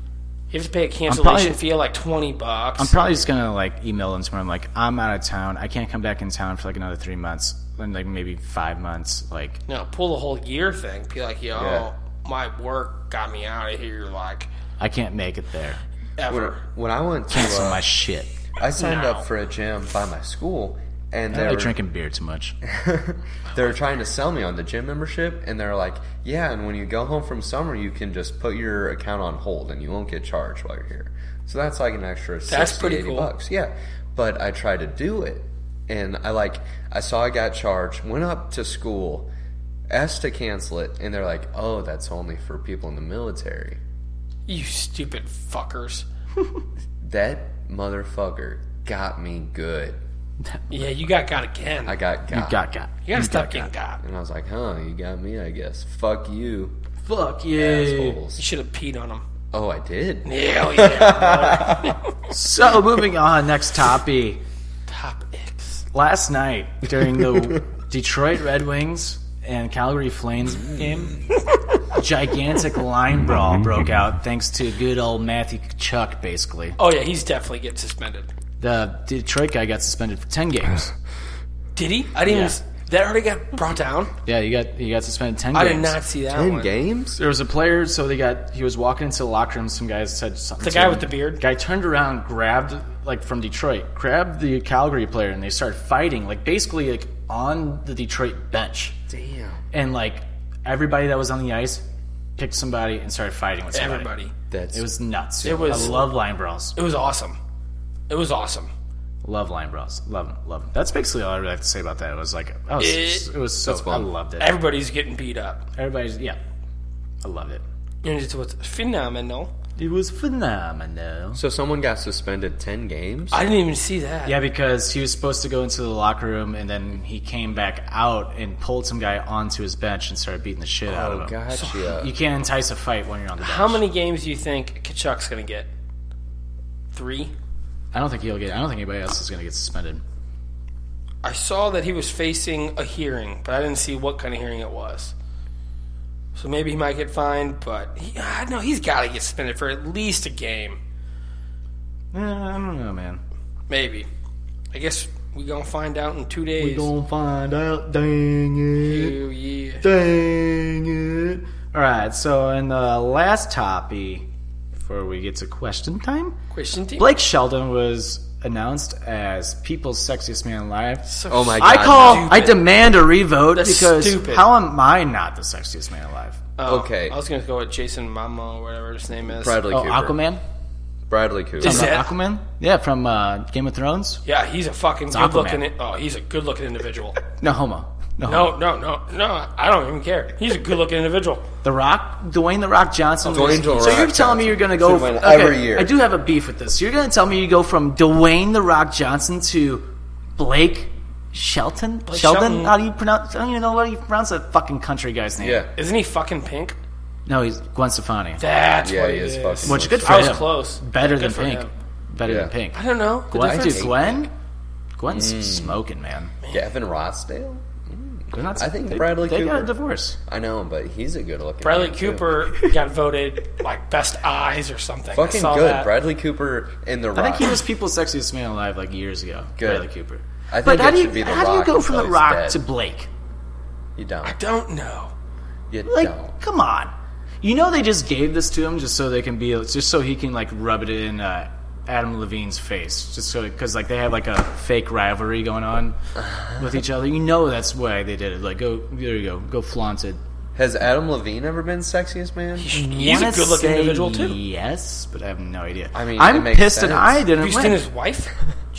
[SPEAKER 6] You have to pay a cancellation
[SPEAKER 1] probably-
[SPEAKER 6] fee of like twenty bucks.
[SPEAKER 1] I'm probably just gonna like email them tomorrow. I'm like, I'm out of town. I can't come back in town for like another three months, and like maybe five months. Like,
[SPEAKER 6] No, pull the whole year thing. Be like, yo,
[SPEAKER 5] Yeah.
[SPEAKER 6] my work got me out of here, like,
[SPEAKER 1] I can't make it there.
[SPEAKER 5] when,
[SPEAKER 6] ever.
[SPEAKER 5] when I went to
[SPEAKER 1] Cancel
[SPEAKER 5] uh,
[SPEAKER 1] my shit.
[SPEAKER 5] I signed
[SPEAKER 6] No.
[SPEAKER 5] up for a gym by my school, and they
[SPEAKER 1] They're
[SPEAKER 5] were,
[SPEAKER 1] drinking beer too much.
[SPEAKER 5] they were trying to sell me on the gym membership, and they're like, "Yeah, and when you go home from summer, you can just put your account on hold, and you won't get charged while you're here." So that's like an extra 60,
[SPEAKER 6] That's pretty
[SPEAKER 5] 80
[SPEAKER 6] cool.
[SPEAKER 5] bucks. Yeah, but I tried to do it, and I like I saw I got charged, went up to school, asked to cancel it, and they're like, "Oh, that's only for people in the military."
[SPEAKER 6] You stupid fuckers.
[SPEAKER 5] That motherfucker got me good.
[SPEAKER 6] Yeah, you got got again.
[SPEAKER 5] I got got.
[SPEAKER 1] Got got.
[SPEAKER 6] you gotta stop getting got.
[SPEAKER 5] And I was like, huh, you got me, I guess. Fuck you,
[SPEAKER 1] Fuck yeah.
[SPEAKER 6] You
[SPEAKER 5] assholes.
[SPEAKER 6] should have peed on him.
[SPEAKER 5] Oh, I did.
[SPEAKER 6] Hell yeah.
[SPEAKER 1] So moving on, next topic.
[SPEAKER 6] Top X.
[SPEAKER 1] Last night during
[SPEAKER 6] *laughs*
[SPEAKER 1] the Detroit Red Wings and Calgary Flames game, a gigantic line brawl broke out thanks to good old Matthew Chuck, basically.
[SPEAKER 6] Oh, yeah, he's definitely getting suspended.
[SPEAKER 1] The Detroit guy got suspended for 10 games.
[SPEAKER 6] Did he? I didn't.
[SPEAKER 1] Yeah.
[SPEAKER 6] Even, s- that already got brought down.
[SPEAKER 1] Yeah, you got you got suspended ten.
[SPEAKER 6] I
[SPEAKER 1] games.
[SPEAKER 6] did not see that
[SPEAKER 5] Ten
[SPEAKER 6] one.
[SPEAKER 5] games?
[SPEAKER 1] There was a player, so they got. He was walking into the locker room. Some guys said something.
[SPEAKER 6] The
[SPEAKER 1] to
[SPEAKER 6] guy
[SPEAKER 1] him.
[SPEAKER 6] with the beard?
[SPEAKER 1] Guy turned around, grabbed like from Detroit, grabbed the Calgary player, and they started fighting. Like basically, like on the Detroit bench,
[SPEAKER 5] Damn.
[SPEAKER 1] and like everybody that was on the ice picked somebody and started fighting with somebody.
[SPEAKER 6] Everybody.
[SPEAKER 5] That's
[SPEAKER 1] It was nuts.
[SPEAKER 6] It was-
[SPEAKER 1] I love line brawls.
[SPEAKER 6] It was awesome. It was awesome.
[SPEAKER 1] Love line brawls. Love 'em, Love 'em. That's basically all I really have to say about that. It was like, I was,
[SPEAKER 6] It-
[SPEAKER 1] it, was so. I
[SPEAKER 5] fun.
[SPEAKER 1] loved it.
[SPEAKER 6] Everybody's getting beat up.
[SPEAKER 1] Everybody's yeah. I loved it.
[SPEAKER 6] And it was phenomenal.
[SPEAKER 1] It was phenomenal.
[SPEAKER 5] So someone got suspended ten games?
[SPEAKER 6] I didn't even see that.
[SPEAKER 1] Yeah, because he was supposed to go into the locker room and then he came back out and pulled some guy onto his bench and started beating the shit out of
[SPEAKER 5] oh
[SPEAKER 1] him.
[SPEAKER 5] gotcha.
[SPEAKER 1] You can't entice a fight when you're on the bench.
[SPEAKER 6] How many games do you think Kachuk's going to get? Three?
[SPEAKER 1] I don't think he'll get. I don't think anybody else is going to get suspended.
[SPEAKER 6] I saw that he was facing a hearing, but I didn't see what kind of hearing it was. So maybe he might get fined, but he, I know he's got to get suspended for at least a game.
[SPEAKER 1] Eh, I don't know, man.
[SPEAKER 6] Maybe. I guess we gonna find out in two days.
[SPEAKER 1] find out. Dang
[SPEAKER 6] Ew, yeah.
[SPEAKER 1] Dang it. All right. So, in the last topic, before we get to question time,
[SPEAKER 6] Question team.
[SPEAKER 1] Blake Sheldon was announced as People's Sexiest Man Alive.
[SPEAKER 6] So
[SPEAKER 5] oh my
[SPEAKER 1] I
[SPEAKER 5] god.
[SPEAKER 1] call.
[SPEAKER 6] Stupid.
[SPEAKER 1] I demand a revote
[SPEAKER 6] That's
[SPEAKER 1] because
[SPEAKER 6] stupid.
[SPEAKER 1] how am I not the sexiest man alive?
[SPEAKER 6] Oh,
[SPEAKER 5] okay.
[SPEAKER 6] I was gonna go with Jason Momoa, or whatever his name is.
[SPEAKER 5] Bradley
[SPEAKER 1] oh,
[SPEAKER 5] Cooper.
[SPEAKER 1] Aquaman.
[SPEAKER 5] Bradley Cooper.
[SPEAKER 6] Is
[SPEAKER 1] Is
[SPEAKER 6] that-
[SPEAKER 1] Aquaman? Yeah, from uh, Game of Thrones.
[SPEAKER 6] Yeah, he's a fucking
[SPEAKER 1] Aquaman.
[SPEAKER 6] good looking. Oh, he's a good looking individual.
[SPEAKER 1] No homo. No, homo.
[SPEAKER 6] no, no, no, no. I don't even care. He's a good looking individual.
[SPEAKER 1] The Rock, Dwayne the Rock Johnson.
[SPEAKER 5] Dwayne
[SPEAKER 1] was-
[SPEAKER 5] The Rock
[SPEAKER 1] so you're telling me you're gonna go
[SPEAKER 5] Should win
[SPEAKER 1] f- okay,
[SPEAKER 5] every year.
[SPEAKER 1] I do have a beef with this. You're gonna tell me you go from Dwayne the Rock Johnson to Blake Shelton? Sheldon?
[SPEAKER 6] Shelton.
[SPEAKER 1] How do you pronounce? I don't even know what you pronounce that fucking country guy's name.
[SPEAKER 5] Yeah.
[SPEAKER 6] Isn't he fucking pink?
[SPEAKER 1] No, he's Gwen Stefani.
[SPEAKER 6] That's
[SPEAKER 5] Yeah,
[SPEAKER 6] what
[SPEAKER 5] he
[SPEAKER 6] it
[SPEAKER 5] is
[SPEAKER 6] is.
[SPEAKER 5] fucking
[SPEAKER 1] Which good for
[SPEAKER 6] I was
[SPEAKER 1] him.
[SPEAKER 6] close.
[SPEAKER 1] Better
[SPEAKER 6] Good
[SPEAKER 1] than
[SPEAKER 6] for
[SPEAKER 1] Pink.
[SPEAKER 6] him.
[SPEAKER 1] Better
[SPEAKER 5] Yeah. Mm.
[SPEAKER 1] than Pink.
[SPEAKER 6] I don't know. The
[SPEAKER 1] Gwen,
[SPEAKER 6] difference-
[SPEAKER 1] dude, Gwen. Gwen's smoking, man.
[SPEAKER 5] Gavin Rossdale?
[SPEAKER 1] They're not-
[SPEAKER 5] I think
[SPEAKER 1] they-
[SPEAKER 5] Bradley
[SPEAKER 1] they got a
[SPEAKER 5] Cooper.
[SPEAKER 1] divorce.
[SPEAKER 5] I know, but he's a good looking
[SPEAKER 6] Bradley
[SPEAKER 5] man, too.
[SPEAKER 6] Cooper got voted like best eyes or something. I
[SPEAKER 5] Fucking
[SPEAKER 6] saw
[SPEAKER 5] good.
[SPEAKER 6] That.
[SPEAKER 5] Bradley Cooper in the rock.
[SPEAKER 1] I think he was people's sexiest man alive like years ago.
[SPEAKER 5] Good.
[SPEAKER 1] Bradley Cooper.
[SPEAKER 5] I think
[SPEAKER 1] But how
[SPEAKER 5] it
[SPEAKER 1] do you
[SPEAKER 5] should be The
[SPEAKER 1] how do you
[SPEAKER 5] Rock
[SPEAKER 1] go from the
[SPEAKER 5] until he's
[SPEAKER 1] Rock
[SPEAKER 5] dead.
[SPEAKER 1] to Blake?
[SPEAKER 5] You don't.
[SPEAKER 6] Don't know.
[SPEAKER 5] You
[SPEAKER 1] Like,
[SPEAKER 5] don't.
[SPEAKER 1] come on. You know they just gave this to him just so they can be just so he can like rub it in uh, Adam Levine's face, just so because like they have like a fake rivalry going on
[SPEAKER 5] Uh-huh.
[SPEAKER 1] with each other. You know that's why they did it. Like go there you go, go flaunt it.
[SPEAKER 5] Has Adam Levine ever been sexiest man?
[SPEAKER 6] He's a
[SPEAKER 1] Wanna
[SPEAKER 6] good looking
[SPEAKER 1] say
[SPEAKER 6] individual too.
[SPEAKER 1] Yes, but I have no idea.
[SPEAKER 5] I mean, it
[SPEAKER 1] I'm
[SPEAKER 5] makes
[SPEAKER 1] pissed
[SPEAKER 5] sense.
[SPEAKER 1] and I didn't
[SPEAKER 6] Have you
[SPEAKER 1] win.
[SPEAKER 6] seen his wife?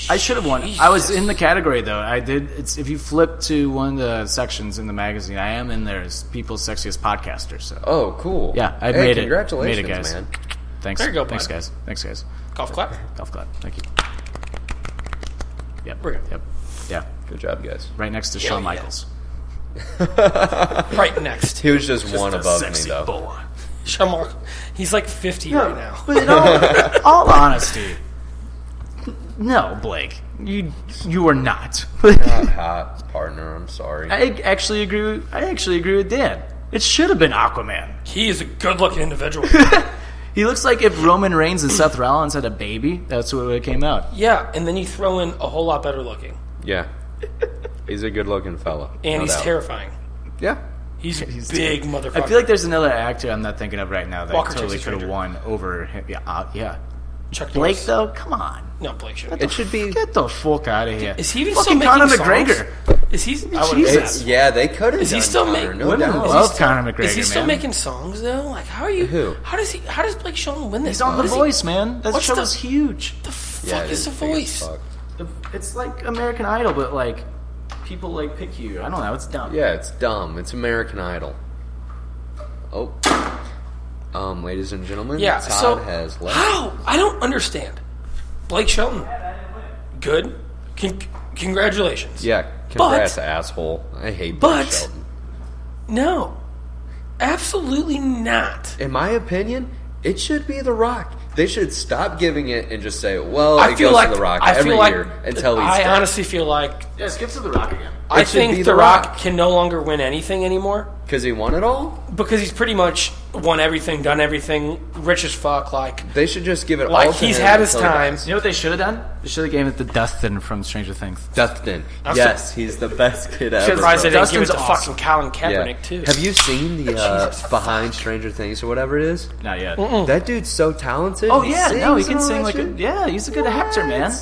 [SPEAKER 1] I should have won. I was in the category though. I did. It's if you flip to one of the sections in the magazine, I am in there as people's sexiest podcaster. So
[SPEAKER 5] Oh, cool.
[SPEAKER 1] Yeah, I
[SPEAKER 5] hey,
[SPEAKER 1] made it.
[SPEAKER 5] congratulations,
[SPEAKER 1] Made it, guys.
[SPEAKER 5] man.
[SPEAKER 1] thanks.
[SPEAKER 6] There you go,
[SPEAKER 1] thanks,
[SPEAKER 6] bud.
[SPEAKER 1] guys. Thanks, guys.
[SPEAKER 6] Golf clap.
[SPEAKER 1] Golf club. Thank you. Yep.
[SPEAKER 6] We're good.
[SPEAKER 1] Yep. Yeah.
[SPEAKER 5] Good job, guys.
[SPEAKER 1] Right next to Shawn
[SPEAKER 6] yeah.
[SPEAKER 1] Michaels.
[SPEAKER 6] Right next.
[SPEAKER 5] He was just, one
[SPEAKER 1] The
[SPEAKER 5] above me,
[SPEAKER 1] sexy
[SPEAKER 5] though.
[SPEAKER 6] *laughs*
[SPEAKER 1] boy.
[SPEAKER 6] Shamar. He's like 50 right now.
[SPEAKER 1] But in all, all honesty, no, Blake, you you are
[SPEAKER 6] *laughs*
[SPEAKER 1] not.
[SPEAKER 5] Not hot partner. I'm sorry.
[SPEAKER 1] I actually agree. with- I actually agree with Dan. It should have been Aquaman.
[SPEAKER 6] He is a good looking individual.
[SPEAKER 1] He looks like if Roman Reigns and Seth Rollins had a baby, that's what it came out.
[SPEAKER 6] yeah, and then you throw in a whole lot better looking.
[SPEAKER 5] yeah, he's a good-looking fella.
[SPEAKER 6] And
[SPEAKER 5] no
[SPEAKER 6] he's
[SPEAKER 5] doubt.
[SPEAKER 6] terrifying.
[SPEAKER 5] Yeah,
[SPEAKER 6] He's a big motherfucker.
[SPEAKER 1] I feel like there's another actor I'm not thinking of right now that
[SPEAKER 6] Walker
[SPEAKER 1] totally
[SPEAKER 6] Texas
[SPEAKER 1] could have
[SPEAKER 6] Ranger.
[SPEAKER 1] won over him. Yeah, uh, yeah.
[SPEAKER 6] Chuck
[SPEAKER 1] Blake
[SPEAKER 6] Norris.
[SPEAKER 1] though, come on,
[SPEAKER 6] No, Blake should
[SPEAKER 5] it should be.
[SPEAKER 1] get the fuck out of here.
[SPEAKER 6] Is he even
[SPEAKER 1] fucking
[SPEAKER 6] still
[SPEAKER 1] Conor
[SPEAKER 6] making
[SPEAKER 1] McGregor?
[SPEAKER 6] songs? Is he? I would've
[SPEAKER 1] Jesus.
[SPEAKER 6] guessed.
[SPEAKER 5] It's, yeah, they could have.
[SPEAKER 6] Is he still
[SPEAKER 5] Connor,
[SPEAKER 6] make-
[SPEAKER 5] no
[SPEAKER 1] Women
[SPEAKER 5] doubt.
[SPEAKER 1] love Conor McGregor.
[SPEAKER 6] Is he still
[SPEAKER 1] man.
[SPEAKER 6] making songs though? Like, how are you?
[SPEAKER 5] Who?
[SPEAKER 6] How does he? How does Blake Shelton win this?
[SPEAKER 1] He's on
[SPEAKER 6] What
[SPEAKER 1] The
[SPEAKER 6] is he-
[SPEAKER 1] Voice, man. That
[SPEAKER 6] what's
[SPEAKER 1] show
[SPEAKER 6] the-
[SPEAKER 1] is huge.
[SPEAKER 6] The fuck
[SPEAKER 5] Yeah, it
[SPEAKER 6] is the
[SPEAKER 5] big as
[SPEAKER 6] voice?
[SPEAKER 5] fuck.
[SPEAKER 1] It's like American Idol, but like people like pick you. I don't know. It's dumb.
[SPEAKER 5] Yeah, it's dumb. It's American Idol. Oh, um, ladies and gentlemen,
[SPEAKER 6] Yeah.
[SPEAKER 5] Todd
[SPEAKER 6] so
[SPEAKER 5] has left.
[SPEAKER 6] how? I don't understand. Blake Shelton, good. Con- congratulations.
[SPEAKER 5] Yeah, congrats,
[SPEAKER 6] But-
[SPEAKER 5] asshole. I hate Blake
[SPEAKER 6] But-
[SPEAKER 5] Shelton.
[SPEAKER 6] No, absolutely not.
[SPEAKER 5] In my opinion, it should be The Rock. They should stop giving it and just say, "Well,
[SPEAKER 6] I
[SPEAKER 5] it
[SPEAKER 6] feel
[SPEAKER 5] goes
[SPEAKER 6] like
[SPEAKER 5] to The Rock
[SPEAKER 6] I feel
[SPEAKER 5] every
[SPEAKER 6] like
[SPEAKER 5] year until he's
[SPEAKER 6] I
[SPEAKER 5] dead."
[SPEAKER 6] honestly feel like
[SPEAKER 1] yeah skip to The Rock again.
[SPEAKER 6] I
[SPEAKER 5] should be
[SPEAKER 6] think
[SPEAKER 5] The
[SPEAKER 6] The Rock
[SPEAKER 5] Rock.
[SPEAKER 6] can no longer win anything anymore
[SPEAKER 5] Because he won it all?
[SPEAKER 6] because he's pretty much won everything, done everything, rich as fuck. Like,
[SPEAKER 5] They should just give it all
[SPEAKER 6] like
[SPEAKER 5] to
[SPEAKER 6] he's
[SPEAKER 5] him
[SPEAKER 6] had his
[SPEAKER 5] until he
[SPEAKER 6] time.
[SPEAKER 5] dies.
[SPEAKER 1] You know what they should have done? They should have given it to Dustin from Stranger Things.
[SPEAKER 5] Dustin.
[SPEAKER 6] I'm
[SPEAKER 5] yes, he's the best kid ever.
[SPEAKER 6] Surprised they
[SPEAKER 5] bro.
[SPEAKER 6] didn't give it to
[SPEAKER 1] Dustin's awesome.
[SPEAKER 6] fucking Colin Kaepernick
[SPEAKER 5] Yeah.
[SPEAKER 6] too.
[SPEAKER 5] Have you seen the uh, behind Stranger Things or whatever it is?
[SPEAKER 1] Not yet.
[SPEAKER 5] That dude's so talented.
[SPEAKER 1] Hmm. Oh yeah, no, he
[SPEAKER 5] sings and
[SPEAKER 1] can
[SPEAKER 5] all
[SPEAKER 1] sing
[SPEAKER 5] that
[SPEAKER 1] like a
[SPEAKER 5] shit.
[SPEAKER 1] yeah. He's a good actor, man.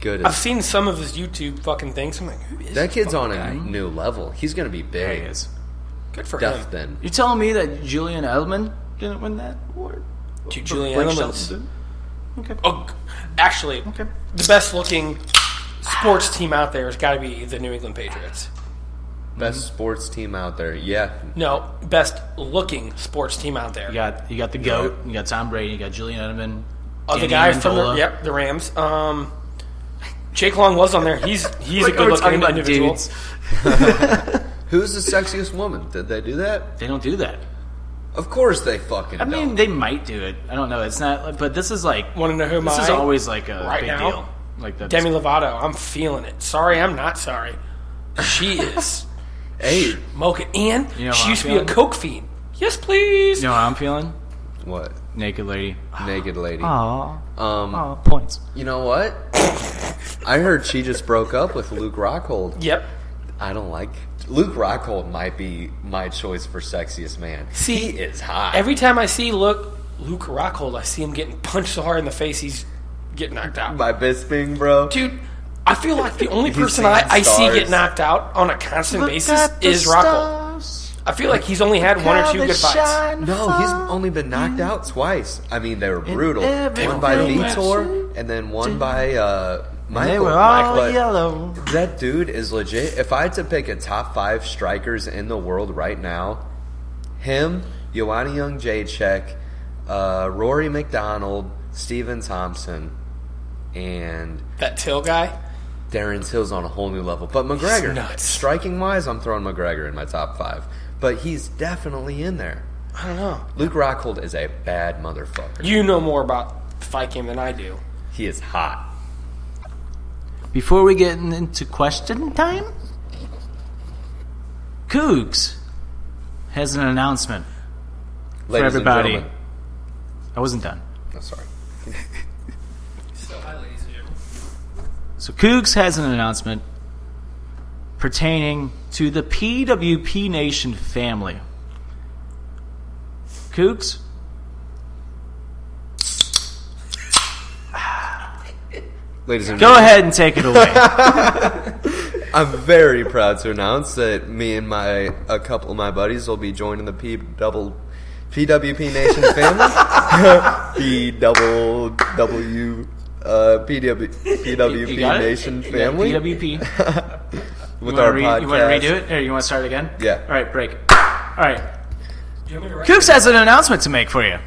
[SPEAKER 5] good.
[SPEAKER 6] I've
[SPEAKER 5] As,
[SPEAKER 6] seen some of his YouTube fucking things. I'm like, who is
[SPEAKER 5] that kid's on a new level. He's gonna be
[SPEAKER 1] There he
[SPEAKER 5] big.
[SPEAKER 1] is.
[SPEAKER 6] good for him?
[SPEAKER 5] Dustin.
[SPEAKER 1] You telling me that Julian Edelman didn't win that award?
[SPEAKER 6] To Julian
[SPEAKER 1] Blake
[SPEAKER 6] Edelman's-
[SPEAKER 1] Shelton
[SPEAKER 6] Oh, g- actually,
[SPEAKER 1] Okay.
[SPEAKER 6] the best looking sports team out there has got to be the New England Patriots.
[SPEAKER 5] Best sports team out there. Yeah.
[SPEAKER 6] No, best looking sports team out there.
[SPEAKER 1] You got you got the goat. You got Tom Brady. You got Julian Edelman.
[SPEAKER 6] Oh, the
[SPEAKER 1] Danny
[SPEAKER 6] guy from the
[SPEAKER 1] Amendola.
[SPEAKER 6] yep, the Rams. Um, Jake Long was on there. He's he's a
[SPEAKER 1] Like,
[SPEAKER 6] good
[SPEAKER 1] we're talking
[SPEAKER 6] looking
[SPEAKER 1] about
[SPEAKER 6] individual.
[SPEAKER 1] dudes.
[SPEAKER 5] Who's the sexiest woman? Did they do that?
[SPEAKER 1] They don't do that.
[SPEAKER 5] Of course they fucking.
[SPEAKER 1] I mean,
[SPEAKER 5] don't.
[SPEAKER 1] they might do it. I don't know. It's not. But this is like
[SPEAKER 6] Want to know who
[SPEAKER 1] this
[SPEAKER 6] my
[SPEAKER 1] is always like a
[SPEAKER 6] right
[SPEAKER 1] big
[SPEAKER 6] now,
[SPEAKER 1] deal. Like the
[SPEAKER 6] Demi Lovato? I'm feeling it. Sorry, I'm not sorry.
[SPEAKER 1] *laughs*
[SPEAKER 6] She is
[SPEAKER 5] hey,
[SPEAKER 6] mocha, and
[SPEAKER 1] You know how
[SPEAKER 6] she
[SPEAKER 1] I'm
[SPEAKER 6] used to be a
[SPEAKER 1] feeling?
[SPEAKER 6] coke fiend. Yes, please.
[SPEAKER 1] You know how I'm feeling?
[SPEAKER 5] what?
[SPEAKER 1] Naked lady.
[SPEAKER 5] Naked lady.
[SPEAKER 1] Aw.
[SPEAKER 5] Um,
[SPEAKER 1] Aw, points.
[SPEAKER 5] you know what?
[SPEAKER 1] *laughs*
[SPEAKER 5] I heard she just broke up with Luke Rockhold.
[SPEAKER 6] Yep.
[SPEAKER 5] I don't like Luke Rockhold. Might be my choice for sexiest man.
[SPEAKER 6] See,
[SPEAKER 5] he is hot.
[SPEAKER 6] Every time I see look Luke Rockhold, I see him getting punched so hard in the face, he's getting knocked out.
[SPEAKER 5] my Bisping, bro.
[SPEAKER 6] Dude, I feel like
[SPEAKER 1] *laughs*
[SPEAKER 6] the only
[SPEAKER 5] He's
[SPEAKER 6] person I,
[SPEAKER 5] seeing
[SPEAKER 6] I see
[SPEAKER 5] stars.
[SPEAKER 6] get knocked out on a constant basis is Rockhold. I feel like he's only had one or two good fights.
[SPEAKER 5] No, he's only been knocked out twice. I mean, they were brutal.
[SPEAKER 1] every
[SPEAKER 5] One by
[SPEAKER 1] film
[SPEAKER 5] Vitor, and then one by uh, Michael.
[SPEAKER 1] They were oh, all
[SPEAKER 5] But
[SPEAKER 1] yellow.
[SPEAKER 5] That dude is legit. If I had to pick a top five strikers in the world right now, him, Ioana Young Jacek, uh, Rory McDonald, Steven Thompson, and
[SPEAKER 6] That Till guy.
[SPEAKER 5] Darren Hill's on a whole new level. But McGregor,
[SPEAKER 6] nuts.
[SPEAKER 5] striking wise, I'm throwing McGregor in my top five. But he's definitely in there.
[SPEAKER 6] I don't know.
[SPEAKER 5] Luke Rockhold is a bad motherfucker.
[SPEAKER 6] You know more about the fight game than I do.
[SPEAKER 5] He is hot.
[SPEAKER 1] Before we get in- into question time, Cougs has an announcement.
[SPEAKER 5] Ladies
[SPEAKER 1] everybody.
[SPEAKER 5] and gentlemen.
[SPEAKER 1] I wasn't done.
[SPEAKER 5] Oh, sorry.
[SPEAKER 1] So Cougs has an announcement pertaining to the PWP Nation family. Cougs,
[SPEAKER 5] Ladies and
[SPEAKER 1] go
[SPEAKER 5] gentlemen,
[SPEAKER 1] ahead and take it
[SPEAKER 6] *laughs*
[SPEAKER 1] away.
[SPEAKER 5] I'm very proud to announce that me and my a couple of my buddies will be joining the P double
[SPEAKER 1] *laughs*
[SPEAKER 5] PWP Nation family. *laughs* P double W uh, PW, PWP
[SPEAKER 1] You got it?
[SPEAKER 5] Nation
[SPEAKER 1] Yeah,
[SPEAKER 5] family
[SPEAKER 1] PWP.
[SPEAKER 5] with
[SPEAKER 1] You
[SPEAKER 5] our
[SPEAKER 1] want
[SPEAKER 5] podcast.
[SPEAKER 1] to redo it? Or you want to start again?
[SPEAKER 5] Yeah.
[SPEAKER 1] All right, break. All right. Cooks has an announcement to make for you.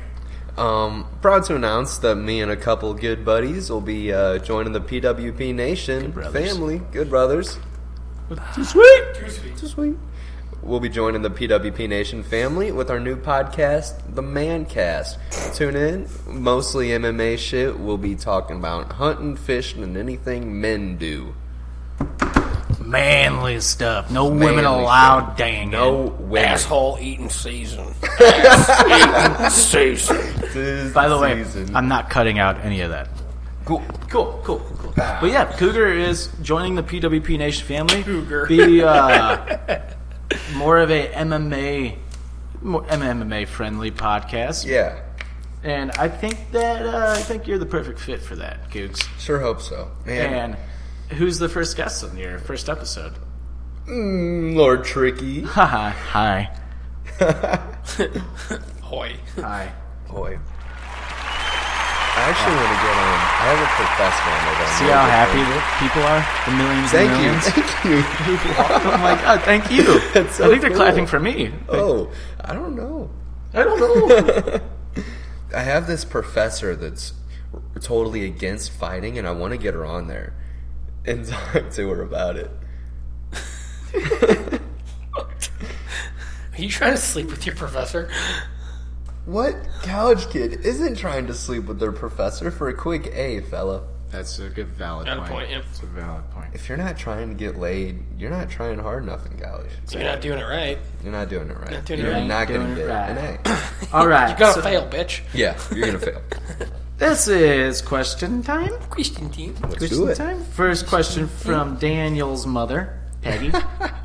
[SPEAKER 5] Um, proud to announce that me and a couple good buddies will be uh, joining the PWP Nation
[SPEAKER 1] brothers.
[SPEAKER 5] family. Good brothers.
[SPEAKER 1] Sweet.
[SPEAKER 5] So sweet. We'll be joining the PWP Nation family with our new podcast, The Mancast. Tune in. Mostly MMA shit. We'll be talking about hunting, fishing, and anything men do.
[SPEAKER 1] Manly stuff. No women
[SPEAKER 5] Manly
[SPEAKER 1] allowed. Dang.
[SPEAKER 5] No
[SPEAKER 1] it.
[SPEAKER 5] women.
[SPEAKER 6] Asshole
[SPEAKER 1] *laughs*
[SPEAKER 6] eating season. Ass eating season.
[SPEAKER 5] This
[SPEAKER 1] By the way,
[SPEAKER 5] season.
[SPEAKER 1] I'm not cutting out any of that.
[SPEAKER 5] cool. Ah.
[SPEAKER 1] Cool, cool, cool. But yeah, Cougar is joining the PWP Nation family.
[SPEAKER 6] Cougar.
[SPEAKER 1] Be uh,
[SPEAKER 5] *laughs*
[SPEAKER 1] more of a MMA, more MMA friendly podcast.
[SPEAKER 5] Yeah,
[SPEAKER 1] And I think that uh, I think you're the perfect fit for that, Cougs.
[SPEAKER 5] sure hope so. Man,
[SPEAKER 1] And who's the first guest on your first episode?
[SPEAKER 5] Mm, Lord Tricky.
[SPEAKER 1] Haha. *laughs* Hi.
[SPEAKER 6] Hoy.
[SPEAKER 1] Hi.
[SPEAKER 5] Boy. I actually want to get on. I have a professor on there.
[SPEAKER 1] See
[SPEAKER 5] that I'm really
[SPEAKER 1] how happy
[SPEAKER 5] good friends
[SPEAKER 1] the people are? The millions and
[SPEAKER 5] Thank you.
[SPEAKER 1] millions.
[SPEAKER 5] Thank you.
[SPEAKER 1] *laughs* oh my god, thank you. *laughs*
[SPEAKER 5] That's so
[SPEAKER 1] I think they're
[SPEAKER 5] cool.
[SPEAKER 1] clapping for me.
[SPEAKER 5] Oh, I don't know.
[SPEAKER 1] I don't know.
[SPEAKER 5] I have this professor that's totally against fighting, and I want to get her on there and *laughs* talk to her about it.
[SPEAKER 6] Are you trying to sleep with your professor?
[SPEAKER 5] What college kid isn't trying to sleep with their professor for a quick A, fella?
[SPEAKER 1] That's a good valid
[SPEAKER 6] Got a
[SPEAKER 1] point.
[SPEAKER 6] point, yep.
[SPEAKER 1] It's a valid point.
[SPEAKER 5] If you're not trying to get laid, you're not trying hard enough in college.
[SPEAKER 6] You're not doing it right.
[SPEAKER 5] You're not doing it right.
[SPEAKER 6] Not doing it
[SPEAKER 5] you're
[SPEAKER 6] right.
[SPEAKER 5] not
[SPEAKER 1] Doing
[SPEAKER 5] gonna
[SPEAKER 1] it
[SPEAKER 5] get
[SPEAKER 1] right.
[SPEAKER 5] an
[SPEAKER 1] *laughs*
[SPEAKER 5] A.
[SPEAKER 1] All right.
[SPEAKER 6] You gotta
[SPEAKER 1] so
[SPEAKER 6] fail, bitch.
[SPEAKER 5] yeah, you're gonna fail.
[SPEAKER 1] this is question time.
[SPEAKER 6] Christian team.
[SPEAKER 5] Let's
[SPEAKER 1] Question
[SPEAKER 5] do it.
[SPEAKER 1] time. First question from Daniel's mother, *laughs* Peggy.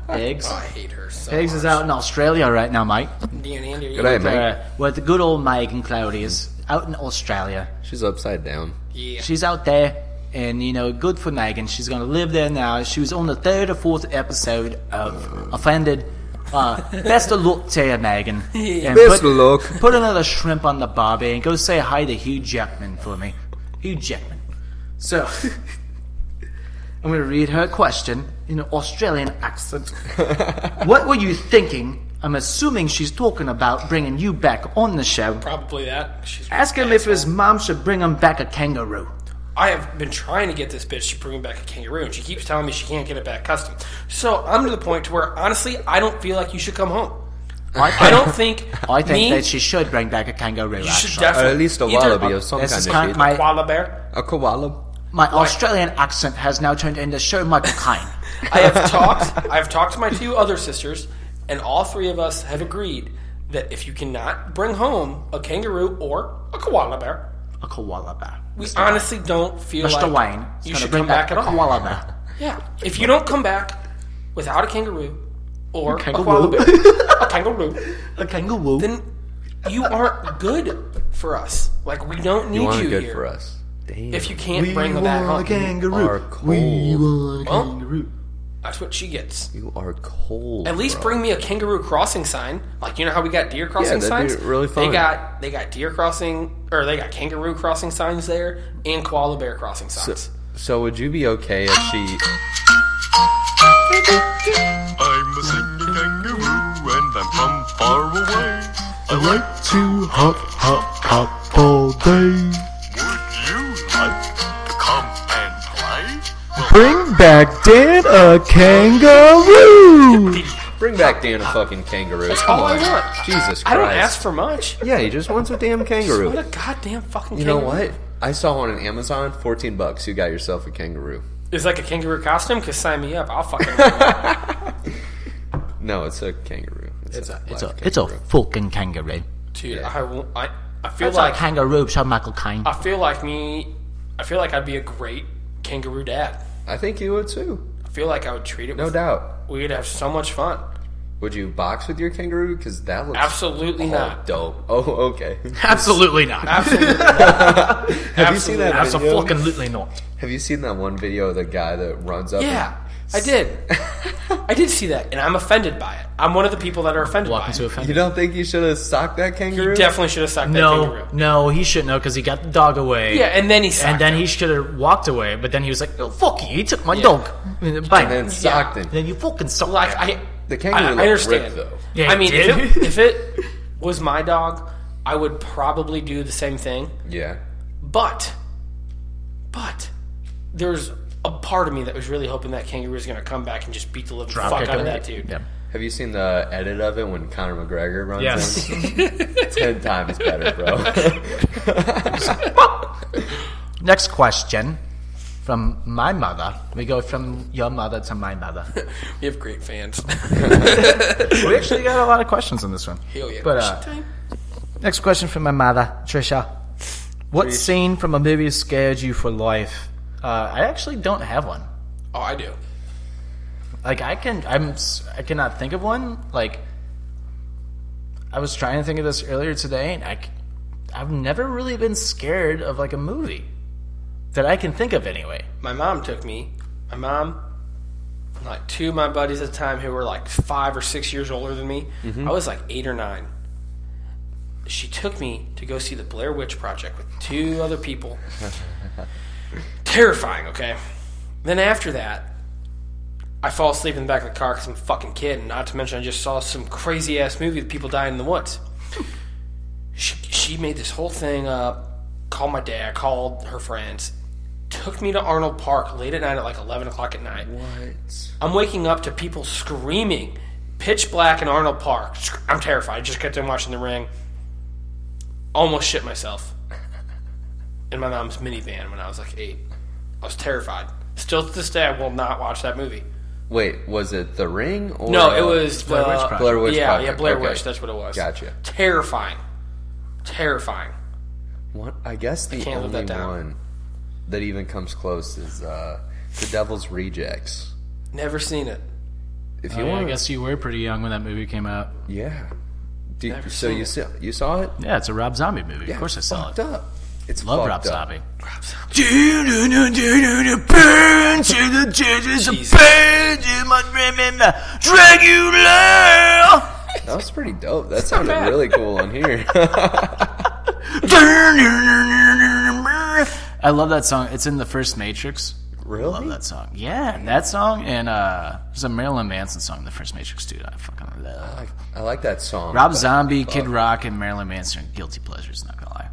[SPEAKER 1] Eggs.
[SPEAKER 6] I hate her so
[SPEAKER 1] Eggs
[SPEAKER 6] much.
[SPEAKER 1] is out in Australia right now, Mike.
[SPEAKER 6] Dean and Andy, are you
[SPEAKER 5] Good day,
[SPEAKER 6] gonna-
[SPEAKER 5] mate.
[SPEAKER 1] Uh, well, the good old Mike and Cloudy is out in Australia.
[SPEAKER 5] She's upside down.
[SPEAKER 6] Yeah.
[SPEAKER 1] She's out there, and you know, good for Megan. She's gonna live there now. She was on the third or fourth episode of Offended. Uh, *laughs* best of luck to you, Megan. And
[SPEAKER 5] Best
[SPEAKER 1] put,
[SPEAKER 5] of luck.
[SPEAKER 1] Put another shrimp on the barbie and go say hi to Hugh Jackman for me. Hugh Jackman. So, *laughs* I'm gonna read her question in an Australian
[SPEAKER 5] *laughs*
[SPEAKER 1] accent. what were you thinking? I'm assuming she's talking about bringing you back on the show.
[SPEAKER 6] Probably that. She's
[SPEAKER 1] Ask him if his mom should bring him back a kangaroo.
[SPEAKER 6] I have been trying to get this bitch to bring back a kangaroo, and she keeps telling me she can't get it back custom. So I'm to the point to where honestly, I don't feel like you should come home.
[SPEAKER 1] I,
[SPEAKER 6] I don't think.
[SPEAKER 1] *laughs* I think
[SPEAKER 6] me,
[SPEAKER 1] that she should bring back a kangaroo.
[SPEAKER 6] you should
[SPEAKER 1] actually.
[SPEAKER 5] Or
[SPEAKER 6] definitely
[SPEAKER 5] at least a
[SPEAKER 6] either
[SPEAKER 5] wallaby of some
[SPEAKER 1] This is
[SPEAKER 5] kind
[SPEAKER 1] kind
[SPEAKER 5] of
[SPEAKER 1] my
[SPEAKER 5] shape.
[SPEAKER 6] a koala bear.
[SPEAKER 5] A koala.
[SPEAKER 1] my Australian accent has now turned into so much kind. *laughs*
[SPEAKER 6] I have talked. I've talked to my two other sisters, and all three of us have agreed that if you cannot bring home a kangaroo or a koala bear,
[SPEAKER 1] A koala bear.
[SPEAKER 6] we honestly don't feel
[SPEAKER 1] Mr.
[SPEAKER 6] like
[SPEAKER 1] Wayne, is
[SPEAKER 6] you
[SPEAKER 1] gonna
[SPEAKER 6] should
[SPEAKER 1] bring
[SPEAKER 6] come back,
[SPEAKER 1] a
[SPEAKER 6] at all.
[SPEAKER 1] koala bear.
[SPEAKER 6] Yeah. If you don't come back without a kangaroo or a,
[SPEAKER 1] kangaroo.
[SPEAKER 6] koala
[SPEAKER 1] *laughs*
[SPEAKER 6] bear, a kangaroo,
[SPEAKER 1] A kangaroo.
[SPEAKER 6] then you aren't good for us. Like we don't need
[SPEAKER 5] You
[SPEAKER 6] you,
[SPEAKER 5] aren't good
[SPEAKER 6] here.
[SPEAKER 5] for us. Damn.
[SPEAKER 6] If you can't bring them back home,
[SPEAKER 5] are cold.
[SPEAKER 6] well, that's what she gets.
[SPEAKER 5] You are cold.
[SPEAKER 6] At least
[SPEAKER 5] bro.
[SPEAKER 6] bring me a kangaroo crossing sign. Like you know how we got deer crossing
[SPEAKER 5] that'd be
[SPEAKER 6] signs.
[SPEAKER 5] really
[SPEAKER 6] They
[SPEAKER 5] fun.
[SPEAKER 6] got they got deer crossing or they got kangaroo crossing signs there and koala bear crossing signs.
[SPEAKER 5] So would you be okay if she?
[SPEAKER 8] I'm a singing kangaroo and I'm from far away. I like to hop, hop, hop all day. Would you like to come and play? Bring back Dan a kangaroo!
[SPEAKER 5] Bring back Dan a fucking kangaroo. Come
[SPEAKER 6] all I
[SPEAKER 5] on.
[SPEAKER 6] want.
[SPEAKER 5] Jesus Christ.
[SPEAKER 6] I don't ask for much.
[SPEAKER 5] Yeah, he just wants a damn kangaroo.
[SPEAKER 6] What a goddamn fucking.
[SPEAKER 5] you know
[SPEAKER 6] kangaroo.
[SPEAKER 5] what? I saw one on Amazon, fourteen bucks. You got yourself a kangaroo.
[SPEAKER 6] It's like a kangaroo costume. Cause sign me up.
[SPEAKER 5] *laughs*
[SPEAKER 6] I'll fucking.
[SPEAKER 5] No, it's a kangaroo. It's, a,
[SPEAKER 1] it's a
[SPEAKER 5] live
[SPEAKER 1] it's a
[SPEAKER 5] kangaroo.
[SPEAKER 1] fucking kangaroo.
[SPEAKER 6] Dude, I won't. I I feel
[SPEAKER 1] It's
[SPEAKER 6] like
[SPEAKER 1] a kangaroo, so Michael Caine.
[SPEAKER 6] I feel like me. I feel like I'd be a great kangaroo dad.
[SPEAKER 5] I think you would too.
[SPEAKER 6] I feel like I would treat it.
[SPEAKER 5] No
[SPEAKER 6] with,
[SPEAKER 5] doubt.
[SPEAKER 6] We'd have so much fun.
[SPEAKER 5] Would you box with your kangaroo? Because that looks
[SPEAKER 6] Absolutely
[SPEAKER 5] all
[SPEAKER 6] not.
[SPEAKER 5] dope. Oh, okay. *laughs*
[SPEAKER 9] Absolutely not.
[SPEAKER 6] *laughs* Absolutely.
[SPEAKER 5] Have you seen that
[SPEAKER 9] That's a
[SPEAKER 5] video?
[SPEAKER 9] fucking lutely not.
[SPEAKER 5] Have you seen that one video of the guy that runs up?
[SPEAKER 6] Yeah, I did. I did see that, and I'm offended by it. I'm one of the people that are offended
[SPEAKER 9] Welcome
[SPEAKER 6] by
[SPEAKER 9] to
[SPEAKER 6] it.
[SPEAKER 5] And you
[SPEAKER 9] offend.
[SPEAKER 5] don't think you should have socked that kangaroo?
[SPEAKER 6] He definitely should have socked that
[SPEAKER 9] No,
[SPEAKER 6] kangaroo.
[SPEAKER 9] no, he shouldn't know because he got the dog away.
[SPEAKER 6] Yeah, and then he socked
[SPEAKER 9] and then
[SPEAKER 6] him.
[SPEAKER 9] he should have walked away, but then he was like, "Oh fuck you, he took my dog." And Bye.
[SPEAKER 5] and socked him.
[SPEAKER 9] then you fucking suck.
[SPEAKER 6] like I.
[SPEAKER 5] The kangaroo
[SPEAKER 6] I, I
[SPEAKER 5] looked ripped,
[SPEAKER 6] understand.
[SPEAKER 5] though.
[SPEAKER 9] Yeah,
[SPEAKER 6] I
[SPEAKER 9] he
[SPEAKER 6] mean,
[SPEAKER 9] did.
[SPEAKER 6] if it,
[SPEAKER 9] *laughs*
[SPEAKER 6] if it was my dog, I would probably do the same thing.
[SPEAKER 5] Yeah.
[SPEAKER 6] But, but there's a part of me that was really hoping that kangaroo was going to come back and just beat the living fuck
[SPEAKER 9] kick
[SPEAKER 6] out of
[SPEAKER 9] him.
[SPEAKER 6] that dude.
[SPEAKER 9] Yeah.
[SPEAKER 5] Have you seen the edit of it when Conor McGregor runs
[SPEAKER 9] Yes.
[SPEAKER 5] in? *laughs* Ten times better,
[SPEAKER 6] *laughs*
[SPEAKER 5] bro.
[SPEAKER 1] Next question from my mother. We go from your mother to my mother.
[SPEAKER 6] *laughs* We have great
[SPEAKER 1] *laughs*
[SPEAKER 6] fans.
[SPEAKER 9] We actually got a lot of questions on this one.
[SPEAKER 6] Hell yeah.
[SPEAKER 1] But uh, next question from my mother, Trisha. What scene from a movie scared you for life? Uh, I actually don't have one.
[SPEAKER 6] oh, I do.
[SPEAKER 1] Like I can, I'm, s- I cannot think of one. Like I was trying to think of this earlier today, and I, have never really been scared of like a movie that I can think of anyway.
[SPEAKER 6] my mom took me. My mom, and, like two of my buddies at the time who were like five or six years older than me. I was like eight or nine. She took me to go see the Blair Witch Project with two other people. Terrifying, okay? Then after that, I fall asleep in the back of the car because I'm a fucking kid, and not to mention I just saw some crazy ass movie with people dying in the woods. She, she made this whole thing up, called my dad, called her friends, took me to Arnold Park late at night at like 11 o'clock at night.
[SPEAKER 5] What?
[SPEAKER 6] I'm waking up to people screaming, pitch black in Arnold Park. Sc- I'm terrified. I just got done watching The Ring. Almost shit myself in my mom's minivan when I was like eight. I was terrified. Still to this day, I will not watch that movie.
[SPEAKER 5] Wait, was it The Ring? Or,
[SPEAKER 6] No, it was
[SPEAKER 10] Blair Witch
[SPEAKER 6] the-
[SPEAKER 10] Project.
[SPEAKER 5] Blair Witch
[SPEAKER 6] Yeah,
[SPEAKER 5] Project,
[SPEAKER 6] yeah, Blair
[SPEAKER 5] okay.
[SPEAKER 6] Witch. That's what it was.
[SPEAKER 5] Gotcha.
[SPEAKER 6] Terrifying. Terrifying.
[SPEAKER 5] What? I guess the
[SPEAKER 6] can't live
[SPEAKER 5] only
[SPEAKER 6] that down.
[SPEAKER 5] one that even comes close is uh, The Devil's Rejects.
[SPEAKER 6] Never seen it.
[SPEAKER 5] If
[SPEAKER 1] Oh,
[SPEAKER 5] you
[SPEAKER 1] yeah, I
[SPEAKER 5] want,
[SPEAKER 1] guess you were pretty young when that movie came out.
[SPEAKER 5] yeah. Do-
[SPEAKER 6] Never
[SPEAKER 5] so
[SPEAKER 6] seen
[SPEAKER 5] you
[SPEAKER 6] it.
[SPEAKER 5] saw, you saw it?
[SPEAKER 1] Yeah, it's a Rob Zombie movie.
[SPEAKER 5] Yeah,
[SPEAKER 1] of course I
[SPEAKER 5] it's
[SPEAKER 1] saw
[SPEAKER 5] fucked
[SPEAKER 1] it.
[SPEAKER 5] Up. It's
[SPEAKER 1] Love
[SPEAKER 5] fucked
[SPEAKER 1] Rob
[SPEAKER 5] up.
[SPEAKER 1] Zombie.
[SPEAKER 5] That was pretty
[SPEAKER 1] *laughs*
[SPEAKER 5] dope. That sounded really cool on here.
[SPEAKER 1] I love that song. It's in the first Matrix.
[SPEAKER 5] really?
[SPEAKER 1] Love that song. Yeah, and that song and uh there's a Marilyn Manson song in the first Matrix too. that I fucking love.
[SPEAKER 5] I, I like that song.
[SPEAKER 1] Rob
[SPEAKER 5] but-
[SPEAKER 1] Zombie, Kid Rock, and Marilyn Manson are guilty pleasures, not gonna lie.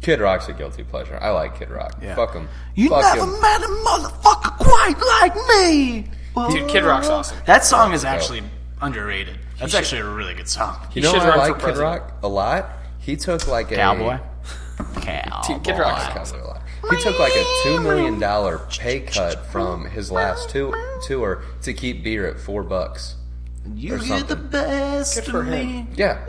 [SPEAKER 5] Kid Rock's a guilty pleasure. I like Kid Rock.
[SPEAKER 1] Yeah.
[SPEAKER 5] Fuck him.
[SPEAKER 10] You
[SPEAKER 5] Fuck
[SPEAKER 10] never
[SPEAKER 5] him.
[SPEAKER 10] met a motherfucker quite like me.
[SPEAKER 6] Dude, Kid Rock's awesome.
[SPEAKER 1] That song is actually underrated. That's actually a really good song.
[SPEAKER 5] You know
[SPEAKER 6] should
[SPEAKER 5] I
[SPEAKER 6] run
[SPEAKER 5] like
[SPEAKER 6] for
[SPEAKER 5] Kid
[SPEAKER 6] president.
[SPEAKER 5] Rock a lot. He took like a
[SPEAKER 1] Cowboy. Cowboy.
[SPEAKER 6] Dude, Kid Rock's
[SPEAKER 5] Black
[SPEAKER 6] awesome.
[SPEAKER 5] Cowboy Lot. He took like a two million dollar pay cut from his last two, tour to keep beer at four bucks.
[SPEAKER 1] You
[SPEAKER 5] or
[SPEAKER 1] get the
[SPEAKER 5] something.
[SPEAKER 1] best
[SPEAKER 6] for
[SPEAKER 1] of me.
[SPEAKER 6] him.
[SPEAKER 5] Yeah,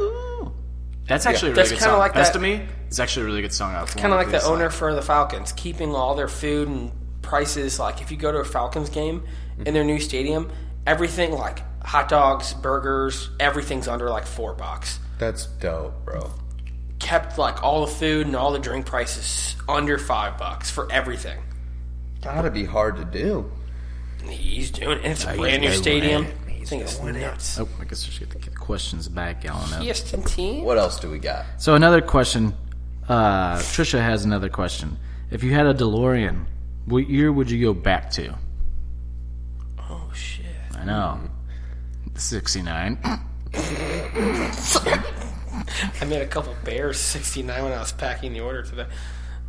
[SPEAKER 1] That's actually a really
[SPEAKER 6] That's
[SPEAKER 1] good
[SPEAKER 6] kinda
[SPEAKER 1] song.
[SPEAKER 6] like
[SPEAKER 1] best
[SPEAKER 6] that-
[SPEAKER 1] of me. It's actually a really good song. It's
[SPEAKER 6] Kind of like the owner for the Falcons, keeping all their food and prices. Like if you go to a Falcons game in their new stadium, everything like hot dogs, burgers, everything's under like four bucks.
[SPEAKER 5] that's dope, bro.
[SPEAKER 6] Kept like all the food and all the drink prices under five bucks for everything.
[SPEAKER 5] Gotta be hard to do.
[SPEAKER 6] He's doing it. It's a brand new stadium. I think it's nuts.
[SPEAKER 1] Oh, I guess I should get the questions back going up.
[SPEAKER 6] Yes, Tintin.
[SPEAKER 5] What else do we got?
[SPEAKER 1] So another question. Uh, Trisha has another question. If you had a DeLorean, what year would you go back to?
[SPEAKER 6] Oh shit.
[SPEAKER 1] I know. 69.
[SPEAKER 6] I made a couple bears 69 when I was packing the order today.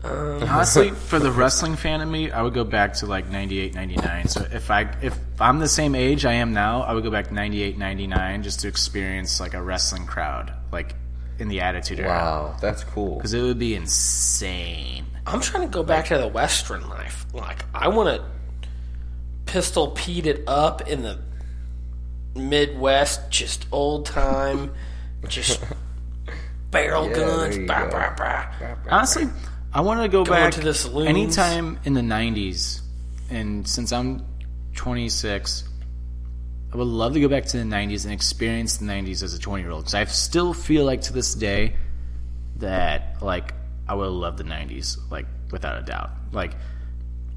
[SPEAKER 1] Honestly, for the wrestling fan in me, I would go back to like 98, 99. So if I if I'm the same age I am now, I would go back 98, 99 just to experience like a wrestling crowd, like in the Attitude Era.
[SPEAKER 5] Wow, that's cool.
[SPEAKER 1] Because it would be insane.
[SPEAKER 6] I'm trying to go back to the Western life. Like, I want to pistol Pete it up in the Midwest, just old time,
[SPEAKER 5] *laughs*
[SPEAKER 6] just barrel
[SPEAKER 5] Yeah,
[SPEAKER 6] guns,
[SPEAKER 5] there you
[SPEAKER 6] bah,
[SPEAKER 5] go.
[SPEAKER 6] bah, bah.
[SPEAKER 1] Honestly, I want to go
[SPEAKER 6] Going
[SPEAKER 1] back
[SPEAKER 6] to the saloons.
[SPEAKER 1] anytime in the '90s, and since I'm 26, I would love to go back to the '90s and experience the '90s as a 20 year old. Because I still feel like to this day that like I would love the '90s, like without a doubt. Like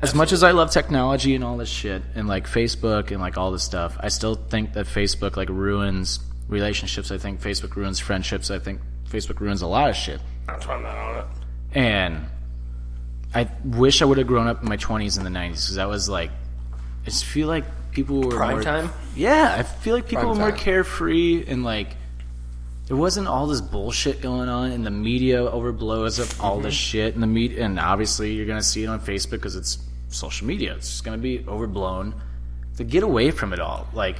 [SPEAKER 1] as much as I love technology and all this shit, and like Facebook and like all this stuff, I still think that Facebook like ruins relationships. I think Facebook ruins friendships. I think Facebook ruins a lot of shit
[SPEAKER 6] That's why I'm not on it.
[SPEAKER 1] and I wish I would have grown up in my twenties in the nineties because that was like, I just feel like people were
[SPEAKER 6] Prime
[SPEAKER 1] more,
[SPEAKER 6] time?
[SPEAKER 1] Yeah, I feel like people
[SPEAKER 5] Prime
[SPEAKER 1] were more
[SPEAKER 5] time.
[SPEAKER 1] carefree and like there wasn't all this bullshit going on, and the media overblows up all
[SPEAKER 6] Mm-hmm.
[SPEAKER 1] this shit, and the media, and obviously you're gonna see it on Facebook because it's social media. It's just gonna be overblown. To get away from it all, like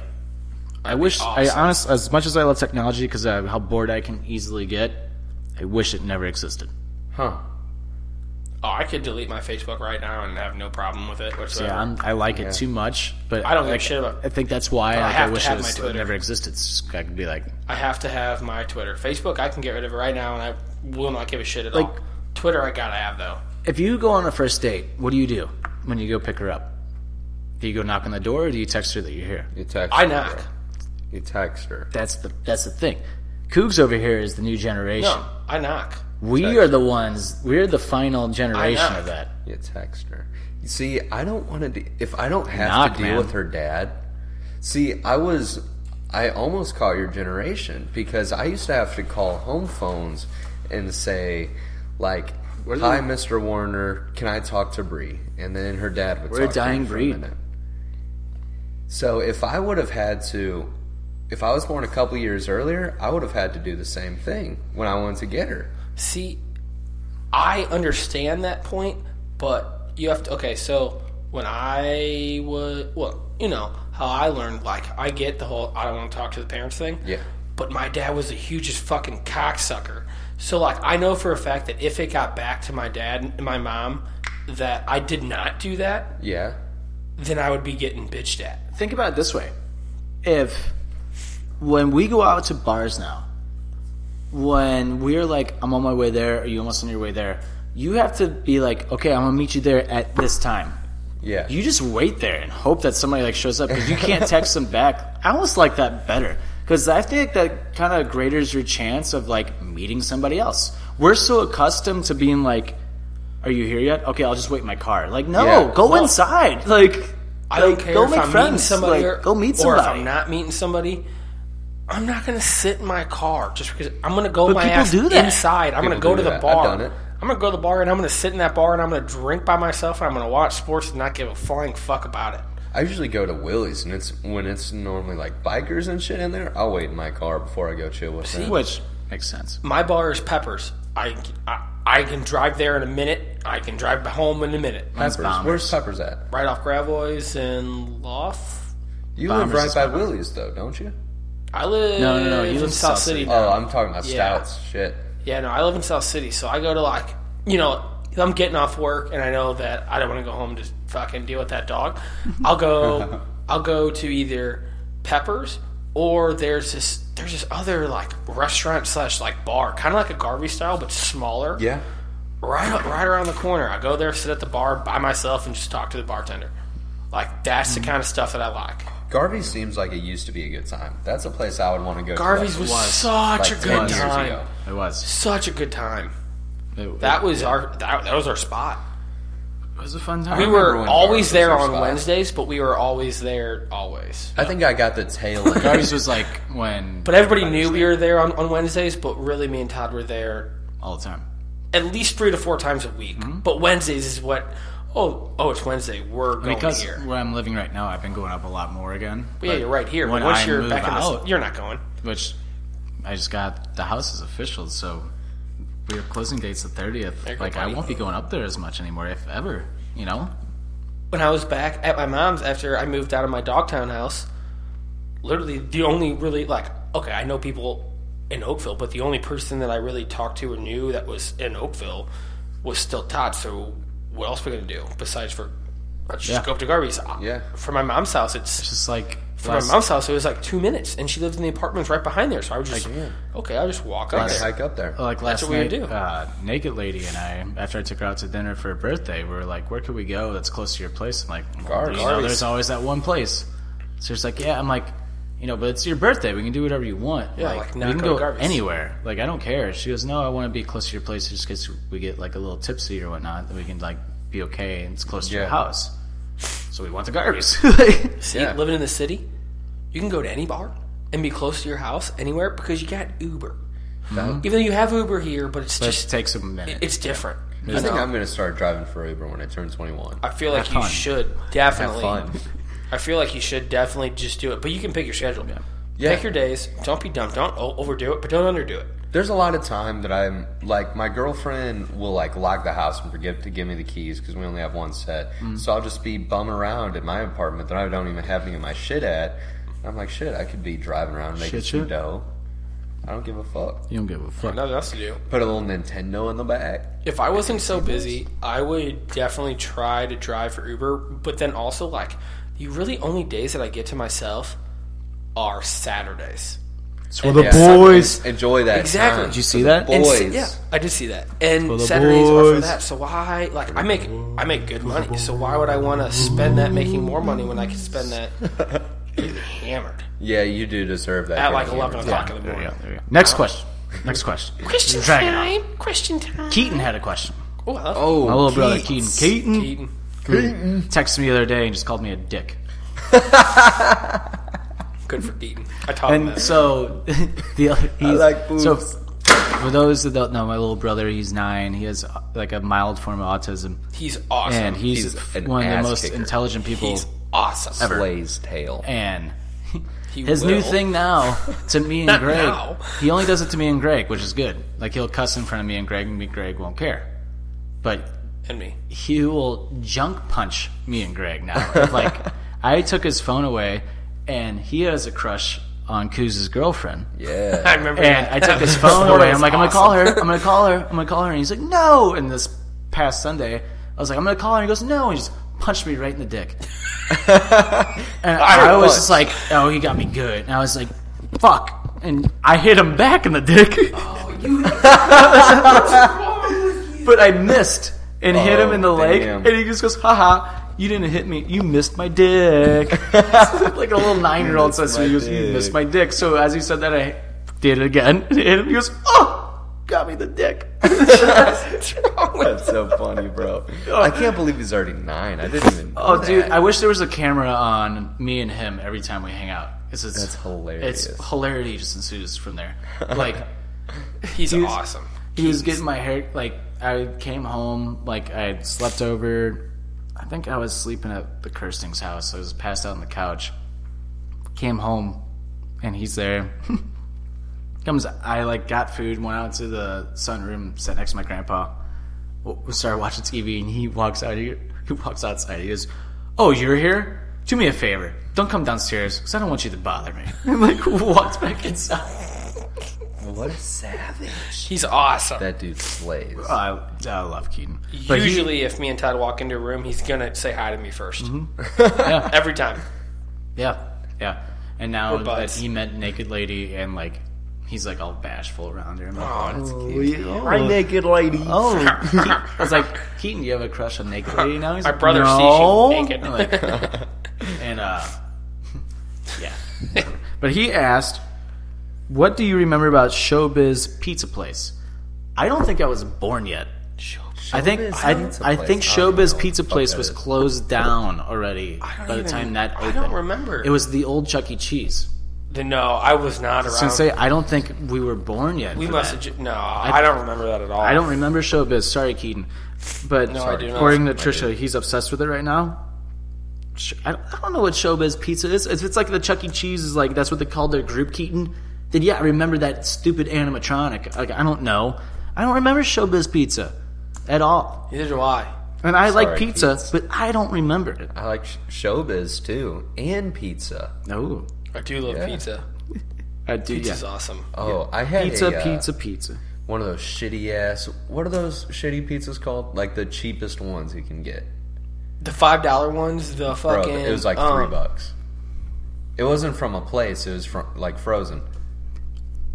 [SPEAKER 1] I wish I honest as much as I love technology because how bored I can easily get. I wish it never existed.
[SPEAKER 5] Huh?
[SPEAKER 6] Oh, I could delete my Facebook right now and have no problem with it whatsoever.
[SPEAKER 1] Yeah, I'm, I like it too much, but
[SPEAKER 6] I don't give a
[SPEAKER 1] like,
[SPEAKER 6] shit about-
[SPEAKER 1] I think that's why like, I,
[SPEAKER 6] have to
[SPEAKER 1] wish
[SPEAKER 6] have
[SPEAKER 1] it
[SPEAKER 6] my
[SPEAKER 1] was,
[SPEAKER 6] Twitter.
[SPEAKER 1] never existed. It's just- I could be like,
[SPEAKER 6] I have to have my Twitter. Facebook, I can get rid of it right now, and I will not give a shit at all.
[SPEAKER 1] Like-
[SPEAKER 6] Twitter, I gotta have though.
[SPEAKER 1] if you go on a first date, what do you do when you go pick her up? Do you go knock on the door, or do you text her that you're here?
[SPEAKER 5] You text.
[SPEAKER 6] I
[SPEAKER 5] her,
[SPEAKER 6] knock.
[SPEAKER 5] bro. You text her.
[SPEAKER 1] That's the that's the thing. Cougs over here is the new generation.
[SPEAKER 6] No, I knock.
[SPEAKER 1] we are the ones. We're the final generation
[SPEAKER 6] knock.
[SPEAKER 1] of that.
[SPEAKER 5] You text her. You see, I don't want to. De- if I don't have
[SPEAKER 1] Knock,
[SPEAKER 5] to deal
[SPEAKER 1] man.
[SPEAKER 5] with her dad, see, I was, I almost caught your generation because I used to have to call home phones and say, like, "Hi, Mr. Warner, can I talk to Bree?" And then her dad would.
[SPEAKER 1] We're a
[SPEAKER 5] talk to me
[SPEAKER 1] dying
[SPEAKER 5] for
[SPEAKER 1] breed.
[SPEAKER 5] minute. So if I would have had to, if I was born a couple years earlier, I would have had to do the same thing when I went to get her.
[SPEAKER 6] See, I understand that point, but you have to. Okay, so when I was, well, you know how I learned. Like, I get the whole I don't want to talk to the parents thing.
[SPEAKER 5] Yeah.
[SPEAKER 6] But my dad was the hugest fucking cocksucker. So like, I know for a fact that if it got back to my dad and my mom, that I did not do that,
[SPEAKER 5] Yeah.
[SPEAKER 6] then I would be getting bitched at.
[SPEAKER 1] Think about it this way: if when we go out to bars now, when we're like, "I'm on my way there," or "You almost on your way there," you have to be like, "Okay, I'm gonna meet you there at this time."
[SPEAKER 5] Yeah.
[SPEAKER 1] You just wait there and hope that somebody like shows up because you can't text them back. I almost like that better because I think that kind of graders your chance of like meeting somebody else. We're so accustomed to being like, "Are you here yet?" Okay, I'll just wait in my car. Like, no,
[SPEAKER 5] Yeah.
[SPEAKER 1] go inside. Like.
[SPEAKER 6] I don't
[SPEAKER 1] Like,
[SPEAKER 6] care
[SPEAKER 1] go
[SPEAKER 6] if
[SPEAKER 1] make
[SPEAKER 6] I'm meeting
[SPEAKER 1] friends.
[SPEAKER 6] somebody
[SPEAKER 1] Like,
[SPEAKER 6] or,
[SPEAKER 1] go meet
[SPEAKER 6] or if
[SPEAKER 1] somebody.
[SPEAKER 6] I'm not meeting somebody. I'm not going to sit in my car just because I'm going to go
[SPEAKER 1] But
[SPEAKER 6] my
[SPEAKER 1] people
[SPEAKER 6] ass
[SPEAKER 1] do that.
[SPEAKER 6] inside. I'm going to
[SPEAKER 5] People
[SPEAKER 6] go
[SPEAKER 5] do
[SPEAKER 6] to the
[SPEAKER 5] that. I've
[SPEAKER 6] bar.
[SPEAKER 5] done it.
[SPEAKER 6] I'm going to go to the bar and I'm going to sit in that bar and I'm going to drink by myself and I'm going to watch sports and not give a flying fuck about it.
[SPEAKER 5] I usually go to Willie's, and it's when it's normally like bikers and shit in there. I'll wait in my car before I go chill with them.
[SPEAKER 1] Which makes sense.
[SPEAKER 6] My bar is Peppers. I, I, I can drive there in a minute. I can drive home in a minute.
[SPEAKER 1] That's
[SPEAKER 5] Where's,
[SPEAKER 1] bombers.
[SPEAKER 5] where's Peppers at?
[SPEAKER 6] Right off Gravois and Loft.
[SPEAKER 5] You
[SPEAKER 1] Bombers
[SPEAKER 5] live
[SPEAKER 1] is
[SPEAKER 5] right by Willie's, though, don't you?
[SPEAKER 6] I live
[SPEAKER 1] No, no, no, you
[SPEAKER 6] in
[SPEAKER 1] live in
[SPEAKER 6] South
[SPEAKER 1] South
[SPEAKER 6] City.
[SPEAKER 1] City.
[SPEAKER 5] Oh, I'm talking about
[SPEAKER 6] Yeah.
[SPEAKER 5] stouts. Shit.
[SPEAKER 6] Yeah, no, I live in South City, so I go to like, you know, I'm getting off work, and I know that I don't want to go home to fucking deal with
[SPEAKER 5] *laughs*
[SPEAKER 6] that dog. I'll go, I'll go to either Peppers or there's this there's this other like restaurant slash like bar, kind of like a Garvey style but smaller.
[SPEAKER 5] Yeah.
[SPEAKER 6] right right around the corner. I go there, sit at the bar by myself, and just talk to the bartender. Like that's
[SPEAKER 5] Mm-hmm.
[SPEAKER 6] the kind of stuff that I like.
[SPEAKER 5] Garvey seems like it used to be a good time. That's a place I would want to go.
[SPEAKER 6] Garvey's
[SPEAKER 5] to
[SPEAKER 6] was,
[SPEAKER 5] like, like
[SPEAKER 6] such a good
[SPEAKER 5] 10 years
[SPEAKER 6] time.
[SPEAKER 5] ago.
[SPEAKER 1] It was.
[SPEAKER 6] Such a good time.
[SPEAKER 1] It,
[SPEAKER 6] That was our that, that was our spot.
[SPEAKER 1] it was a fun time.
[SPEAKER 6] We
[SPEAKER 5] remember
[SPEAKER 6] were
[SPEAKER 5] when Garvey's
[SPEAKER 6] always there
[SPEAKER 5] was our
[SPEAKER 6] on
[SPEAKER 5] spot.
[SPEAKER 6] Wednesdays, but we were always there always.
[SPEAKER 5] I think I got the
[SPEAKER 6] *laughs*
[SPEAKER 5] tail end.
[SPEAKER 1] Ours was like when,
[SPEAKER 6] But everybody knew we were there on, on Wednesdays, but really me and Todd were there
[SPEAKER 1] all the time.
[SPEAKER 6] at least three to four times a week. But Wednesdays is what oh oh it's Wednesday, we're going
[SPEAKER 1] Because
[SPEAKER 6] here.
[SPEAKER 1] where I'm living right now, I've been going up a lot more again.
[SPEAKER 6] But yeah,
[SPEAKER 1] But-
[SPEAKER 6] you're right here.
[SPEAKER 1] when
[SPEAKER 6] But once
[SPEAKER 1] I
[SPEAKER 6] you're
[SPEAKER 1] move
[SPEAKER 6] back in
[SPEAKER 1] out-
[SPEAKER 6] the you're not going.
[SPEAKER 1] Which I just got the house is official, so we are closing dates the 30th.
[SPEAKER 6] you go,
[SPEAKER 1] like I
[SPEAKER 6] buddy.
[SPEAKER 1] won't be going up there as much anymore, if ever. You know,
[SPEAKER 6] When I was back at my mom's after I moved out of my Dogtown house, literally the only really like okay, I know people in Oakville, but the only person that I really talked to or knew that was in Oakville was still Todd. So what else are we gonna do besides for let's just
[SPEAKER 1] Yeah.
[SPEAKER 6] go up to Garvey's? Uh,
[SPEAKER 5] Yeah.
[SPEAKER 6] For my mom's house, it's
[SPEAKER 1] just like
[SPEAKER 6] for my mom's house. It was like two minutes, and she lived in the apartments right behind there. So I would just okay, I'll just walk up
[SPEAKER 5] I
[SPEAKER 6] there.
[SPEAKER 5] hike up there.
[SPEAKER 1] like last
[SPEAKER 6] That's what we
[SPEAKER 1] night,
[SPEAKER 6] would do.
[SPEAKER 1] Uh, naked lady and I, after I took her out to dinner for her birthday, we were like, "Where could we go that's close to your place?" I'm like, well,
[SPEAKER 5] Garvey's.
[SPEAKER 1] you know, there's always that one place. So she's like, "Yeah." I'm like, "You know, but it's your birthday. We can do whatever you want.
[SPEAKER 6] Yeah, like,
[SPEAKER 1] like,
[SPEAKER 6] not
[SPEAKER 1] we can
[SPEAKER 6] go to
[SPEAKER 1] go
[SPEAKER 6] Garvey's."
[SPEAKER 1] anywhere. Like, I don't care." She goes, "No, I want to be close to your place just because we get like a little tipsy or whatnot. That we can like be okay and it's close to your
[SPEAKER 5] Yeah.
[SPEAKER 1] house." So we went to Garvey's. *laughs* Like,
[SPEAKER 6] See,
[SPEAKER 5] Yeah.
[SPEAKER 6] living in the city, you can go to any bar and be close to your house anywhere because you got Uber. Even though you have Uber here, but it's
[SPEAKER 1] but it
[SPEAKER 6] just
[SPEAKER 1] takes a minute.
[SPEAKER 6] it's different.
[SPEAKER 5] I think I'm gonna start driving for Uber when I turn 21.
[SPEAKER 6] I feel like
[SPEAKER 1] Have
[SPEAKER 6] you
[SPEAKER 1] fun.
[SPEAKER 6] should
[SPEAKER 5] Have
[SPEAKER 6] definitely.
[SPEAKER 5] fun.
[SPEAKER 6] *laughs* I feel like you should definitely just do it, but you can pick your schedule.
[SPEAKER 5] Yeah.
[SPEAKER 6] Pick your days. Don't be dumb. Don't o- overdo it, but don't underdo it.
[SPEAKER 5] There's a lot of time that I'm like my girlfriend will like lock the house and forget to give me the keys because we only have one set.
[SPEAKER 1] Mm.
[SPEAKER 5] So I'll just be bumming around at my apartment that I don't even have any of my shit at. And I'm like, shit, I could be driving around making
[SPEAKER 1] Shit,
[SPEAKER 5] some
[SPEAKER 1] shit.
[SPEAKER 5] dough. I don't give a fuck.
[SPEAKER 1] You don't give a fuck.
[SPEAKER 6] Nothing else to do.
[SPEAKER 5] Put a little Nintendo in the back.
[SPEAKER 6] If I wasn't so busy, I would definitely try to drive for Uber. But then also, like, the really only days that I get to myself are Saturdays.
[SPEAKER 1] It's for the
[SPEAKER 5] Yeah.
[SPEAKER 1] boys.
[SPEAKER 5] Enjoy that.
[SPEAKER 6] Exactly.
[SPEAKER 5] time
[SPEAKER 6] Did you
[SPEAKER 5] for
[SPEAKER 1] see
[SPEAKER 5] the
[SPEAKER 1] that?
[SPEAKER 6] And
[SPEAKER 5] Boys.
[SPEAKER 6] s- yeah, I did see that. And Saturdays are for that. So why? Like, I make I make good money. So why would I want to spend that making more money when I could spend that getting hammered
[SPEAKER 1] *laughs*
[SPEAKER 5] Yeah, you do deserve that.
[SPEAKER 6] at
[SPEAKER 5] kind
[SPEAKER 6] like
[SPEAKER 5] of
[SPEAKER 6] eleven
[SPEAKER 5] humor.
[SPEAKER 6] o'clock in the morning?
[SPEAKER 1] Next question. Next question.
[SPEAKER 6] Question
[SPEAKER 1] Dragon.
[SPEAKER 6] time. Question time.
[SPEAKER 1] Keaton had a question.
[SPEAKER 6] Oh, I love
[SPEAKER 5] Oh,
[SPEAKER 1] My little brother
[SPEAKER 5] Keats.
[SPEAKER 1] Keaton. Keaton.
[SPEAKER 6] Keaton.
[SPEAKER 1] texted me the other day and just called me a dick.
[SPEAKER 6] Good for Keaton. I taught him
[SPEAKER 1] And
[SPEAKER 6] that.
[SPEAKER 1] so *laughs* the other, he's,
[SPEAKER 5] like boobs.
[SPEAKER 1] So for those that don't know, my little brother, he's nine. He has uh, like a mild form of autism,
[SPEAKER 6] He's awesome.
[SPEAKER 1] and he's,
[SPEAKER 5] He's an
[SPEAKER 1] one of the
[SPEAKER 5] ass
[SPEAKER 1] most
[SPEAKER 5] kicker.
[SPEAKER 1] intelligent people.
[SPEAKER 6] he's awesome.
[SPEAKER 5] Slay's tail.
[SPEAKER 1] and
[SPEAKER 6] He
[SPEAKER 1] his
[SPEAKER 6] will.
[SPEAKER 1] new thing
[SPEAKER 5] *laughs*
[SPEAKER 1] now to me and
[SPEAKER 6] Not
[SPEAKER 1] Greg,
[SPEAKER 6] now.
[SPEAKER 1] he only does it to me and Greg, which is good. Like he'll cuss in front of me and Greg, and me Greg won't care. But
[SPEAKER 6] and me.
[SPEAKER 1] he will junk punch me and Greg now. If, like I took his phone away, and he has a crush on Kuz's girlfriend.
[SPEAKER 5] Yeah.
[SPEAKER 6] I remember.
[SPEAKER 1] And I took *laughs* his phone away. I'm like, I'm gonna call her. I'm gonna call her. I'm gonna call her. And he's like, no. And this past Sunday, I was like, I'm gonna call her. And he goes, no. And he just punched me right in the *laughs* dick. and I, was just like, oh, he got me good. And I was like, fuck. And I hit him back in the dick. *laughs* but I missed and hit him in the leg.
[SPEAKER 5] damn.
[SPEAKER 1] And he just goes, haha. You didn't hit me. You missed my dick. *laughs* like a little nine year old says to me, he goes, You missed my dick. So as he said that, I did it again. *laughs* And hit him. He goes, Oh, got me the dick. *laughs*
[SPEAKER 5] That's so funny, bro. I can't believe he's already nine. I didn't even. Know
[SPEAKER 1] Oh, dude,
[SPEAKER 5] that.
[SPEAKER 1] I wish there was a camera on me and him every time we hang out. It's just,
[SPEAKER 5] That's hilarious.
[SPEAKER 1] It's hilarity just ensues from there. Like
[SPEAKER 5] *laughs*
[SPEAKER 6] He's
[SPEAKER 1] He's-
[SPEAKER 6] awesome.
[SPEAKER 1] he was getting my hair. Like I came home. Like I had slept over. I think I was sleeping at the Kirsting's house. I was passed out on the couch. Came home, and he's there. *laughs* Comes. I like got food. Went out to the sunroom. Sat next to my grandpa. w- Started watching TV, and he walks out. He, he walks outside. He goes, "Oh, you're here. Do me a favor. Don't come downstairs because I don't want you to bother me." *laughs* And like walks back inside.
[SPEAKER 5] what a savage.
[SPEAKER 6] He's awesome.
[SPEAKER 5] That dude slays.
[SPEAKER 1] I, I love Keaton. he-
[SPEAKER 6] Usually, if me and Todd walk into a room, he's gonna say hi to me 1st
[SPEAKER 1] Mm-hmm.
[SPEAKER 6] Every time.
[SPEAKER 1] Yeah, yeah. And now
[SPEAKER 6] Or
[SPEAKER 1] that
[SPEAKER 6] buzz.
[SPEAKER 1] he met naked lady and like he's like all bashful around her. I'm like, oh, that's cute.
[SPEAKER 5] Right, naked lady. *laughs*
[SPEAKER 1] Oh, I was like, Keaton, do you have a crush on naked lady now? He's
[SPEAKER 6] My
[SPEAKER 1] like,
[SPEAKER 6] brother
[SPEAKER 1] no.
[SPEAKER 6] sees you naked.
[SPEAKER 1] I'm like, *laughs* and uh, *laughs* yeah. But he asked, "What do you remember about Showbiz Pizza Place?" I don't think I was born yet. I think I,
[SPEAKER 5] Pizza
[SPEAKER 1] I
[SPEAKER 5] Place.
[SPEAKER 1] think
[SPEAKER 5] I don't
[SPEAKER 1] Showbiz
[SPEAKER 5] know.
[SPEAKER 1] Pizza
[SPEAKER 5] Fuck
[SPEAKER 1] Place
[SPEAKER 5] that
[SPEAKER 1] was
[SPEAKER 5] is.
[SPEAKER 1] closed down already by the
[SPEAKER 6] even-
[SPEAKER 1] time that
[SPEAKER 6] I
[SPEAKER 1] opened.
[SPEAKER 6] don't remember.
[SPEAKER 1] It was the old Chuck E. Cheese.
[SPEAKER 6] The- no, I was not around.
[SPEAKER 1] Since I don't think we were born yet.
[SPEAKER 6] we
[SPEAKER 1] for
[SPEAKER 6] must
[SPEAKER 1] that.
[SPEAKER 6] have. ju- No, I, don't remember that at all.
[SPEAKER 1] I don't remember Showbiz. Sorry, Keaton. But
[SPEAKER 6] No, I do not.
[SPEAKER 1] according to Trisha, he's obsessed with it right now. Sh- I don't I don't know what Showbiz pizza is. If it's like the Chuck E. Cheese is like that's what they called their group, Keaton. Then yeah, I remember that stupid animatronic. Like I don't know. I don't remember Showbiz pizza at all.
[SPEAKER 6] Neither do I.
[SPEAKER 1] And I like
[SPEAKER 5] Sorry,
[SPEAKER 1] pizza,
[SPEAKER 5] Keats.
[SPEAKER 1] but I don't remember it.
[SPEAKER 5] I like sh- showbiz too, and pizza.
[SPEAKER 1] No.
[SPEAKER 6] I do love
[SPEAKER 5] Yeah.
[SPEAKER 6] pizza.
[SPEAKER 1] I do.
[SPEAKER 6] Pizza's
[SPEAKER 1] yeah.
[SPEAKER 6] awesome.
[SPEAKER 5] Oh, I had
[SPEAKER 1] Pizza,
[SPEAKER 5] a, uh,
[SPEAKER 1] pizza, pizza.
[SPEAKER 5] One of those shitty ass. What are those shitty pizzas called? Like the cheapest ones you can get.
[SPEAKER 6] The five dollar ones, the
[SPEAKER 5] Bro,
[SPEAKER 6] fucking.
[SPEAKER 5] it was like
[SPEAKER 6] um,
[SPEAKER 5] three bucks. It wasn't from a place. It was from like frozen.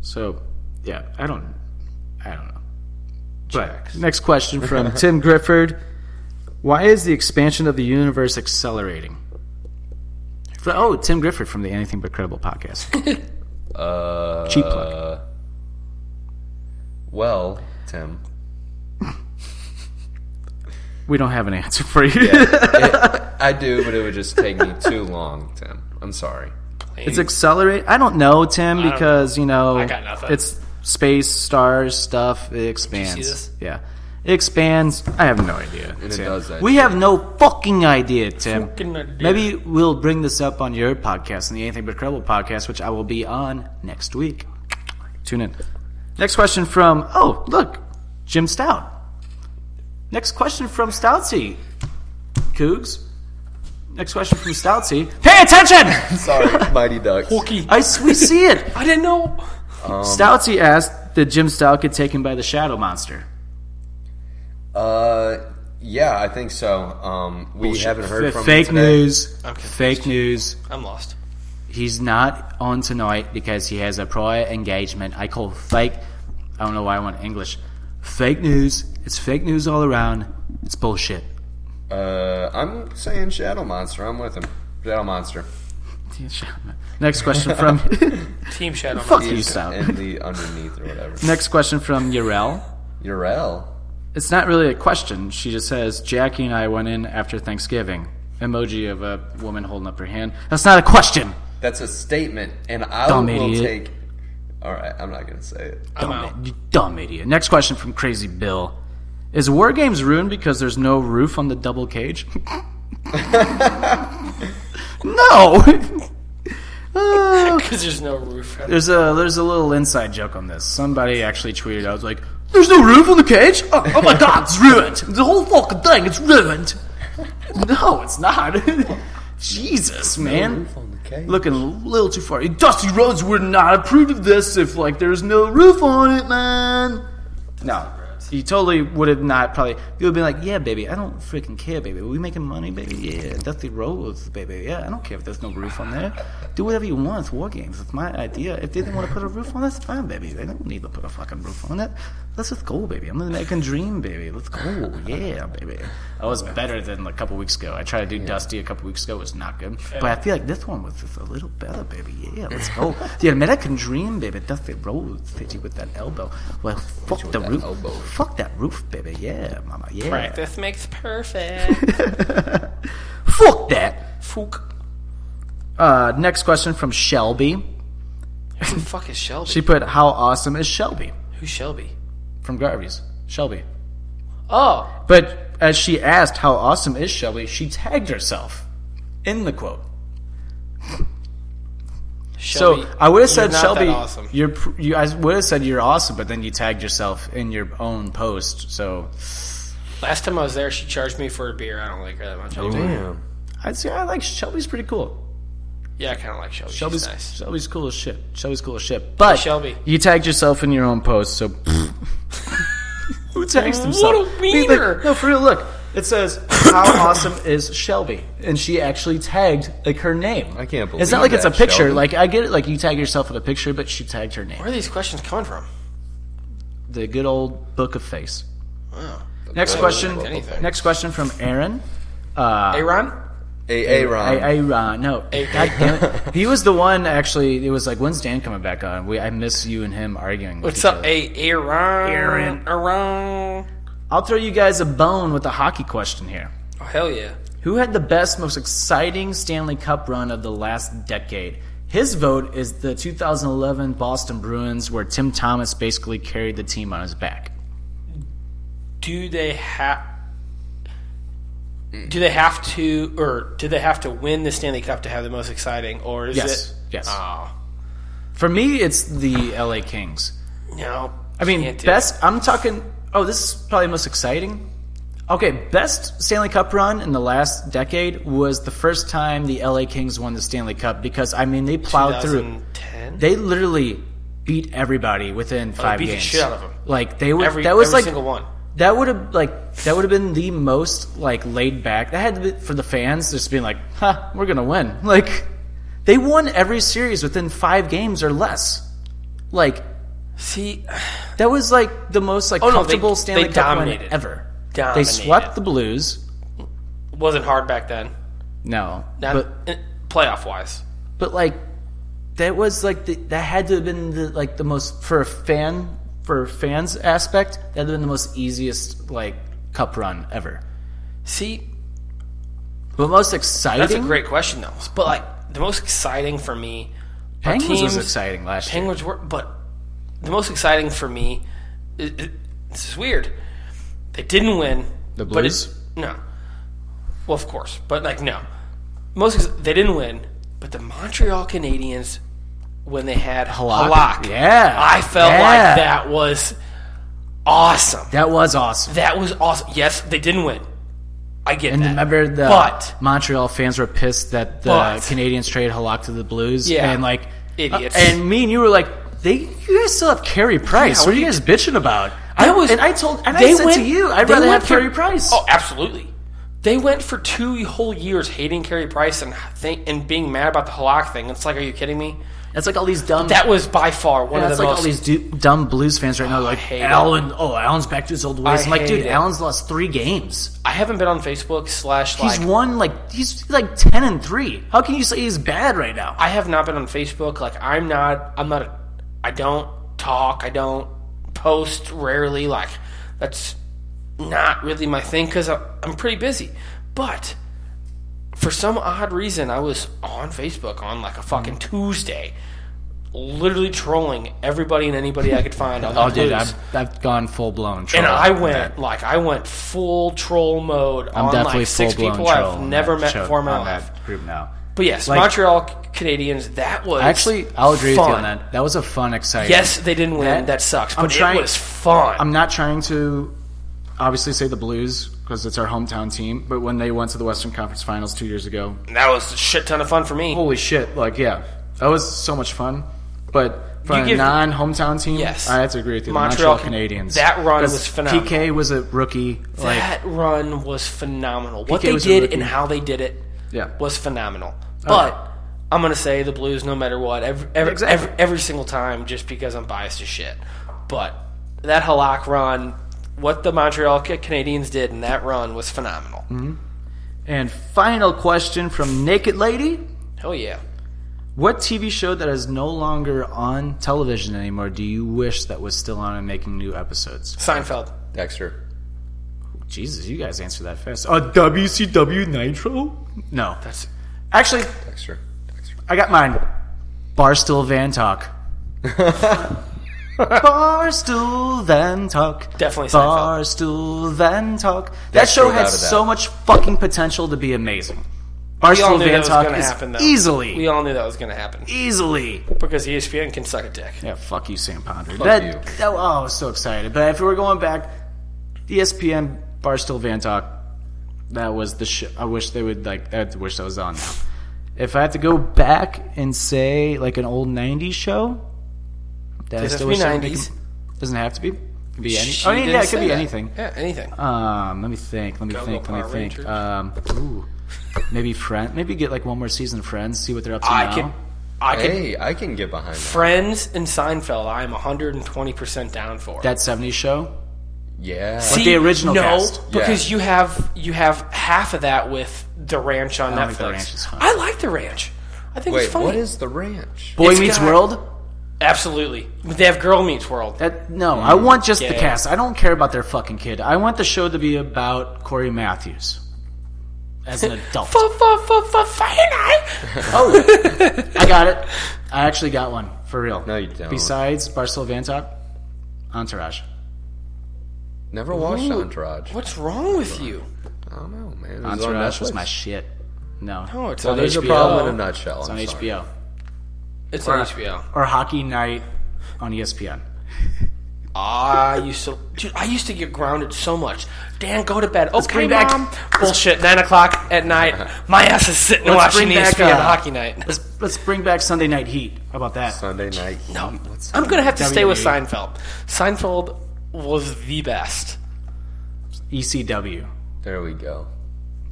[SPEAKER 1] So, yeah, I don't, I don't know. But next question from *laughs* Tim Grifford: Why is the expansion of the universe accelerating? For- oh, Tim Grifford from the Anything But Credible podcast. uh, Cheap plug.
[SPEAKER 5] Well, Tim,
[SPEAKER 1] We don't have an answer for you.
[SPEAKER 5] I do, but it would just take me
[SPEAKER 1] *laughs*
[SPEAKER 5] too long, Tim. I'm sorry.
[SPEAKER 1] it's accelerate. I don't know, Tim, because you know
[SPEAKER 6] I got nothing.
[SPEAKER 1] it's space, stars, stuff. It expands.
[SPEAKER 6] this?
[SPEAKER 1] Yeah, it expands. I have no idea.
[SPEAKER 5] it
[SPEAKER 1] Tim.
[SPEAKER 5] does that
[SPEAKER 1] we have no fucking idea, Tim.
[SPEAKER 6] Fucking idea.
[SPEAKER 1] Maybe we'll bring this up on your podcast, on the Anything But Credible podcast, which I will be on next week. Tune in. Next question from oh look, Jim Stout. Next question from Stoutsy. Cougs. Next question from Stoutsy. Pay attention.
[SPEAKER 5] *laughs* Sorry, Mighty Ducks.
[SPEAKER 1] I s- we see it.
[SPEAKER 6] I didn't know.
[SPEAKER 5] Um,
[SPEAKER 1] Stoutsy asked, "Did Jim Stout get taken by the Shadow Monster?"
[SPEAKER 5] Uh, yeah, I think so. Um, we haven't heard
[SPEAKER 1] F-
[SPEAKER 5] from him
[SPEAKER 1] fake
[SPEAKER 5] today.
[SPEAKER 1] news. Fake news.
[SPEAKER 6] I'm lost.
[SPEAKER 1] He's not on tonight because he has a prior engagement. I call fake. I don't know why I want English. Fake news. It's fake news all around. It's bullshit.
[SPEAKER 5] Uh, I'm saying Shadow Monster. I'm with him. Shadow Monster.
[SPEAKER 1] Next question from
[SPEAKER 6] Team Shadow.
[SPEAKER 1] fuck
[SPEAKER 6] Monster.
[SPEAKER 1] you, Stout.
[SPEAKER 5] And the *laughs* underneath or whatever.
[SPEAKER 1] Next question from Yarel.
[SPEAKER 5] Urel.
[SPEAKER 1] It's not really a question. She just says, Jackie and I went in after Thanksgiving. Emoji of a woman holding up her hand. That's not a question.
[SPEAKER 5] That's a statement, and I
[SPEAKER 1] Dumb
[SPEAKER 5] will
[SPEAKER 1] idiot.
[SPEAKER 5] take. All right, I'm not gonna say it.
[SPEAKER 6] I'm out.
[SPEAKER 1] Dumb, you dumb idiot. Next question from Crazy Bill. Is War Games ruined because there's no roof on the double cage? *laughs* no. *laughs*
[SPEAKER 6] *laughs*
[SPEAKER 1] Uh,
[SPEAKER 6] Because there's no roof.
[SPEAKER 1] there's a there's a little inside joke on this. Somebody actually tweeted. I was like, "There's no roof on the cage? Oh, oh my god, it's ruined. The whole fucking thing, it's ruined." No, it's not. *laughs* Jesus, man. Looking a little too far. Dusty Rhodes would not approve of this if like there's no roof on it, man. No. He totally would have not probably. He would have been like, "Yeah, baby, I don't freaking care, baby. We making money, baby. Yeah, dusty roads, baby. Yeah, I don't care if there's no roof on there. Do whatever you want. It's war games. It's my idea. If they didn't want to put a roof on, that's fine, baby. They don't need to put a fucking roof on it. Let's just go, baby. I'm the American dream, baby. Let's *laughs* go. Yeah, baby. I was better than a couple weeks ago. I tried to do Dusty a couple weeks ago. It was not good, but I feel like this one was just a little better, baby. Yeah, let's go. the American dream, baby. Dusty roads hit you with that elbow. Well, fuck the roof. Fuck that roof, baby. Yeah, mama. Yeah.
[SPEAKER 6] Practice makes perfect.
[SPEAKER 1] Fuck that. *laughs*
[SPEAKER 6] Fook.
[SPEAKER 1] Uh, next question from Shelby.
[SPEAKER 6] Who the fuck is Shelby?
[SPEAKER 1] She put, "How awesome is Shelby?"
[SPEAKER 6] Who's Shelby?
[SPEAKER 1] From Garvey's. Shelby.
[SPEAKER 6] Oh,
[SPEAKER 1] But as she asked, "How awesome is Shelby?" She tagged herself in the quote.
[SPEAKER 6] Shelby.
[SPEAKER 1] so I would have said
[SPEAKER 6] You're not that
[SPEAKER 1] Shelby.
[SPEAKER 6] awesome.
[SPEAKER 1] You're, pr- you, I would have said you're awesome, but then you tagged yourself in your own post. So
[SPEAKER 6] Last time I was there, she charged me for a beer. I don't like her that much. anymore.
[SPEAKER 11] Damn.
[SPEAKER 1] I'd say I like Shelby's pretty cool.
[SPEAKER 6] Yeah, I kind of like Shelby.
[SPEAKER 1] Shelby's
[SPEAKER 6] She's nice.
[SPEAKER 1] Shelby's cool as shit. Shelby's cool as shit. But
[SPEAKER 6] Shelby.
[SPEAKER 1] you tagged yourself in your own post,
[SPEAKER 6] *laughs*
[SPEAKER 1] so who tags himself?
[SPEAKER 6] What a
[SPEAKER 1] He's
[SPEAKER 6] wiener.
[SPEAKER 1] Like, no, for real. Look, it says how awesome is Shelby, and she actually tagged like her name.
[SPEAKER 5] I can't believe
[SPEAKER 1] it's not like it's a
[SPEAKER 5] that,
[SPEAKER 1] picture.
[SPEAKER 5] Shelby.
[SPEAKER 1] Like I get it, like you tag yourself in a picture, but she tagged her name.
[SPEAKER 6] Where are these questions coming from?
[SPEAKER 1] The good old book of face.
[SPEAKER 6] Wow.
[SPEAKER 1] Next question.
[SPEAKER 6] anything.
[SPEAKER 1] Next question from Aaron.
[SPEAKER 6] Aaron?
[SPEAKER 5] A Aaron.
[SPEAKER 1] I, I uh, no, God damn
[SPEAKER 6] *laughs*
[SPEAKER 1] it. he was the one. Actually, it was like when's Dan coming back on? We I miss you and him arguing. with
[SPEAKER 6] What's
[SPEAKER 1] each
[SPEAKER 6] up,
[SPEAKER 1] other.
[SPEAKER 6] A Aaron? Aaron. Aaron.
[SPEAKER 1] I'll throw you guys a bone with a hockey question here.
[SPEAKER 6] Oh, hell yeah.
[SPEAKER 1] Who had the best, most exciting Stanley Cup run of the last decade? His vote is the 2011 Boston Bruins, where Tim Thomas basically carried the team on his back.
[SPEAKER 6] Do they have. Do they have to, or do they have to win the Stanley Cup to have the most exciting, or is
[SPEAKER 1] Yes,
[SPEAKER 6] it?
[SPEAKER 1] yes.
[SPEAKER 6] Oh,
[SPEAKER 1] For me, it's the LA Kings.
[SPEAKER 6] no.
[SPEAKER 1] I mean,
[SPEAKER 6] Can't do
[SPEAKER 1] best. I'm talking. Oh, this is probably most exciting. Okay, best Stanley Cup run in the last decade was the first time the LA Kings won the Stanley Cup because I mean they plowed through.
[SPEAKER 6] 2010?
[SPEAKER 1] They literally beat everybody within five
[SPEAKER 6] Oh, beat the
[SPEAKER 1] games.
[SPEAKER 6] shit out of 'em.
[SPEAKER 1] Like they would.
[SPEAKER 6] every,
[SPEAKER 1] that was
[SPEAKER 6] every
[SPEAKER 1] like
[SPEAKER 6] single one.
[SPEAKER 1] that would have like that would have been the most like laid back. That had to be for the fans just being like, "Huh, we're gonna win." *laughs* Like they won every series within five games or less. Like
[SPEAKER 6] See, *sighs*
[SPEAKER 1] that was like the most like
[SPEAKER 6] Oh, no, they-
[SPEAKER 1] comfortable Stanley
[SPEAKER 6] they
[SPEAKER 1] Cup win
[SPEAKER 6] dominated.
[SPEAKER 1] ever. They
[SPEAKER 6] Dominated.
[SPEAKER 1] swept the Blues.
[SPEAKER 6] wasn't hard back then. eh,
[SPEAKER 1] No,
[SPEAKER 6] Not
[SPEAKER 1] but
[SPEAKER 6] playoff wise.
[SPEAKER 1] but like that was like the, that had to have been the, like the most for a fan for fans aspect. That had been the most easiest like cup run ever.
[SPEAKER 6] See,
[SPEAKER 1] But most exciting.
[SPEAKER 6] that's a great question though. But like the most exciting for me, are
[SPEAKER 1] Penguins was
[SPEAKER 6] teams-
[SPEAKER 1] exciting last year.
[SPEAKER 6] Penguins were, but the most exciting for me, it, it, this is weird. They didn't win.
[SPEAKER 1] The
[SPEAKER 6] but it-
[SPEAKER 1] Blues?
[SPEAKER 6] no. Well, of course, but like no. Most ex- they didn't win, but the Montreal Canadiens when they had Halak,
[SPEAKER 1] Yeah.
[SPEAKER 6] I felt
[SPEAKER 1] Yeah.
[SPEAKER 6] like that was awesome.
[SPEAKER 1] That was awesome.
[SPEAKER 6] That was awesome. Yes, they didn't win. I get
[SPEAKER 1] And
[SPEAKER 6] that.
[SPEAKER 1] remember the
[SPEAKER 6] but
[SPEAKER 1] Montreal fans were pissed that the
[SPEAKER 6] But-
[SPEAKER 1] Canadians traded Halak to the Blues.
[SPEAKER 6] Yeah.
[SPEAKER 1] And like
[SPEAKER 6] Idiots.
[SPEAKER 1] uh, and me and you were like, they you guys still have Carey Price.
[SPEAKER 6] Yeah,
[SPEAKER 1] what are
[SPEAKER 6] we-
[SPEAKER 1] you guys bitching about?
[SPEAKER 6] I was
[SPEAKER 1] and I told and I
[SPEAKER 6] they
[SPEAKER 1] said
[SPEAKER 6] went-
[SPEAKER 1] to you, I'd
[SPEAKER 6] they
[SPEAKER 1] rather
[SPEAKER 6] went
[SPEAKER 1] have
[SPEAKER 6] for-
[SPEAKER 1] Carey Price.
[SPEAKER 6] Oh, absolutely. They went for two whole years hating Carey Price and think, and being mad about the Halak thing. It's like, are you kidding me?
[SPEAKER 1] That's like all these dumb
[SPEAKER 6] That was by far one of
[SPEAKER 1] that's
[SPEAKER 6] the
[SPEAKER 1] like
[SPEAKER 6] most.
[SPEAKER 1] all these du- dumb Blues fans right now, like
[SPEAKER 6] hate
[SPEAKER 1] Allen. Oh, Allen's back to his old ways.
[SPEAKER 6] I
[SPEAKER 1] I'm like, dude,
[SPEAKER 6] hate it.
[SPEAKER 1] Allen's lost three games.
[SPEAKER 6] I haven't been on Facebook slash
[SPEAKER 1] He's
[SPEAKER 6] like.
[SPEAKER 1] won like he's like ten and three. How can you say he's bad right now?
[SPEAKER 6] I have not been on Facebook. Like I'm not. I'm not. A, I don't talk. I don't post. Rarely. Like that's not really my thing because I'm pretty busy. But for some odd reason, I was on Facebook on like a fucking
[SPEAKER 1] Mm.
[SPEAKER 6] Tuesday, literally trolling everybody and anybody I could find on
[SPEAKER 1] *laughs*
[SPEAKER 6] the
[SPEAKER 1] Oh, dude,
[SPEAKER 6] Blues.
[SPEAKER 1] I've, I've gone full blown.
[SPEAKER 6] And I went like I went full troll mode
[SPEAKER 1] I'm
[SPEAKER 6] on
[SPEAKER 1] definitely
[SPEAKER 6] like six
[SPEAKER 1] full blown
[SPEAKER 6] people
[SPEAKER 1] troll.
[SPEAKER 6] I've
[SPEAKER 1] on
[SPEAKER 6] never
[SPEAKER 1] that
[SPEAKER 6] met
[SPEAKER 1] show- Oh,
[SPEAKER 6] before in my
[SPEAKER 1] on
[SPEAKER 6] life.
[SPEAKER 1] that group now.
[SPEAKER 6] But yes,
[SPEAKER 1] Like-
[SPEAKER 6] Montreal Canadiens. That was
[SPEAKER 1] Actually, I'll agree with you on
[SPEAKER 6] fun.
[SPEAKER 1] that. That was a fun, exciting.
[SPEAKER 6] Yes, they didn't win.
[SPEAKER 1] That-
[SPEAKER 6] That, sucks.
[SPEAKER 1] I'm
[SPEAKER 6] But
[SPEAKER 1] trying-
[SPEAKER 6] it was fun.
[SPEAKER 1] I'm not trying to obviously say the Blues because it's our hometown team. But when they went to the Western Conference Finals two years ago, Oh,
[SPEAKER 6] that was a shit ton of fun for me.
[SPEAKER 1] holy shit! Like, yeah, that was so much fun. But For
[SPEAKER 6] You
[SPEAKER 1] a
[SPEAKER 6] give-
[SPEAKER 1] non-hometown team,
[SPEAKER 6] Yes.
[SPEAKER 1] I have to agree with you. The
[SPEAKER 6] Montreal
[SPEAKER 1] Montreal, Canadiens.
[SPEAKER 6] that run
[SPEAKER 1] 'Cause
[SPEAKER 6] was phenomenal.
[SPEAKER 1] PK was a rookie. Like,
[SPEAKER 6] that run was phenomenal. What
[SPEAKER 1] PK
[SPEAKER 6] they
[SPEAKER 1] was a
[SPEAKER 6] did
[SPEAKER 1] rookie.
[SPEAKER 6] and how they did it
[SPEAKER 1] yeah,
[SPEAKER 6] was phenomenal. But I'm gonna say the Blues, no matter what, every every,
[SPEAKER 1] Exactly.
[SPEAKER 6] every every single time, just because I'm biased as shit. But that Halak run, what the Montreal Ca- Canadiens did in that run was phenomenal.
[SPEAKER 1] Mm. And final question from Naked Lady:
[SPEAKER 6] Oh yeah,
[SPEAKER 1] What TV show that is no longer on television anymore do you wish that was still on and making new episodes?
[SPEAKER 6] Seinfeld.
[SPEAKER 5] Dexter.
[SPEAKER 1] Jesus, you guys answer that fast. Uh, WCW Nitro? No. That's actually
[SPEAKER 5] Dexter. Dexter.
[SPEAKER 1] I got mine. Barstool Van
[SPEAKER 6] *laughs*
[SPEAKER 1] Talk. Barstool Van Talk.
[SPEAKER 6] Definitely Seinfeld.
[SPEAKER 1] Barstool Van Talk. That show
[SPEAKER 5] true,
[SPEAKER 1] had
[SPEAKER 5] without a doubt.
[SPEAKER 1] so much fucking potential to be amazing.
[SPEAKER 6] We all
[SPEAKER 1] Barstool
[SPEAKER 6] knew that
[SPEAKER 1] Van
[SPEAKER 6] was
[SPEAKER 1] Talk
[SPEAKER 6] gonna
[SPEAKER 1] is
[SPEAKER 6] happen though.
[SPEAKER 1] easily,
[SPEAKER 6] we all knew that was gonna happen
[SPEAKER 1] easily
[SPEAKER 6] because E ESPN can suck a dick.
[SPEAKER 1] yeah, fuck you, Sam Ponder. that,
[SPEAKER 5] you.
[SPEAKER 1] that- oh, I was so excited. But if we're going back, E ESPN Barstool Van Talk, that was the show. I wish they would like. I wish that was on now. If I had to go back and say like an old '90s show, that I
[SPEAKER 6] Does it
[SPEAKER 1] still
[SPEAKER 6] have
[SPEAKER 1] wish
[SPEAKER 6] to be
[SPEAKER 1] they would make
[SPEAKER 6] 90s?
[SPEAKER 1] it- Doesn't have to be. Could be any.
[SPEAKER 5] She
[SPEAKER 1] I mean, yeah,
[SPEAKER 5] didn't
[SPEAKER 1] it could
[SPEAKER 5] say
[SPEAKER 1] be
[SPEAKER 5] that.
[SPEAKER 1] anything.
[SPEAKER 6] Yeah, anything.
[SPEAKER 1] Um, let me think. Let me
[SPEAKER 6] Go,
[SPEAKER 1] think.
[SPEAKER 6] go,
[SPEAKER 1] let me
[SPEAKER 6] Power
[SPEAKER 1] think.
[SPEAKER 6] Rangers.
[SPEAKER 1] Um, ooh, maybe Friends. Maybe get like one more season of Friends. See what they're up to now.
[SPEAKER 6] I can, I can.
[SPEAKER 5] Hey, I can get behind that.
[SPEAKER 6] Friends and Seinfeld, I am 120 percent down for.
[SPEAKER 1] that '70s show.
[SPEAKER 5] Yeah.
[SPEAKER 6] See,
[SPEAKER 1] the original
[SPEAKER 6] no,
[SPEAKER 1] cast.
[SPEAKER 6] because you have you have half of that with the ranch on
[SPEAKER 1] I
[SPEAKER 6] Netflix.
[SPEAKER 1] think The Oh Ranch is fun.
[SPEAKER 6] I like the ranch. I think
[SPEAKER 5] Wait,
[SPEAKER 6] it's funny.
[SPEAKER 5] what is the ranch?
[SPEAKER 1] Boy
[SPEAKER 6] It's
[SPEAKER 1] Meets
[SPEAKER 6] got-
[SPEAKER 1] World.
[SPEAKER 6] Absolutely, they have Girl Meets World.
[SPEAKER 1] That Uh, no, I want just the
[SPEAKER 6] Mm, Yeah.
[SPEAKER 1] cast. I don't care about their fucking kid. I want the show to be about Corey Matthews as an
[SPEAKER 6] *laughs*
[SPEAKER 1] adult.
[SPEAKER 6] Fu- fu- fu- fu- fucking I-
[SPEAKER 5] Oh.
[SPEAKER 1] I got it. I actually got one for real.
[SPEAKER 5] No, you don't.
[SPEAKER 1] Besides Barcel Vantok, Entourage.
[SPEAKER 5] Never watched Entourage.
[SPEAKER 6] What's wrong with you?
[SPEAKER 5] I don't know, man. It was on
[SPEAKER 1] Entourage was
[SPEAKER 5] Netflix.
[SPEAKER 1] my shit. No,
[SPEAKER 6] Oh, it's
[SPEAKER 1] Well,
[SPEAKER 6] on
[SPEAKER 1] there's
[SPEAKER 5] There's
[SPEAKER 6] HBO.
[SPEAKER 5] a problem in a nutshell.
[SPEAKER 1] it's
[SPEAKER 5] I'm
[SPEAKER 1] on
[SPEAKER 5] sorry.
[SPEAKER 1] HBO
[SPEAKER 6] It's on HBO.
[SPEAKER 1] or Hockey Night on E ESPN.
[SPEAKER 6] I used to, dude. I used to get grounded so much. Dan, go to bed. Okay,
[SPEAKER 1] bring back-
[SPEAKER 6] mom. Bullshit. Nine o'clock at night. My ass is sitting and
[SPEAKER 1] Let's
[SPEAKER 6] watching E
[SPEAKER 1] bring back,
[SPEAKER 6] ESPN
[SPEAKER 1] uh,
[SPEAKER 6] hockey night.
[SPEAKER 1] Let's let's bring back Sunday Night Heat. How about that?
[SPEAKER 5] Sunday night.
[SPEAKER 6] No,
[SPEAKER 5] Heat. What's
[SPEAKER 6] I'm gonna have to stay with
[SPEAKER 1] WWE.
[SPEAKER 6] Seinfeld. Seinfeld was the best.
[SPEAKER 1] E ECW.
[SPEAKER 5] There we go.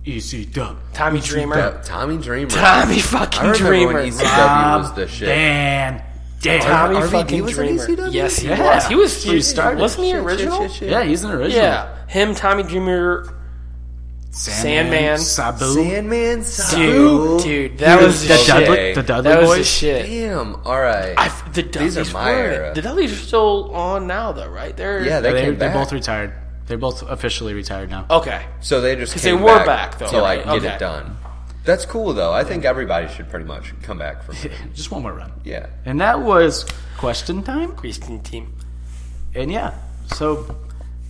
[SPEAKER 1] E ECW.
[SPEAKER 6] Tommy Dreamer.
[SPEAKER 5] Yeah, Tommy Dreamer.
[SPEAKER 6] Tommy
[SPEAKER 5] I
[SPEAKER 6] fucking
[SPEAKER 5] remember
[SPEAKER 6] Dreamer.
[SPEAKER 5] when ECW was the shit.
[SPEAKER 1] Damn. Damn.
[SPEAKER 6] Tommy
[SPEAKER 5] RVD
[SPEAKER 6] fucking
[SPEAKER 5] was in
[SPEAKER 6] Dreamer.
[SPEAKER 5] ECW?
[SPEAKER 6] Yes, he
[SPEAKER 1] Yeah.
[SPEAKER 6] was. He was.
[SPEAKER 1] He started.
[SPEAKER 6] Wasn't he original?
[SPEAKER 5] Shit, shit, shit.
[SPEAKER 1] Yeah, he's an original.
[SPEAKER 6] Yeah, him, Tommy Dreamer, Sandman.
[SPEAKER 1] Sabu.
[SPEAKER 5] Sandman.
[SPEAKER 6] dude,
[SPEAKER 5] Sabu.
[SPEAKER 6] dude, that was the,
[SPEAKER 1] the
[SPEAKER 6] shit.
[SPEAKER 1] Dudley, the Dudley
[SPEAKER 6] that was
[SPEAKER 1] boys.
[SPEAKER 6] the shit.
[SPEAKER 5] Damn. All right.
[SPEAKER 6] I, the Dudleys
[SPEAKER 5] These are my
[SPEAKER 6] were in it.
[SPEAKER 5] era.
[SPEAKER 6] The Dudleys are still on now, though, right? They're
[SPEAKER 5] yeah, they,
[SPEAKER 1] They,
[SPEAKER 5] came
[SPEAKER 1] are
[SPEAKER 5] back.
[SPEAKER 1] both retired. They're both officially retired now.
[SPEAKER 6] okay.
[SPEAKER 5] so they just
[SPEAKER 6] 'Cause they
[SPEAKER 5] came
[SPEAKER 6] were back, though,
[SPEAKER 5] to like
[SPEAKER 6] right?
[SPEAKER 5] get
[SPEAKER 6] Okay.
[SPEAKER 5] it done. That's cool though. I think everybody should pretty much come back from.
[SPEAKER 1] *laughs*
[SPEAKER 5] it.
[SPEAKER 1] *laughs* Just one more run.
[SPEAKER 5] Yeah.
[SPEAKER 1] And that was question time.
[SPEAKER 6] Christian team.
[SPEAKER 1] And yeah, so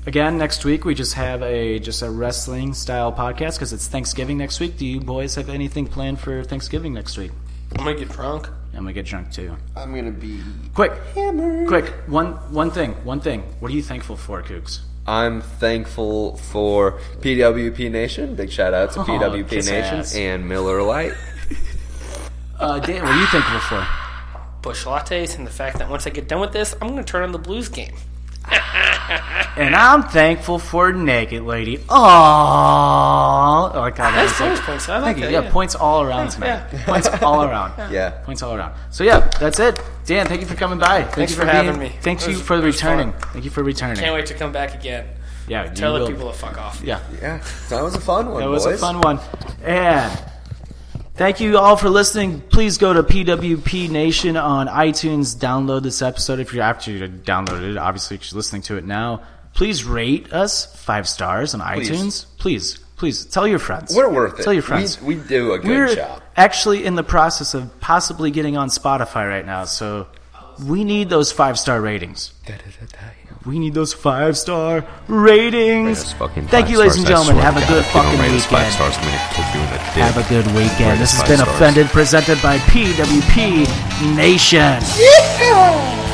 [SPEAKER 1] again, next week we just have a just a wrestling style podcast because it's Thanksgiving next week. Do you boys have anything planned for Thanksgiving next week?
[SPEAKER 6] I'm gonna get drunk.
[SPEAKER 1] And we get drunk too.
[SPEAKER 5] I'm gonna be.
[SPEAKER 1] Quick, quick. One one thing. One thing. What are you thankful for, Kooks?
[SPEAKER 5] I'm thankful for PWP Nation. Big shout out to PWP
[SPEAKER 1] kiss
[SPEAKER 5] Nation
[SPEAKER 1] ass.
[SPEAKER 5] and Miller Lite.
[SPEAKER 1] Uh, Dan, what are you thankful for?
[SPEAKER 6] Bush lattes and the fact that once I get done with this, I'm gonna turn on the Blues game.
[SPEAKER 1] And I'm thankful for Naked Lady. Aww. Oh, God, that
[SPEAKER 6] Nice
[SPEAKER 1] was like-
[SPEAKER 6] bonus points. I like
[SPEAKER 1] Thank you.
[SPEAKER 6] that.
[SPEAKER 1] Yeah, points all around, man.
[SPEAKER 6] *laughs*
[SPEAKER 1] Points all around.
[SPEAKER 5] Yeah.
[SPEAKER 1] Points all around. So yeah, that's it. Dan, thank you for coming by. Thank
[SPEAKER 6] Thanks
[SPEAKER 1] you
[SPEAKER 6] for having
[SPEAKER 1] being-
[SPEAKER 6] me.
[SPEAKER 1] Thanks
[SPEAKER 6] It
[SPEAKER 1] you
[SPEAKER 6] was-
[SPEAKER 1] for
[SPEAKER 6] it was
[SPEAKER 1] returning.
[SPEAKER 6] fun.
[SPEAKER 1] Thank you for returning.
[SPEAKER 6] Can't wait to come back again.
[SPEAKER 1] Yeah, you
[SPEAKER 6] Tell the
[SPEAKER 1] will.
[SPEAKER 6] people to fuck off.
[SPEAKER 1] Yeah,
[SPEAKER 5] Yeah, that was a fun one.
[SPEAKER 1] that was a
[SPEAKER 5] boys.
[SPEAKER 1] fun one. And thank you all for listening. Please go to PWP Nation on iTunes. Download this episode if you're after you downloaded it. Obviously, because you're listening to it now. Please rate us five stars on iTunes. Please, please tell your friends.
[SPEAKER 5] We're worth it.
[SPEAKER 1] Tell your friends.
[SPEAKER 5] We, we do a good
[SPEAKER 1] We're
[SPEAKER 5] job.
[SPEAKER 1] actually in the process of possibly getting on Spotify right now, so we need those five star ratings. We need those five star ratings.
[SPEAKER 12] fucking
[SPEAKER 1] Thank you,
[SPEAKER 12] five
[SPEAKER 1] ladies and
[SPEAKER 12] stars. I
[SPEAKER 1] gentlemen.
[SPEAKER 12] swear
[SPEAKER 1] Have
[SPEAKER 12] to
[SPEAKER 1] a
[SPEAKER 12] God,
[SPEAKER 1] good
[SPEAKER 12] if you don't
[SPEAKER 1] fucking
[SPEAKER 12] rate us Five
[SPEAKER 1] weekend.
[SPEAKER 12] stars, I'm gonna kick you in the dick.
[SPEAKER 1] Have a good weekend.
[SPEAKER 12] Rate us
[SPEAKER 1] This has
[SPEAKER 12] five
[SPEAKER 1] been
[SPEAKER 12] stars.
[SPEAKER 1] Offended, presented by PWP Nation.